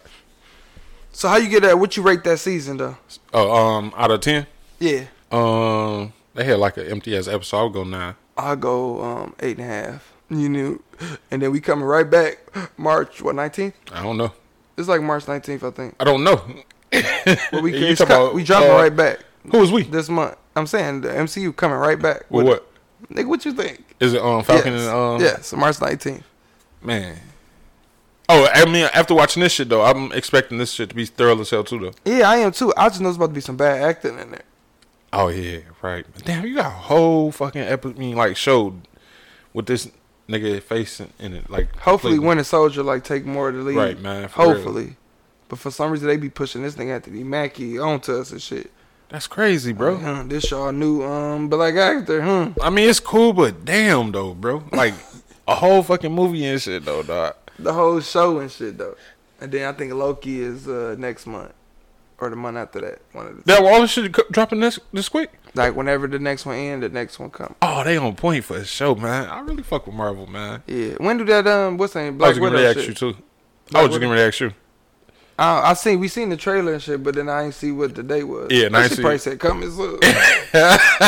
[SPEAKER 2] So how you get that? What you rate that season though?
[SPEAKER 3] Oh, um, out of ten,
[SPEAKER 2] Yeah,
[SPEAKER 3] um, they had like an empty ass episode. I'll go nine.
[SPEAKER 2] I go um eight and a half. You knew, and then we coming right back March what nineteenth?
[SPEAKER 3] I don't know.
[SPEAKER 2] It's like March nineteenth, I think.
[SPEAKER 3] I don't know.
[SPEAKER 2] But we
[SPEAKER 3] You
[SPEAKER 2] it's
[SPEAKER 3] talking
[SPEAKER 2] co-
[SPEAKER 3] about,
[SPEAKER 2] we dropping
[SPEAKER 3] uh,
[SPEAKER 2] right back
[SPEAKER 3] Who is we?
[SPEAKER 2] this month. I'm saying the MCU coming right back.
[SPEAKER 3] Well, what
[SPEAKER 2] Nigga, what you think?
[SPEAKER 3] is it? Um, Falcon
[SPEAKER 2] yes.
[SPEAKER 3] and um,
[SPEAKER 2] yes, March nineteenth.
[SPEAKER 3] man. Oh, I mean, after watching this shit though, I'm expecting this shit to be thorough as hell too though.
[SPEAKER 2] Yeah, I am too. I just know it's about to be some bad acting in there.
[SPEAKER 3] Oh yeah, right. Damn, you got a whole fucking episode, mean, like show with this nigga face in- in it. Like,
[SPEAKER 2] Hopefully,
[SPEAKER 3] completely.
[SPEAKER 2] Winter Soldier like take more of the lead.
[SPEAKER 3] Right, man, for real.
[SPEAKER 2] Hopefully, but for some reason they be pushing this thing Anthony Mackie onto us and shit.
[SPEAKER 3] that's crazy, bro.
[SPEAKER 2] Huh, this y'all new um black actor, huh?
[SPEAKER 3] I mean, it's cool, but damn though, bro. Like a whole fucking movie and shit though, dog.
[SPEAKER 2] the whole show and shit though. And then I think Loki is uh, next month or the month after that. One of the
[SPEAKER 3] That all this shit co- dropping this this quick.
[SPEAKER 2] like whenever the next one end, the next one come.
[SPEAKER 3] Oh, they on point for the show, man. I really fuck with Marvel, man.
[SPEAKER 2] Yeah. When do that um what's that
[SPEAKER 3] I
[SPEAKER 2] Black
[SPEAKER 3] was gonna
[SPEAKER 2] Widow
[SPEAKER 3] react
[SPEAKER 2] shit?
[SPEAKER 3] you too. I
[SPEAKER 2] Black
[SPEAKER 3] was just
[SPEAKER 2] Widow.
[SPEAKER 3] gonna react you.
[SPEAKER 2] I, I seen we seen the trailer and shit, but then I ain't see what the date was.
[SPEAKER 3] Yeah, and I
[SPEAKER 2] That
[SPEAKER 3] ain't
[SPEAKER 2] shit
[SPEAKER 3] see
[SPEAKER 2] probably
[SPEAKER 3] it.
[SPEAKER 2] said coming soon.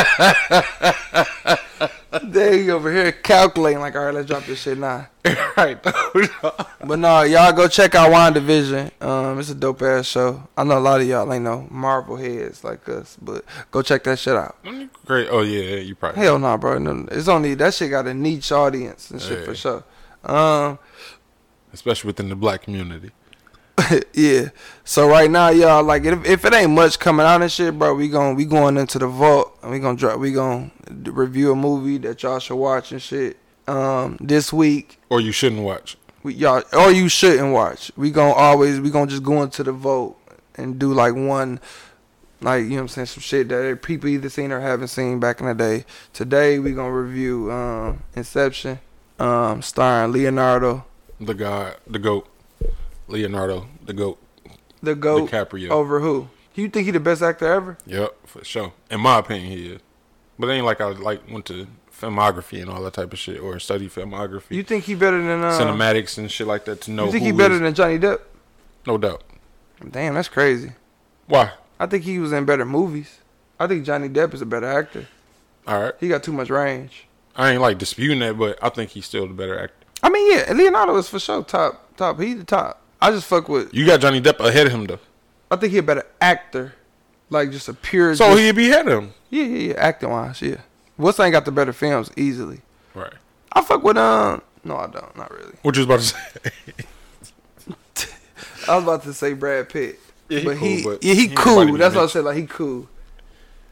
[SPEAKER 2] they over here calculating like, all right, let's drop this shit now.
[SPEAKER 3] right. though.
[SPEAKER 2] But no, y'all go check out WandaVision. Um, it's a dope ass show. I know a lot of y'all ain't no Marvel heads like us, but go check that shit out.
[SPEAKER 3] Great. Oh yeah, yeah, you probably.
[SPEAKER 2] Hell no, bro. No, it's only that shit got a niche audience and shit
[SPEAKER 3] Yeah.
[SPEAKER 2] for sure. Um,
[SPEAKER 3] Especially within the black community.
[SPEAKER 2] yeah. So right now, y'all, like if, if it ain't much coming out and shit, bro, we gon' we going into the vault and we gonna drop. We gonna review a movie that y'all should watch and shit. Um, this week,
[SPEAKER 3] Or you shouldn't watch.
[SPEAKER 2] we, y'all or you shouldn't watch. We gonna always we gonna just go into the vote and do like one like you know what I'm saying some shit that people either seen or haven't seen back in the day. Today we gonna review um Inception, um starring Leonardo
[SPEAKER 3] The guy, the goat, Leonardo, the goat,
[SPEAKER 2] the goat
[SPEAKER 3] DiCaprio.
[SPEAKER 2] over who? You think he the best actor ever?
[SPEAKER 3] Yep, for sure. In my opinion, he is. But it ain't like I like went to filmography and all that type of shit or study filmography,
[SPEAKER 2] You think he better than uh,
[SPEAKER 3] cinematics and shit like that to know.
[SPEAKER 2] You think
[SPEAKER 3] who
[SPEAKER 2] he better
[SPEAKER 3] is-
[SPEAKER 2] than Johnny Depp?
[SPEAKER 3] No doubt.
[SPEAKER 2] Damn, that's crazy.
[SPEAKER 3] Why?
[SPEAKER 2] I think he was in better movies. I think Johnny Depp is a better actor.
[SPEAKER 3] All right.
[SPEAKER 2] He got too much range.
[SPEAKER 3] I ain't like disputing that, but I think he's still the better actor.
[SPEAKER 2] I mean, yeah, Leonardo is for sure top top. He the top. I just fuck with.
[SPEAKER 3] You got Johnny Depp ahead of him though,
[SPEAKER 2] I think he a better actor, like just a pure.
[SPEAKER 3] so
[SPEAKER 2] just-
[SPEAKER 3] he'd be ahead of him.
[SPEAKER 2] yeah, yeah, yeah, acting wise, yeah. What's ain't got the better films easily.
[SPEAKER 3] Right.
[SPEAKER 2] I fuck with um. No, I don't. Not really.
[SPEAKER 3] What you was about to say?
[SPEAKER 2] I was about to say Brad Pitt,
[SPEAKER 3] Yeah, he
[SPEAKER 2] but he,
[SPEAKER 3] cool, but
[SPEAKER 2] yeah,
[SPEAKER 3] he
[SPEAKER 2] he
[SPEAKER 3] ain't nobody
[SPEAKER 2] cool.
[SPEAKER 3] to
[SPEAKER 2] That's what I
[SPEAKER 3] mention.
[SPEAKER 2] said. Like he cool.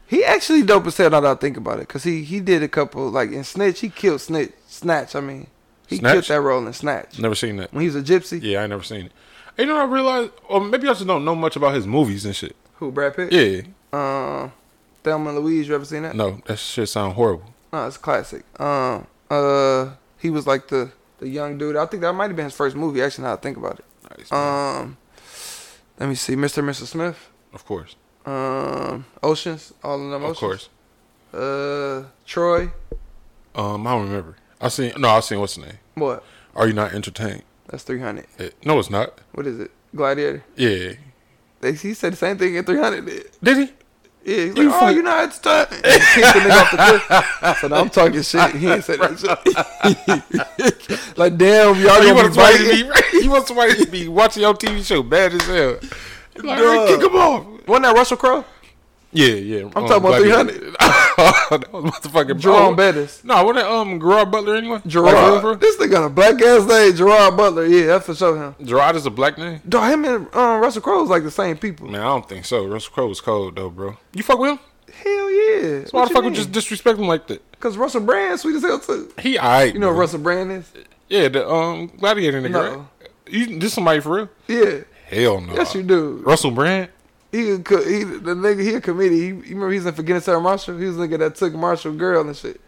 [SPEAKER 2] He actually dope as hell. Now that I think about it, cause he he did a couple like in Snitch. He killed Snitch. Snatch. I mean, he killed
[SPEAKER 3] Snatch?
[SPEAKER 2] that role in Snatch
[SPEAKER 3] never seen that.
[SPEAKER 2] when he was a gypsy.
[SPEAKER 3] Yeah, I ain't never seen it. You know, what I realized, or maybe I just don't know much about his movies and shit.
[SPEAKER 2] Who Brad Pitt?
[SPEAKER 3] Yeah.
[SPEAKER 2] Um, Thelma and Louise. You ever seen that?
[SPEAKER 3] No, that shit sound horrible.
[SPEAKER 2] No, it's classic. Um, uh, he was like the the young dude. I think that might have Uh, been his first movie. Actually, now that I think about it.
[SPEAKER 3] Nice, man.
[SPEAKER 2] Um, let me see, Mr. and Mrs. Smith.
[SPEAKER 3] Of course.
[SPEAKER 2] Um, Oceans, all of them. Oceans.
[SPEAKER 3] Of course.
[SPEAKER 2] Uh, Troy.
[SPEAKER 3] Um, I don't remember. I seen no, I seen what's the name?
[SPEAKER 2] What?
[SPEAKER 3] Are you not entertained?
[SPEAKER 2] That's three hundred.
[SPEAKER 3] Eh, no, it's not.
[SPEAKER 2] What is it? Gladiator.
[SPEAKER 3] Yeah.
[SPEAKER 2] They, he said the same thing at three hundred.
[SPEAKER 3] Did he?
[SPEAKER 2] Yeah, he's
[SPEAKER 3] You
[SPEAKER 2] like, oh,
[SPEAKER 3] fuck-
[SPEAKER 2] you know how it's done. Kicked the nigga off the cliff. So now I'm talking shit. He ain't said that shit. like, damn, y'all
[SPEAKER 3] Oh, you
[SPEAKER 2] gonna
[SPEAKER 3] want
[SPEAKER 2] be
[SPEAKER 3] somebody to
[SPEAKER 2] biting.
[SPEAKER 3] be you want somebody to be watching your TV show bad as hell. Like,
[SPEAKER 2] Duh.
[SPEAKER 3] kick him off.
[SPEAKER 2] Wasn't that Russell Crowe?
[SPEAKER 3] Yeah, yeah. Um,
[SPEAKER 2] I'm talking about 300.
[SPEAKER 3] that was motherfucking
[SPEAKER 2] Jerome Bettis.
[SPEAKER 3] No, wasn't that um Gerard Butler anyway?
[SPEAKER 2] Gerard.
[SPEAKER 3] Like,
[SPEAKER 2] this nigga got a black ass name, Gerard Butler. Yeah, that's for sure him.
[SPEAKER 3] Gerard is a black name.
[SPEAKER 2] Dog, him and um, Russell Crowe is like the same people.
[SPEAKER 3] Man, I don't think so. Russell Crowe was cold though, bro. You fuck with him?
[SPEAKER 2] Hell yeah.
[SPEAKER 3] Why the fuck would just disrespect him like that?
[SPEAKER 2] Because Russell Brand sweet as hell, too.
[SPEAKER 3] He alright.
[SPEAKER 2] You know
[SPEAKER 3] bro.
[SPEAKER 2] what Russell Brand is?
[SPEAKER 3] Yeah, the um gladiator nigga.
[SPEAKER 2] No.
[SPEAKER 3] Right? You this somebody for real?
[SPEAKER 2] Yeah.
[SPEAKER 3] Hell no.
[SPEAKER 2] Yes, you do.
[SPEAKER 3] Russell Brand.
[SPEAKER 2] He, a co- he the nigga, he a comedian. He, you remember he's in Forgetting Sarah Marshall? He was the nigga that took Marshall girl and shit.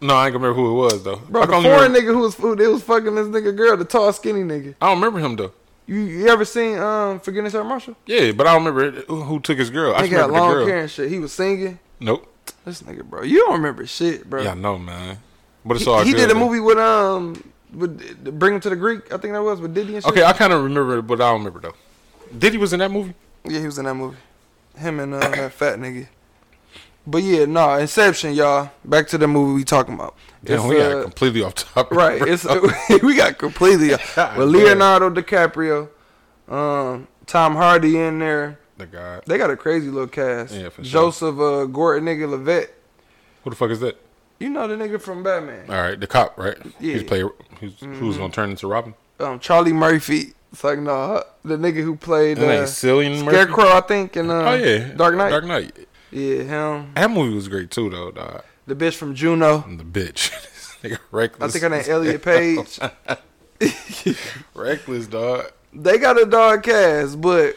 [SPEAKER 3] No, I ain't gonna remember who it was though.
[SPEAKER 2] Bro,
[SPEAKER 3] I,
[SPEAKER 2] the
[SPEAKER 3] can only
[SPEAKER 2] foreign
[SPEAKER 3] remember-
[SPEAKER 2] nigga who was who, they was fucking this nigga girl, the tall skinny nigga.
[SPEAKER 3] I don't remember him though.
[SPEAKER 2] You, you ever seen um Forgetting Sarah Marshall?
[SPEAKER 3] Yeah, but I don't remember who who took his girl. I
[SPEAKER 2] Nigga
[SPEAKER 3] just
[SPEAKER 2] had
[SPEAKER 3] remember the
[SPEAKER 2] long
[SPEAKER 3] girl.
[SPEAKER 2] hair and shit. He was singing.
[SPEAKER 3] Nope.
[SPEAKER 2] This nigga, bro, you don't remember shit, bro.
[SPEAKER 3] Yeah, I know, man. But it's all
[SPEAKER 2] he, he
[SPEAKER 3] good,
[SPEAKER 2] did a
[SPEAKER 3] though.
[SPEAKER 2] movie with um with Bring Him to the Greek, I think that was with Diddy and shit.
[SPEAKER 3] Okay, I kind of remember, but I don't remember though. Diddy was in that movie.
[SPEAKER 2] Yeah, he was in that movie. Him and uh, that fat nigga. But yeah, nah, Inception, y'all. Back to the movie we talking about.
[SPEAKER 3] Damn,
[SPEAKER 2] It's,
[SPEAKER 3] we got
[SPEAKER 2] uh,
[SPEAKER 3] completely off topic. Oh,
[SPEAKER 2] Right.
[SPEAKER 3] bro.
[SPEAKER 2] It's uh, we got completely uh,
[SPEAKER 3] God
[SPEAKER 2] with Leonardo DiCaprio, um, Tom Hardy in there.
[SPEAKER 3] the guy.
[SPEAKER 2] They got a crazy little cast.
[SPEAKER 3] Yeah, for sure.
[SPEAKER 2] Joseph uh, Gordon nigga Levette.
[SPEAKER 3] Who the fuck is that?
[SPEAKER 2] You know the nigga from Batman.
[SPEAKER 3] All right, the cop, right?
[SPEAKER 2] Yeah. Mm-hmm.
[SPEAKER 3] He's play. Who's, who's gonna turn into Robin?
[SPEAKER 2] Um, Charlie Murphy. It's like nah, the nigga who played
[SPEAKER 3] That
[SPEAKER 2] uh,
[SPEAKER 3] ain't Cillian Murphy.
[SPEAKER 2] Scarecrow, I think, and uh,
[SPEAKER 3] Oh yeah,
[SPEAKER 2] Dark Knight.
[SPEAKER 3] Dark Knight.
[SPEAKER 2] Yeah, him.
[SPEAKER 3] That movie was great too, though. Dog.
[SPEAKER 2] The bitch from Juno.
[SPEAKER 3] I'm the bitch. This nigga
[SPEAKER 2] I
[SPEAKER 3] reckless.
[SPEAKER 2] think her name Elliot Page.
[SPEAKER 3] reckless dog.
[SPEAKER 2] they got a dog cast, but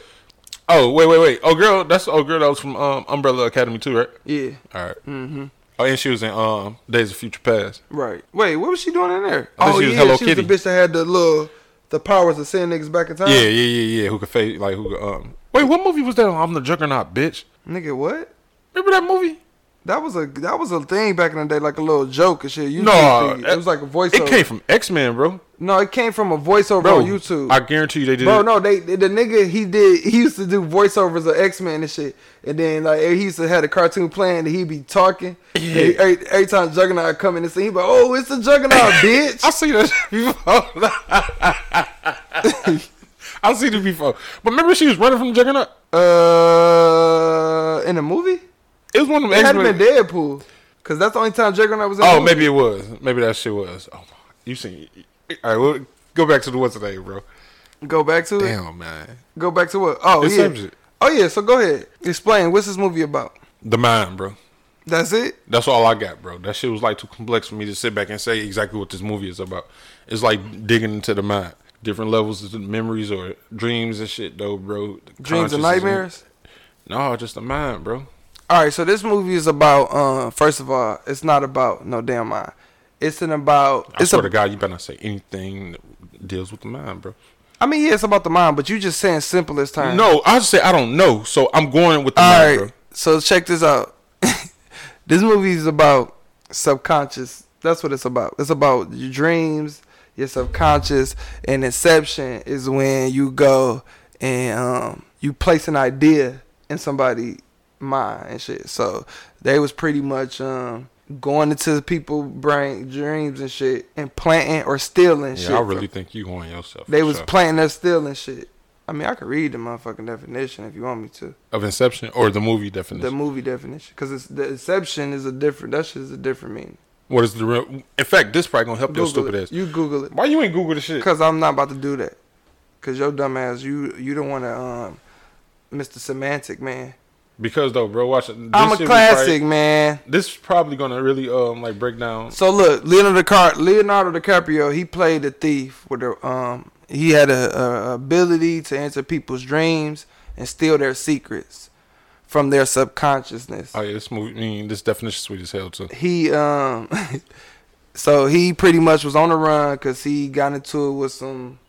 [SPEAKER 3] Oh wait, wait, wait. Oh girl, that's oh girl that was from um, Umbrella Academy too, right?
[SPEAKER 2] yeah,
[SPEAKER 3] All right. Mm-hmm. Oh, and she was in um Days of Future Past.
[SPEAKER 2] right. Wait, what was she doing in there? Oh,
[SPEAKER 3] I think she was
[SPEAKER 2] yeah,
[SPEAKER 3] Hello
[SPEAKER 2] she
[SPEAKER 3] Kitty.
[SPEAKER 2] was the bitch that had the little the powers to send niggas back in time.
[SPEAKER 3] Yeah, yeah, yeah, yeah. Who could face like who? Could, um. Wait, what movie was that? I'm the Juggernaut, bitch.
[SPEAKER 2] Nigga, what?
[SPEAKER 3] Remember that movie?
[SPEAKER 2] That was a that was a thing back in the day, like a little joke and shit. YouTube
[SPEAKER 3] No,
[SPEAKER 2] thing. it was like a voiceover.
[SPEAKER 3] It came from X Men, bro.
[SPEAKER 2] no, it came from a voiceover
[SPEAKER 3] Bro,
[SPEAKER 2] on YouTube.
[SPEAKER 3] I guarantee you they did.
[SPEAKER 2] Bro,
[SPEAKER 3] it.
[SPEAKER 2] no, they the nigga he did he used to do voiceovers of X Men and shit, and then like he used to have a cartoon playing, and he'd be talking.
[SPEAKER 3] Yeah.
[SPEAKER 2] And Every, every time Juggernaut come in and scene, he'd be like, "Oh, it's the Juggernaut, bitch."
[SPEAKER 3] I seen that shit before. I seen it before. But remember, she was running from the Juggernaut.
[SPEAKER 2] Uh, in a movie,
[SPEAKER 3] It was one of them
[SPEAKER 2] it
[SPEAKER 3] X
[SPEAKER 2] had been
[SPEAKER 3] Men.
[SPEAKER 2] Deadpool, cause that's the only time Juggernaut was in. a
[SPEAKER 3] Oh,
[SPEAKER 2] movie.
[SPEAKER 3] maybe it was. Maybe that shit was. Oh, my. you seen? All right, we'll go back to the what's today, bro.
[SPEAKER 2] Go back to it.
[SPEAKER 3] Damn, man.
[SPEAKER 2] Go back to what? Oh
[SPEAKER 3] It's
[SPEAKER 2] yeah.
[SPEAKER 3] subject.
[SPEAKER 2] Oh yeah. So go ahead. Explain. What's this movie about?
[SPEAKER 3] The mind, bro.
[SPEAKER 2] That's it.
[SPEAKER 3] That's all I got, bro. That shit was like too complex for me to sit back and say exactly what this movie is about. It's like digging into the mind, different levels of memories or dreams and shit, though, bro. The
[SPEAKER 2] Dreams and
[SPEAKER 3] consciousness
[SPEAKER 2] nightmares.
[SPEAKER 3] No, just the mind, bro.
[SPEAKER 2] All right. So this movie is about. Uh, first of all, it's not about no damn mind. It's an about.
[SPEAKER 3] I
[SPEAKER 2] it's
[SPEAKER 3] swear
[SPEAKER 2] a,
[SPEAKER 3] to God, you better not say anything that deals with the mind, bro.
[SPEAKER 2] I mean, yeah, it's about the mind, but you just saying simplest time.
[SPEAKER 3] No, I just say I don't know, so I'm going with the
[SPEAKER 2] All
[SPEAKER 3] mind,
[SPEAKER 2] right. So check this out. this movie is about subconscious. That's what it's about. It's about your dreams, your subconscious, and inception is when you go and um, you place an idea in somebody's mind and shit. So they was pretty much um, going into the people' brain dreams and shit and planting or stealing
[SPEAKER 3] bro.
[SPEAKER 2] shit.
[SPEAKER 3] Yeah, I
[SPEAKER 2] from-
[SPEAKER 3] really think you on yourself.
[SPEAKER 2] they
[SPEAKER 3] for
[SPEAKER 2] was
[SPEAKER 3] sure.
[SPEAKER 2] planting us stealing shit. I mean, I could read the motherfucking definition if you want me to
[SPEAKER 3] of Inception or the movie
[SPEAKER 2] the
[SPEAKER 3] definition.
[SPEAKER 2] movie definition because it's the inception is a different that shit is a different meaning.
[SPEAKER 3] what is the real? In fact, this probably gonna help your
[SPEAKER 2] Google
[SPEAKER 3] stupid
[SPEAKER 2] it.
[SPEAKER 3] ass.
[SPEAKER 2] You Google it
[SPEAKER 3] Why you ain't Google the shit?
[SPEAKER 2] because I'm not about to do that because your dumb ass you you don't want to um Mr. Semantic man.
[SPEAKER 3] Because though, bro, watch it. This
[SPEAKER 2] I'm
[SPEAKER 3] shit
[SPEAKER 2] a
[SPEAKER 3] was
[SPEAKER 2] classic
[SPEAKER 3] probably-
[SPEAKER 2] man.
[SPEAKER 3] this is probably gonna really um like break down.
[SPEAKER 2] So look, Leonardo DiCaprio, Leonardo DiCaprio, he played the thief with a um, he had a, a ability to answer people's dreams and steal their secrets from their subconsciousness.
[SPEAKER 3] Oh yeah, this movie. I mean, this definition sweet as hell too.
[SPEAKER 2] he um so he pretty much was on the run because he got into it with some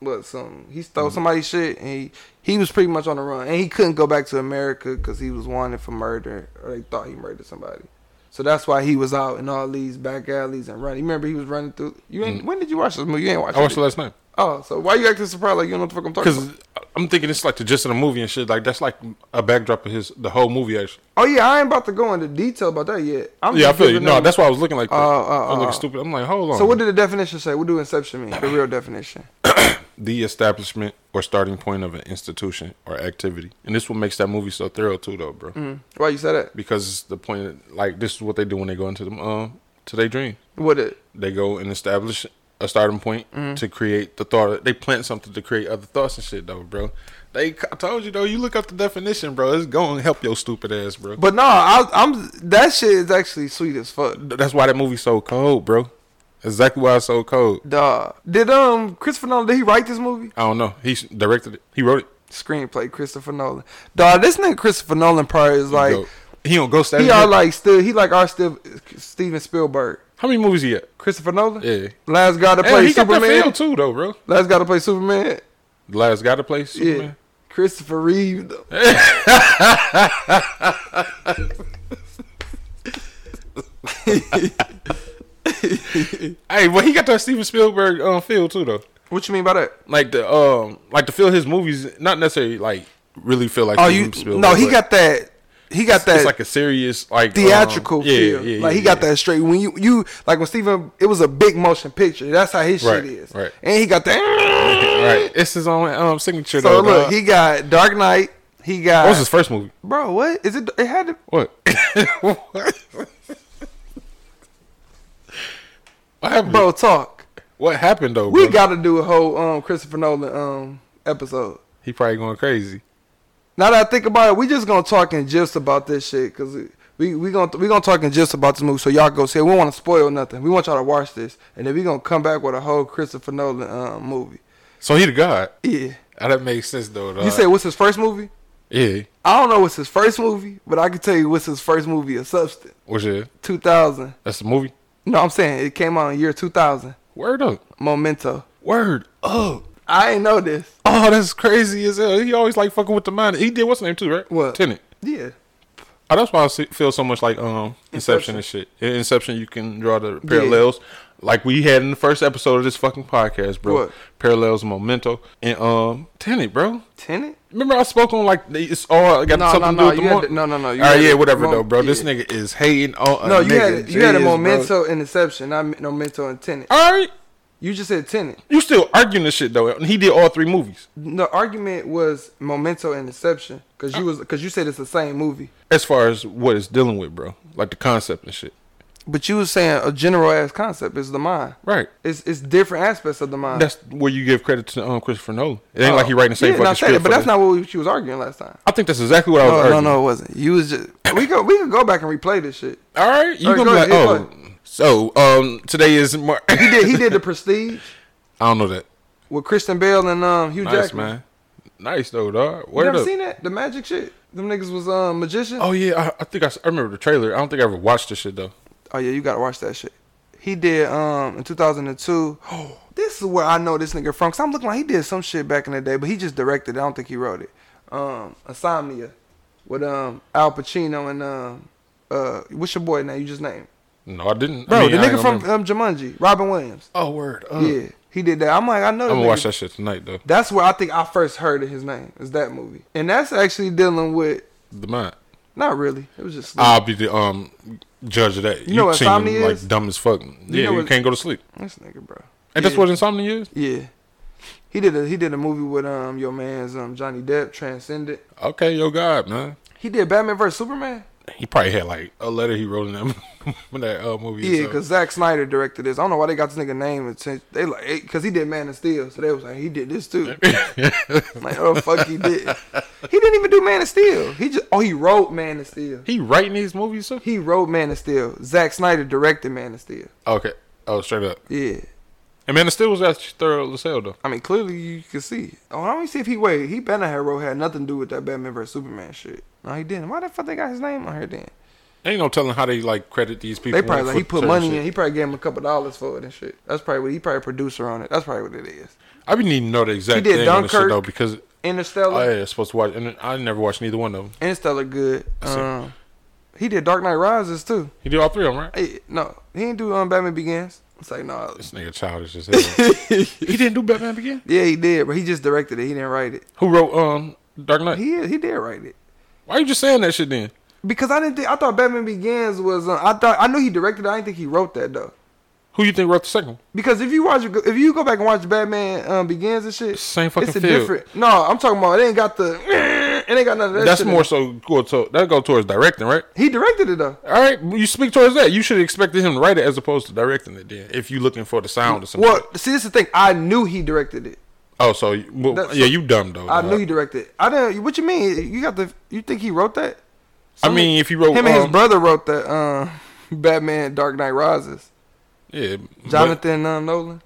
[SPEAKER 2] what something. He stole
[SPEAKER 3] Mm-hmm.
[SPEAKER 2] somebody's shit, and he he was pretty much on the run, and he couldn't go back to America because he was wanted for murder, or they thought he murdered somebody. So that's why he was out in all these back alleys and running. You remember he was running through. You ain't. When did you watch this movie? You ain't watched.
[SPEAKER 3] Mm. I watched
[SPEAKER 2] it.
[SPEAKER 3] it last night
[SPEAKER 2] Oh, so why you acting surprised like you don't know what the fuck I'm talking about?
[SPEAKER 3] because I'm thinking it's like the gist of the movie and shit. Like that's like a backdrop of his the whole movie actually.
[SPEAKER 2] Oh yeah, I ain't about to go into detail about that yet. I'm
[SPEAKER 3] yeah, I
[SPEAKER 2] just
[SPEAKER 3] feel you.
[SPEAKER 2] giving
[SPEAKER 3] No,
[SPEAKER 2] them-
[SPEAKER 3] that's why I was looking like that.
[SPEAKER 2] Oh, oh,
[SPEAKER 3] I'm
[SPEAKER 2] oh.
[SPEAKER 3] looking stupid. I'm like, hold on.
[SPEAKER 2] So what did the definition say? What do inception mean? The real definition.
[SPEAKER 3] the establishment or starting point of an institution or activity, and this what makes that movie so thorough too, though, bro.
[SPEAKER 2] Why you said that?
[SPEAKER 3] Because it's the point, like this is what they do when they go into the um to their dream.
[SPEAKER 2] What it?
[SPEAKER 3] They go and establish a starting point
[SPEAKER 2] Mm-hmm.
[SPEAKER 3] to create the thought. They plant something to create other thoughts and shit, though, bro. They I told you though. You look up the definition, bro. It's going to help your stupid ass, bro.
[SPEAKER 2] But no, I, I'm. That shit is actually sweet as fuck.
[SPEAKER 3] Th- That's why that movie's so cold, bro. Exactly why it's so cold.
[SPEAKER 2] Duh. Did um Christopher Nolan? Did he write this movie?
[SPEAKER 3] I don't know. He s- directed it. He wrote it.
[SPEAKER 2] Screenplay Christopher Nolan. Duh. This nigga Christopher Nolan probably is like
[SPEAKER 3] Dope. he don't go
[SPEAKER 2] he
[SPEAKER 3] status.
[SPEAKER 2] are like still he like our still Steven Spielberg.
[SPEAKER 3] How many movies he at?
[SPEAKER 2] Christopher Nolan.
[SPEAKER 3] Yeah.
[SPEAKER 2] Last guy to
[SPEAKER 3] Hey,
[SPEAKER 2] play
[SPEAKER 3] he got that
[SPEAKER 2] Superman.
[SPEAKER 3] field too, though, bro.
[SPEAKER 2] Last guy to play Superman.
[SPEAKER 3] The last guy to play
[SPEAKER 2] Yeah.
[SPEAKER 3] Superman.
[SPEAKER 2] Christopher Reeve. though.
[SPEAKER 3] Hey, well, he got that Steven Spielberg um, feel too, though.
[SPEAKER 2] What you mean by that?
[SPEAKER 3] Like the um, like to feel his movies, not necessarily like really feel like.
[SPEAKER 2] Oh,
[SPEAKER 3] Steven
[SPEAKER 2] you
[SPEAKER 3] Spielberg,
[SPEAKER 2] no, he
[SPEAKER 3] but
[SPEAKER 2] got that. He got that
[SPEAKER 3] It's like a serious, like
[SPEAKER 2] theatrical
[SPEAKER 3] um,
[SPEAKER 2] feel. like he got that straight. When you you like when Steven, it was a big motion picture. That's how his
[SPEAKER 3] Right,
[SPEAKER 2] shit is.
[SPEAKER 3] right.
[SPEAKER 2] And he got that.
[SPEAKER 3] Right, it's his own um signature.
[SPEAKER 2] so
[SPEAKER 3] though,
[SPEAKER 2] look,
[SPEAKER 3] dog.
[SPEAKER 2] he got Dark Knight. He got
[SPEAKER 3] What was his first movie?
[SPEAKER 2] bro. What is it? It had to.
[SPEAKER 3] What? what happened?
[SPEAKER 2] Bro, talk.
[SPEAKER 3] What happened though?
[SPEAKER 2] We
[SPEAKER 3] bro?
[SPEAKER 2] got to do a whole um Christopher Nolan um episode.
[SPEAKER 3] He probably going crazy.
[SPEAKER 2] Now that I think about it, we just gonna talk in gifs about this shit because we we gonna we gonna talk in gifs about this movie. So y'all go see. it. We don't want to spoil nothing. We want y'all to watch this, and then we gonna come back with a whole Christopher Nolan um, movie.
[SPEAKER 3] So he the god.
[SPEAKER 2] Yeah.
[SPEAKER 3] Ah, That makes sense though. dog.
[SPEAKER 2] You say what's his first movie?
[SPEAKER 3] yeah.
[SPEAKER 2] I don't know what's his first movie, but I can tell you what's his first movie of substance.
[SPEAKER 3] What's it?
[SPEAKER 2] 2000.
[SPEAKER 3] That's the movie.
[SPEAKER 2] No, I'm saying it came out in year 2000.
[SPEAKER 3] Word up.
[SPEAKER 2] Memento.
[SPEAKER 3] Word
[SPEAKER 2] Oh.
[SPEAKER 3] up.
[SPEAKER 2] I ain't know this.
[SPEAKER 3] Oh, that's crazy as hell. He always like fucking with the mind. He did what's the name too, right?
[SPEAKER 2] What?
[SPEAKER 3] Tenant.
[SPEAKER 2] Yeah.
[SPEAKER 3] Oh, that's why I see- feel so much like um
[SPEAKER 2] Inception.
[SPEAKER 3] Inception, and shit. In Inception, you can draw the parallels, like we had in the first episode of this fucking podcast, bro.
[SPEAKER 2] What?
[SPEAKER 3] Parallels, Memento, and um Tenet, bro.
[SPEAKER 2] Tenant?
[SPEAKER 3] Remember I spoke on like the- it's all got
[SPEAKER 2] No,
[SPEAKER 3] something
[SPEAKER 2] no,
[SPEAKER 3] to
[SPEAKER 2] no, you
[SPEAKER 3] do with the
[SPEAKER 2] had
[SPEAKER 3] mon-
[SPEAKER 2] to- no, no, no,
[SPEAKER 3] All
[SPEAKER 2] you
[SPEAKER 3] right,
[SPEAKER 2] had
[SPEAKER 3] yeah,
[SPEAKER 2] to-
[SPEAKER 3] whatever
[SPEAKER 2] mon-
[SPEAKER 3] though, bro. This
[SPEAKER 2] yeah.
[SPEAKER 3] nigga is hating on. A
[SPEAKER 2] No, you
[SPEAKER 3] nigga
[SPEAKER 2] had you had a
[SPEAKER 3] jizz, bro.
[SPEAKER 2] Memento and Inception, not Memento and Tenant.
[SPEAKER 3] All right,
[SPEAKER 2] You just said Tenant.
[SPEAKER 3] you still arguing this shit though. And he did all three movies.
[SPEAKER 2] The argument was Memento and Inception because you was because you said it's the same movie,
[SPEAKER 3] as far as what it's dealing with, bro. Like the concept and shit.
[SPEAKER 2] but you was saying a general ass concept is the mind.
[SPEAKER 3] Right.
[SPEAKER 2] It's it's different aspects of the mind.
[SPEAKER 3] That's where you give credit to um, Christopher Nolan. It ain't like he writing the same
[SPEAKER 2] Oh. Yeah,
[SPEAKER 3] fucking
[SPEAKER 2] not
[SPEAKER 3] script.
[SPEAKER 2] that,
[SPEAKER 3] for
[SPEAKER 2] but that's
[SPEAKER 3] the- Oh,
[SPEAKER 2] not what we, she was arguing last time.
[SPEAKER 3] I think that's exactly what I was
[SPEAKER 2] No, no,
[SPEAKER 3] arguing.
[SPEAKER 2] no, it wasn't. You was just we go we could go back and replay this shit.
[SPEAKER 3] All right, you
[SPEAKER 2] All right, go
[SPEAKER 3] gonna be like,
[SPEAKER 2] ahead,
[SPEAKER 3] oh, so um, today is Mar- I
[SPEAKER 2] He did he did the Prestige
[SPEAKER 3] don't know that.
[SPEAKER 2] with Kristen Bell and um Hugh
[SPEAKER 3] Nice
[SPEAKER 2] Jackman.
[SPEAKER 3] man, nice though, dog.
[SPEAKER 2] You
[SPEAKER 3] Word
[SPEAKER 2] never
[SPEAKER 3] up.
[SPEAKER 2] seen that the magic shit? Them niggas was um magician.
[SPEAKER 3] Oh yeah, I, I think I, s- I remember the trailer. I don't think I ever watched this shit though.
[SPEAKER 2] Oh yeah, you gotta watch that shit. He did um in 2002. Oh, this is where I know this nigga from. Cause I'm looking like he did some shit back in the day, but he just directed. it. I don't think he wrote it. Um, Insomnia with um Al Pacino and um uh what's your boy now? You just named
[SPEAKER 3] No, I didn't.
[SPEAKER 2] bro
[SPEAKER 3] I mean,
[SPEAKER 2] the
[SPEAKER 3] I ain't
[SPEAKER 2] nigga
[SPEAKER 3] gonna
[SPEAKER 2] from
[SPEAKER 3] remember.
[SPEAKER 2] um, Jumanji, Robin Williams.
[SPEAKER 3] Oh word. Up.
[SPEAKER 2] Yeah, he did that. I'm like I know. this
[SPEAKER 3] I'm gonna
[SPEAKER 2] nigga.
[SPEAKER 3] watch that shit tonight though.
[SPEAKER 2] That's where I think I first heard of his name is that movie, and that's actually dealing with
[SPEAKER 3] The mind.
[SPEAKER 2] not really. It was just
[SPEAKER 3] I'll be the um judge of that. You,
[SPEAKER 2] know what
[SPEAKER 3] seem
[SPEAKER 2] insomnia
[SPEAKER 3] like
[SPEAKER 2] is?
[SPEAKER 3] dumb as fuck. yeah,
[SPEAKER 2] know
[SPEAKER 3] you
[SPEAKER 2] what-
[SPEAKER 3] can't go to sleep.
[SPEAKER 2] this nigga, bro.
[SPEAKER 3] And
[SPEAKER 2] Yeah.
[SPEAKER 3] that's what insomnia is.
[SPEAKER 2] Yeah. He did a he did a movie with um your man's um Johnny Depp, Transcendent.
[SPEAKER 3] Okay, yo God, man.
[SPEAKER 2] He did Batman vs Superman.
[SPEAKER 3] He probably had like a letter he wrote in that, in that uh, movie.
[SPEAKER 2] Yeah,
[SPEAKER 3] so.
[SPEAKER 2] because Zack Snyder directed this. I don't know why they got this nigga name. atten- They like because he did Man of Steel, so they was like he did this too. I'm like oh fuck he did. He didn't even do Man of Steel. He just oh he wrote Man of Steel.
[SPEAKER 3] he writing these movies. So?
[SPEAKER 2] He wrote Man of Steel. Zack Snyder directed Man of Steel.
[SPEAKER 3] Okay. Oh, straight up.
[SPEAKER 2] Yeah.
[SPEAKER 3] And man, it still was actually thorough as hell though.
[SPEAKER 2] I mean, clearly you can see. Oh, let me see if he wait. He better have wrote had nothing to do with that Batman vs Superman shit. No, he didn't. Why the fuck they got his name on here then?
[SPEAKER 3] Ain't no telling how they like credit these people.
[SPEAKER 2] They probably like he
[SPEAKER 3] for
[SPEAKER 2] put
[SPEAKER 3] certain
[SPEAKER 2] money
[SPEAKER 3] shit.
[SPEAKER 2] in. He probably gave him a couple dollars for it and shit. That's probably what he probably a producer on it. That's probably what it is.
[SPEAKER 3] I be needing to know the exact
[SPEAKER 2] did
[SPEAKER 3] thing on this shit
[SPEAKER 2] Dunkirk.
[SPEAKER 3] though because
[SPEAKER 2] Interstellar.
[SPEAKER 3] I was supposed to watch and I never watched neither one of them.
[SPEAKER 2] Interstellar good.
[SPEAKER 3] That's it.
[SPEAKER 2] Um, he did Dark Knight Rises too.
[SPEAKER 3] He did all three of them, right?
[SPEAKER 2] Hey, no, he didn't do um, Batman Begins. It's like no.
[SPEAKER 3] This nigga childish as hell. he didn't do Batman Begin.
[SPEAKER 2] Yeah, he did, but he just directed it. He didn't write it.
[SPEAKER 3] Who wrote um Dark Knight?
[SPEAKER 2] He he did write it
[SPEAKER 3] Why you just saying that shit then?
[SPEAKER 2] because I didn't think I thought Batman Begins was. Um, I thought I knew he directed. it. I didn't think he wrote that though.
[SPEAKER 3] Who you think wrote the second one?
[SPEAKER 2] Because if you watch, if you go back and watch Batman um, Begins and shit,
[SPEAKER 3] Same fucking
[SPEAKER 2] it's a
[SPEAKER 3] feel.
[SPEAKER 2] different. No, I'm talking about it ain't got the. It ain't got none of that.
[SPEAKER 3] That's
[SPEAKER 2] shit
[SPEAKER 3] more
[SPEAKER 2] in it.
[SPEAKER 3] so go to that go towards directing, right?
[SPEAKER 2] He directed it though.
[SPEAKER 3] All right, you speak towards that. You should have expected him to write it as opposed to directing it. Then, if you're looking for the sound or something.
[SPEAKER 2] Well, see, this is the thing. I knew he directed it.
[SPEAKER 3] Oh, so you- well,
[SPEAKER 2] That's-
[SPEAKER 3] yeah, you dumb though.
[SPEAKER 2] I
[SPEAKER 3] dog.
[SPEAKER 2] knew he directed. it. I didn't. What you mean? You got the? You think he wrote that?
[SPEAKER 3] I mean, if you wrote
[SPEAKER 2] him and his
[SPEAKER 3] um,
[SPEAKER 2] brother wrote that. Um, Batman Dark Knight Rises.
[SPEAKER 3] yeah, but-
[SPEAKER 2] Jonathan um, Nolan.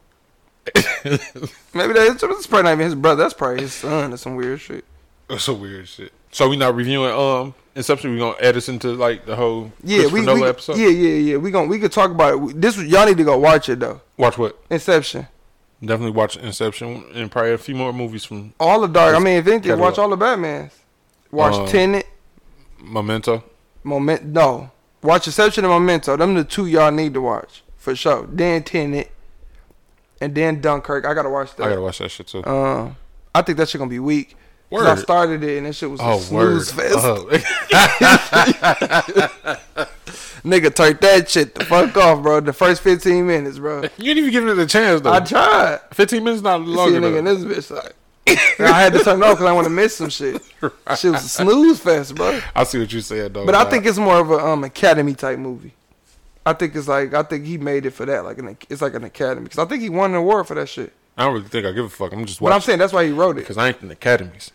[SPEAKER 2] Maybe that's, that's probably not even his brother. That's probably his son or some weird shit.
[SPEAKER 3] That's a weird shit. So we not reviewing um Inception. We gonna add this into like the whole
[SPEAKER 2] Yeah, we,
[SPEAKER 3] Nolan
[SPEAKER 2] we
[SPEAKER 3] episode.
[SPEAKER 2] yeah, yeah, yeah. We gon' we could talk about it. We- This was- y'all need to go watch it though.
[SPEAKER 3] Watch what?
[SPEAKER 2] Inception.
[SPEAKER 3] Definitely watch Inception and probably a few more movies from
[SPEAKER 2] All the dark. I mean, if anything,
[SPEAKER 3] catalog.
[SPEAKER 2] watch all the Batman's. Watch
[SPEAKER 3] Um,
[SPEAKER 2] Tenet,
[SPEAKER 3] Memento.
[SPEAKER 2] Moment. No, watch Inception and Memento. Them the two y'all need to watch for sure. Then Tenet, and then Dunkirk. I gotta watch that.
[SPEAKER 3] I gotta watch that shit too.
[SPEAKER 2] um, I think that shit gonna be weak. 'Cause I
[SPEAKER 3] Word.
[SPEAKER 2] started it and that shit was a
[SPEAKER 3] oh word!
[SPEAKER 2] snooze fest.
[SPEAKER 3] Oh.
[SPEAKER 2] Nigga, turn that shit the fuck off, bro. The first fifteen minutes, bro.
[SPEAKER 3] you didn't even give it a chance though.
[SPEAKER 2] I tried.
[SPEAKER 3] Fifteen minutes not long
[SPEAKER 2] See a nigga in
[SPEAKER 3] enough.
[SPEAKER 2] this bitch like. And I had to turn it off because I want to miss some shit. Shit was a snooze fest, bro.
[SPEAKER 3] I see what you said though.
[SPEAKER 2] But I
[SPEAKER 3] dog.
[SPEAKER 2] think it's more of a um academy type movie. I think it's like I think he made it for that. Like an it's like an academy because I think he won an award for that shit.
[SPEAKER 3] I don't really think I give a fuck. I'm just
[SPEAKER 2] But I'm
[SPEAKER 3] watching
[SPEAKER 2] saying that's why he wrote it.
[SPEAKER 3] because I ain't in the academies.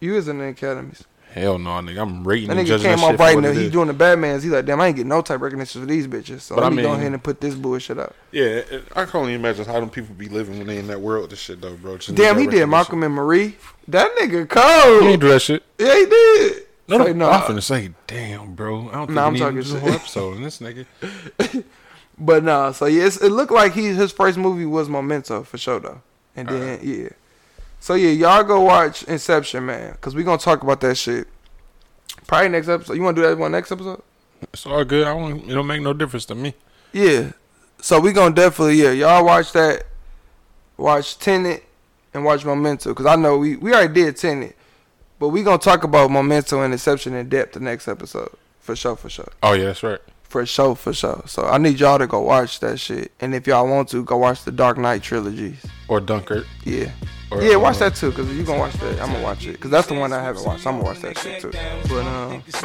[SPEAKER 2] You is in the academies.
[SPEAKER 3] Hell no, nigga. I'm rating
[SPEAKER 2] That
[SPEAKER 3] and
[SPEAKER 2] nigga
[SPEAKER 3] judging that
[SPEAKER 2] came
[SPEAKER 3] shit
[SPEAKER 2] off
[SPEAKER 3] for
[SPEAKER 2] right
[SPEAKER 3] what
[SPEAKER 2] now.
[SPEAKER 3] it
[SPEAKER 2] He
[SPEAKER 3] is.
[SPEAKER 2] doing the Batman's. He like, damn, I ain't getting no type recognition for these bitches. So
[SPEAKER 3] But
[SPEAKER 2] let
[SPEAKER 3] I
[SPEAKER 2] me go
[SPEAKER 3] mean-
[SPEAKER 2] ahead and put this bullshit up.
[SPEAKER 3] Yeah, it- I can only imagine how them people be living when they in that world. This shit though, bro. Just
[SPEAKER 2] Damn,
[SPEAKER 3] need
[SPEAKER 2] he
[SPEAKER 3] that
[SPEAKER 2] did
[SPEAKER 3] recognition.
[SPEAKER 2] Malcolm and Marie. That nigga
[SPEAKER 3] He ain't
[SPEAKER 2] cold.
[SPEAKER 3] do that shit.
[SPEAKER 2] Yeah, he did.
[SPEAKER 3] No,
[SPEAKER 2] Like,
[SPEAKER 3] no, I'm finna say, damn, bro. I don't think
[SPEAKER 2] Nah,
[SPEAKER 3] we
[SPEAKER 2] I'm
[SPEAKER 3] need to
[SPEAKER 2] talking
[SPEAKER 3] do the
[SPEAKER 2] shit.
[SPEAKER 3] whole episode on this nigga.
[SPEAKER 2] But nah, so yeah, it's, it looked like he his first movie was Memento for sure though, and then yeah, so yeah, y'all go watch Inception, man, cause we gonna talk about that shit. Probably next episode. You wanna do that one next episode?
[SPEAKER 3] It's all good. I don't. It don't make no difference to me.
[SPEAKER 2] Yeah. So we gonna definitely yeah, y'all watch that, watch Tenet, and watch Memento, cause I know we we already did Tenet, but we gonna talk about Memento and Inception in depth the next episode for sure, for sure.
[SPEAKER 3] Oh yeah, that's right.
[SPEAKER 2] For sure, for sure. So I need y'all to go watch that shit. And if y'all want to, go watch the Dark Knight trilogies.
[SPEAKER 3] Or Dunkirk.
[SPEAKER 2] Yeah.
[SPEAKER 3] Or,
[SPEAKER 2] yeah, watch
[SPEAKER 3] uh,
[SPEAKER 2] that too, cause you gonna watch that. I'm gonna watch it, cause that's the one I haven't watched. I'm gonna watch that shit too. But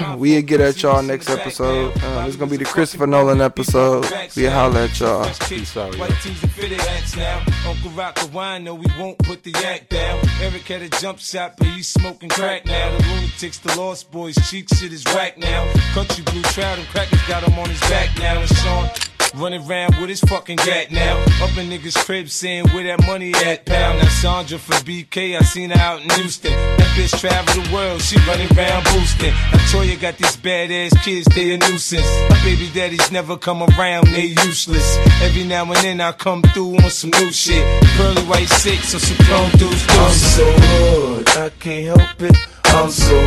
[SPEAKER 2] um, we'll get at y'all next episode. Um, it's gonna be the Christopher Nolan episode. We'll holler at y'all.
[SPEAKER 3] Peace out, yo.
[SPEAKER 4] White tees and fitted hats now. Uncle Rock the wine, no, we won't put the yak down. Eric had a jump shot, but he's smoking crack now. The lunatics, the lost boys, cheek shit is whack now. Country blue trout and crackers got him on his back now. And Sean running around with his fucking gat now. Up in niggas' crib saying where that money at, pal. Now Sandra for BK, I seen her out in Houston. That bitch travel the world, she running around boosting. Now Toya got these badass kids, they a nuisance. My baby daddies never come around, they useless. Every now and then I come through on some new shit. Pearly white six or some chrome dudes,
[SPEAKER 5] I'm
[SPEAKER 4] deuces.
[SPEAKER 5] so hood, I can't help it. I'm so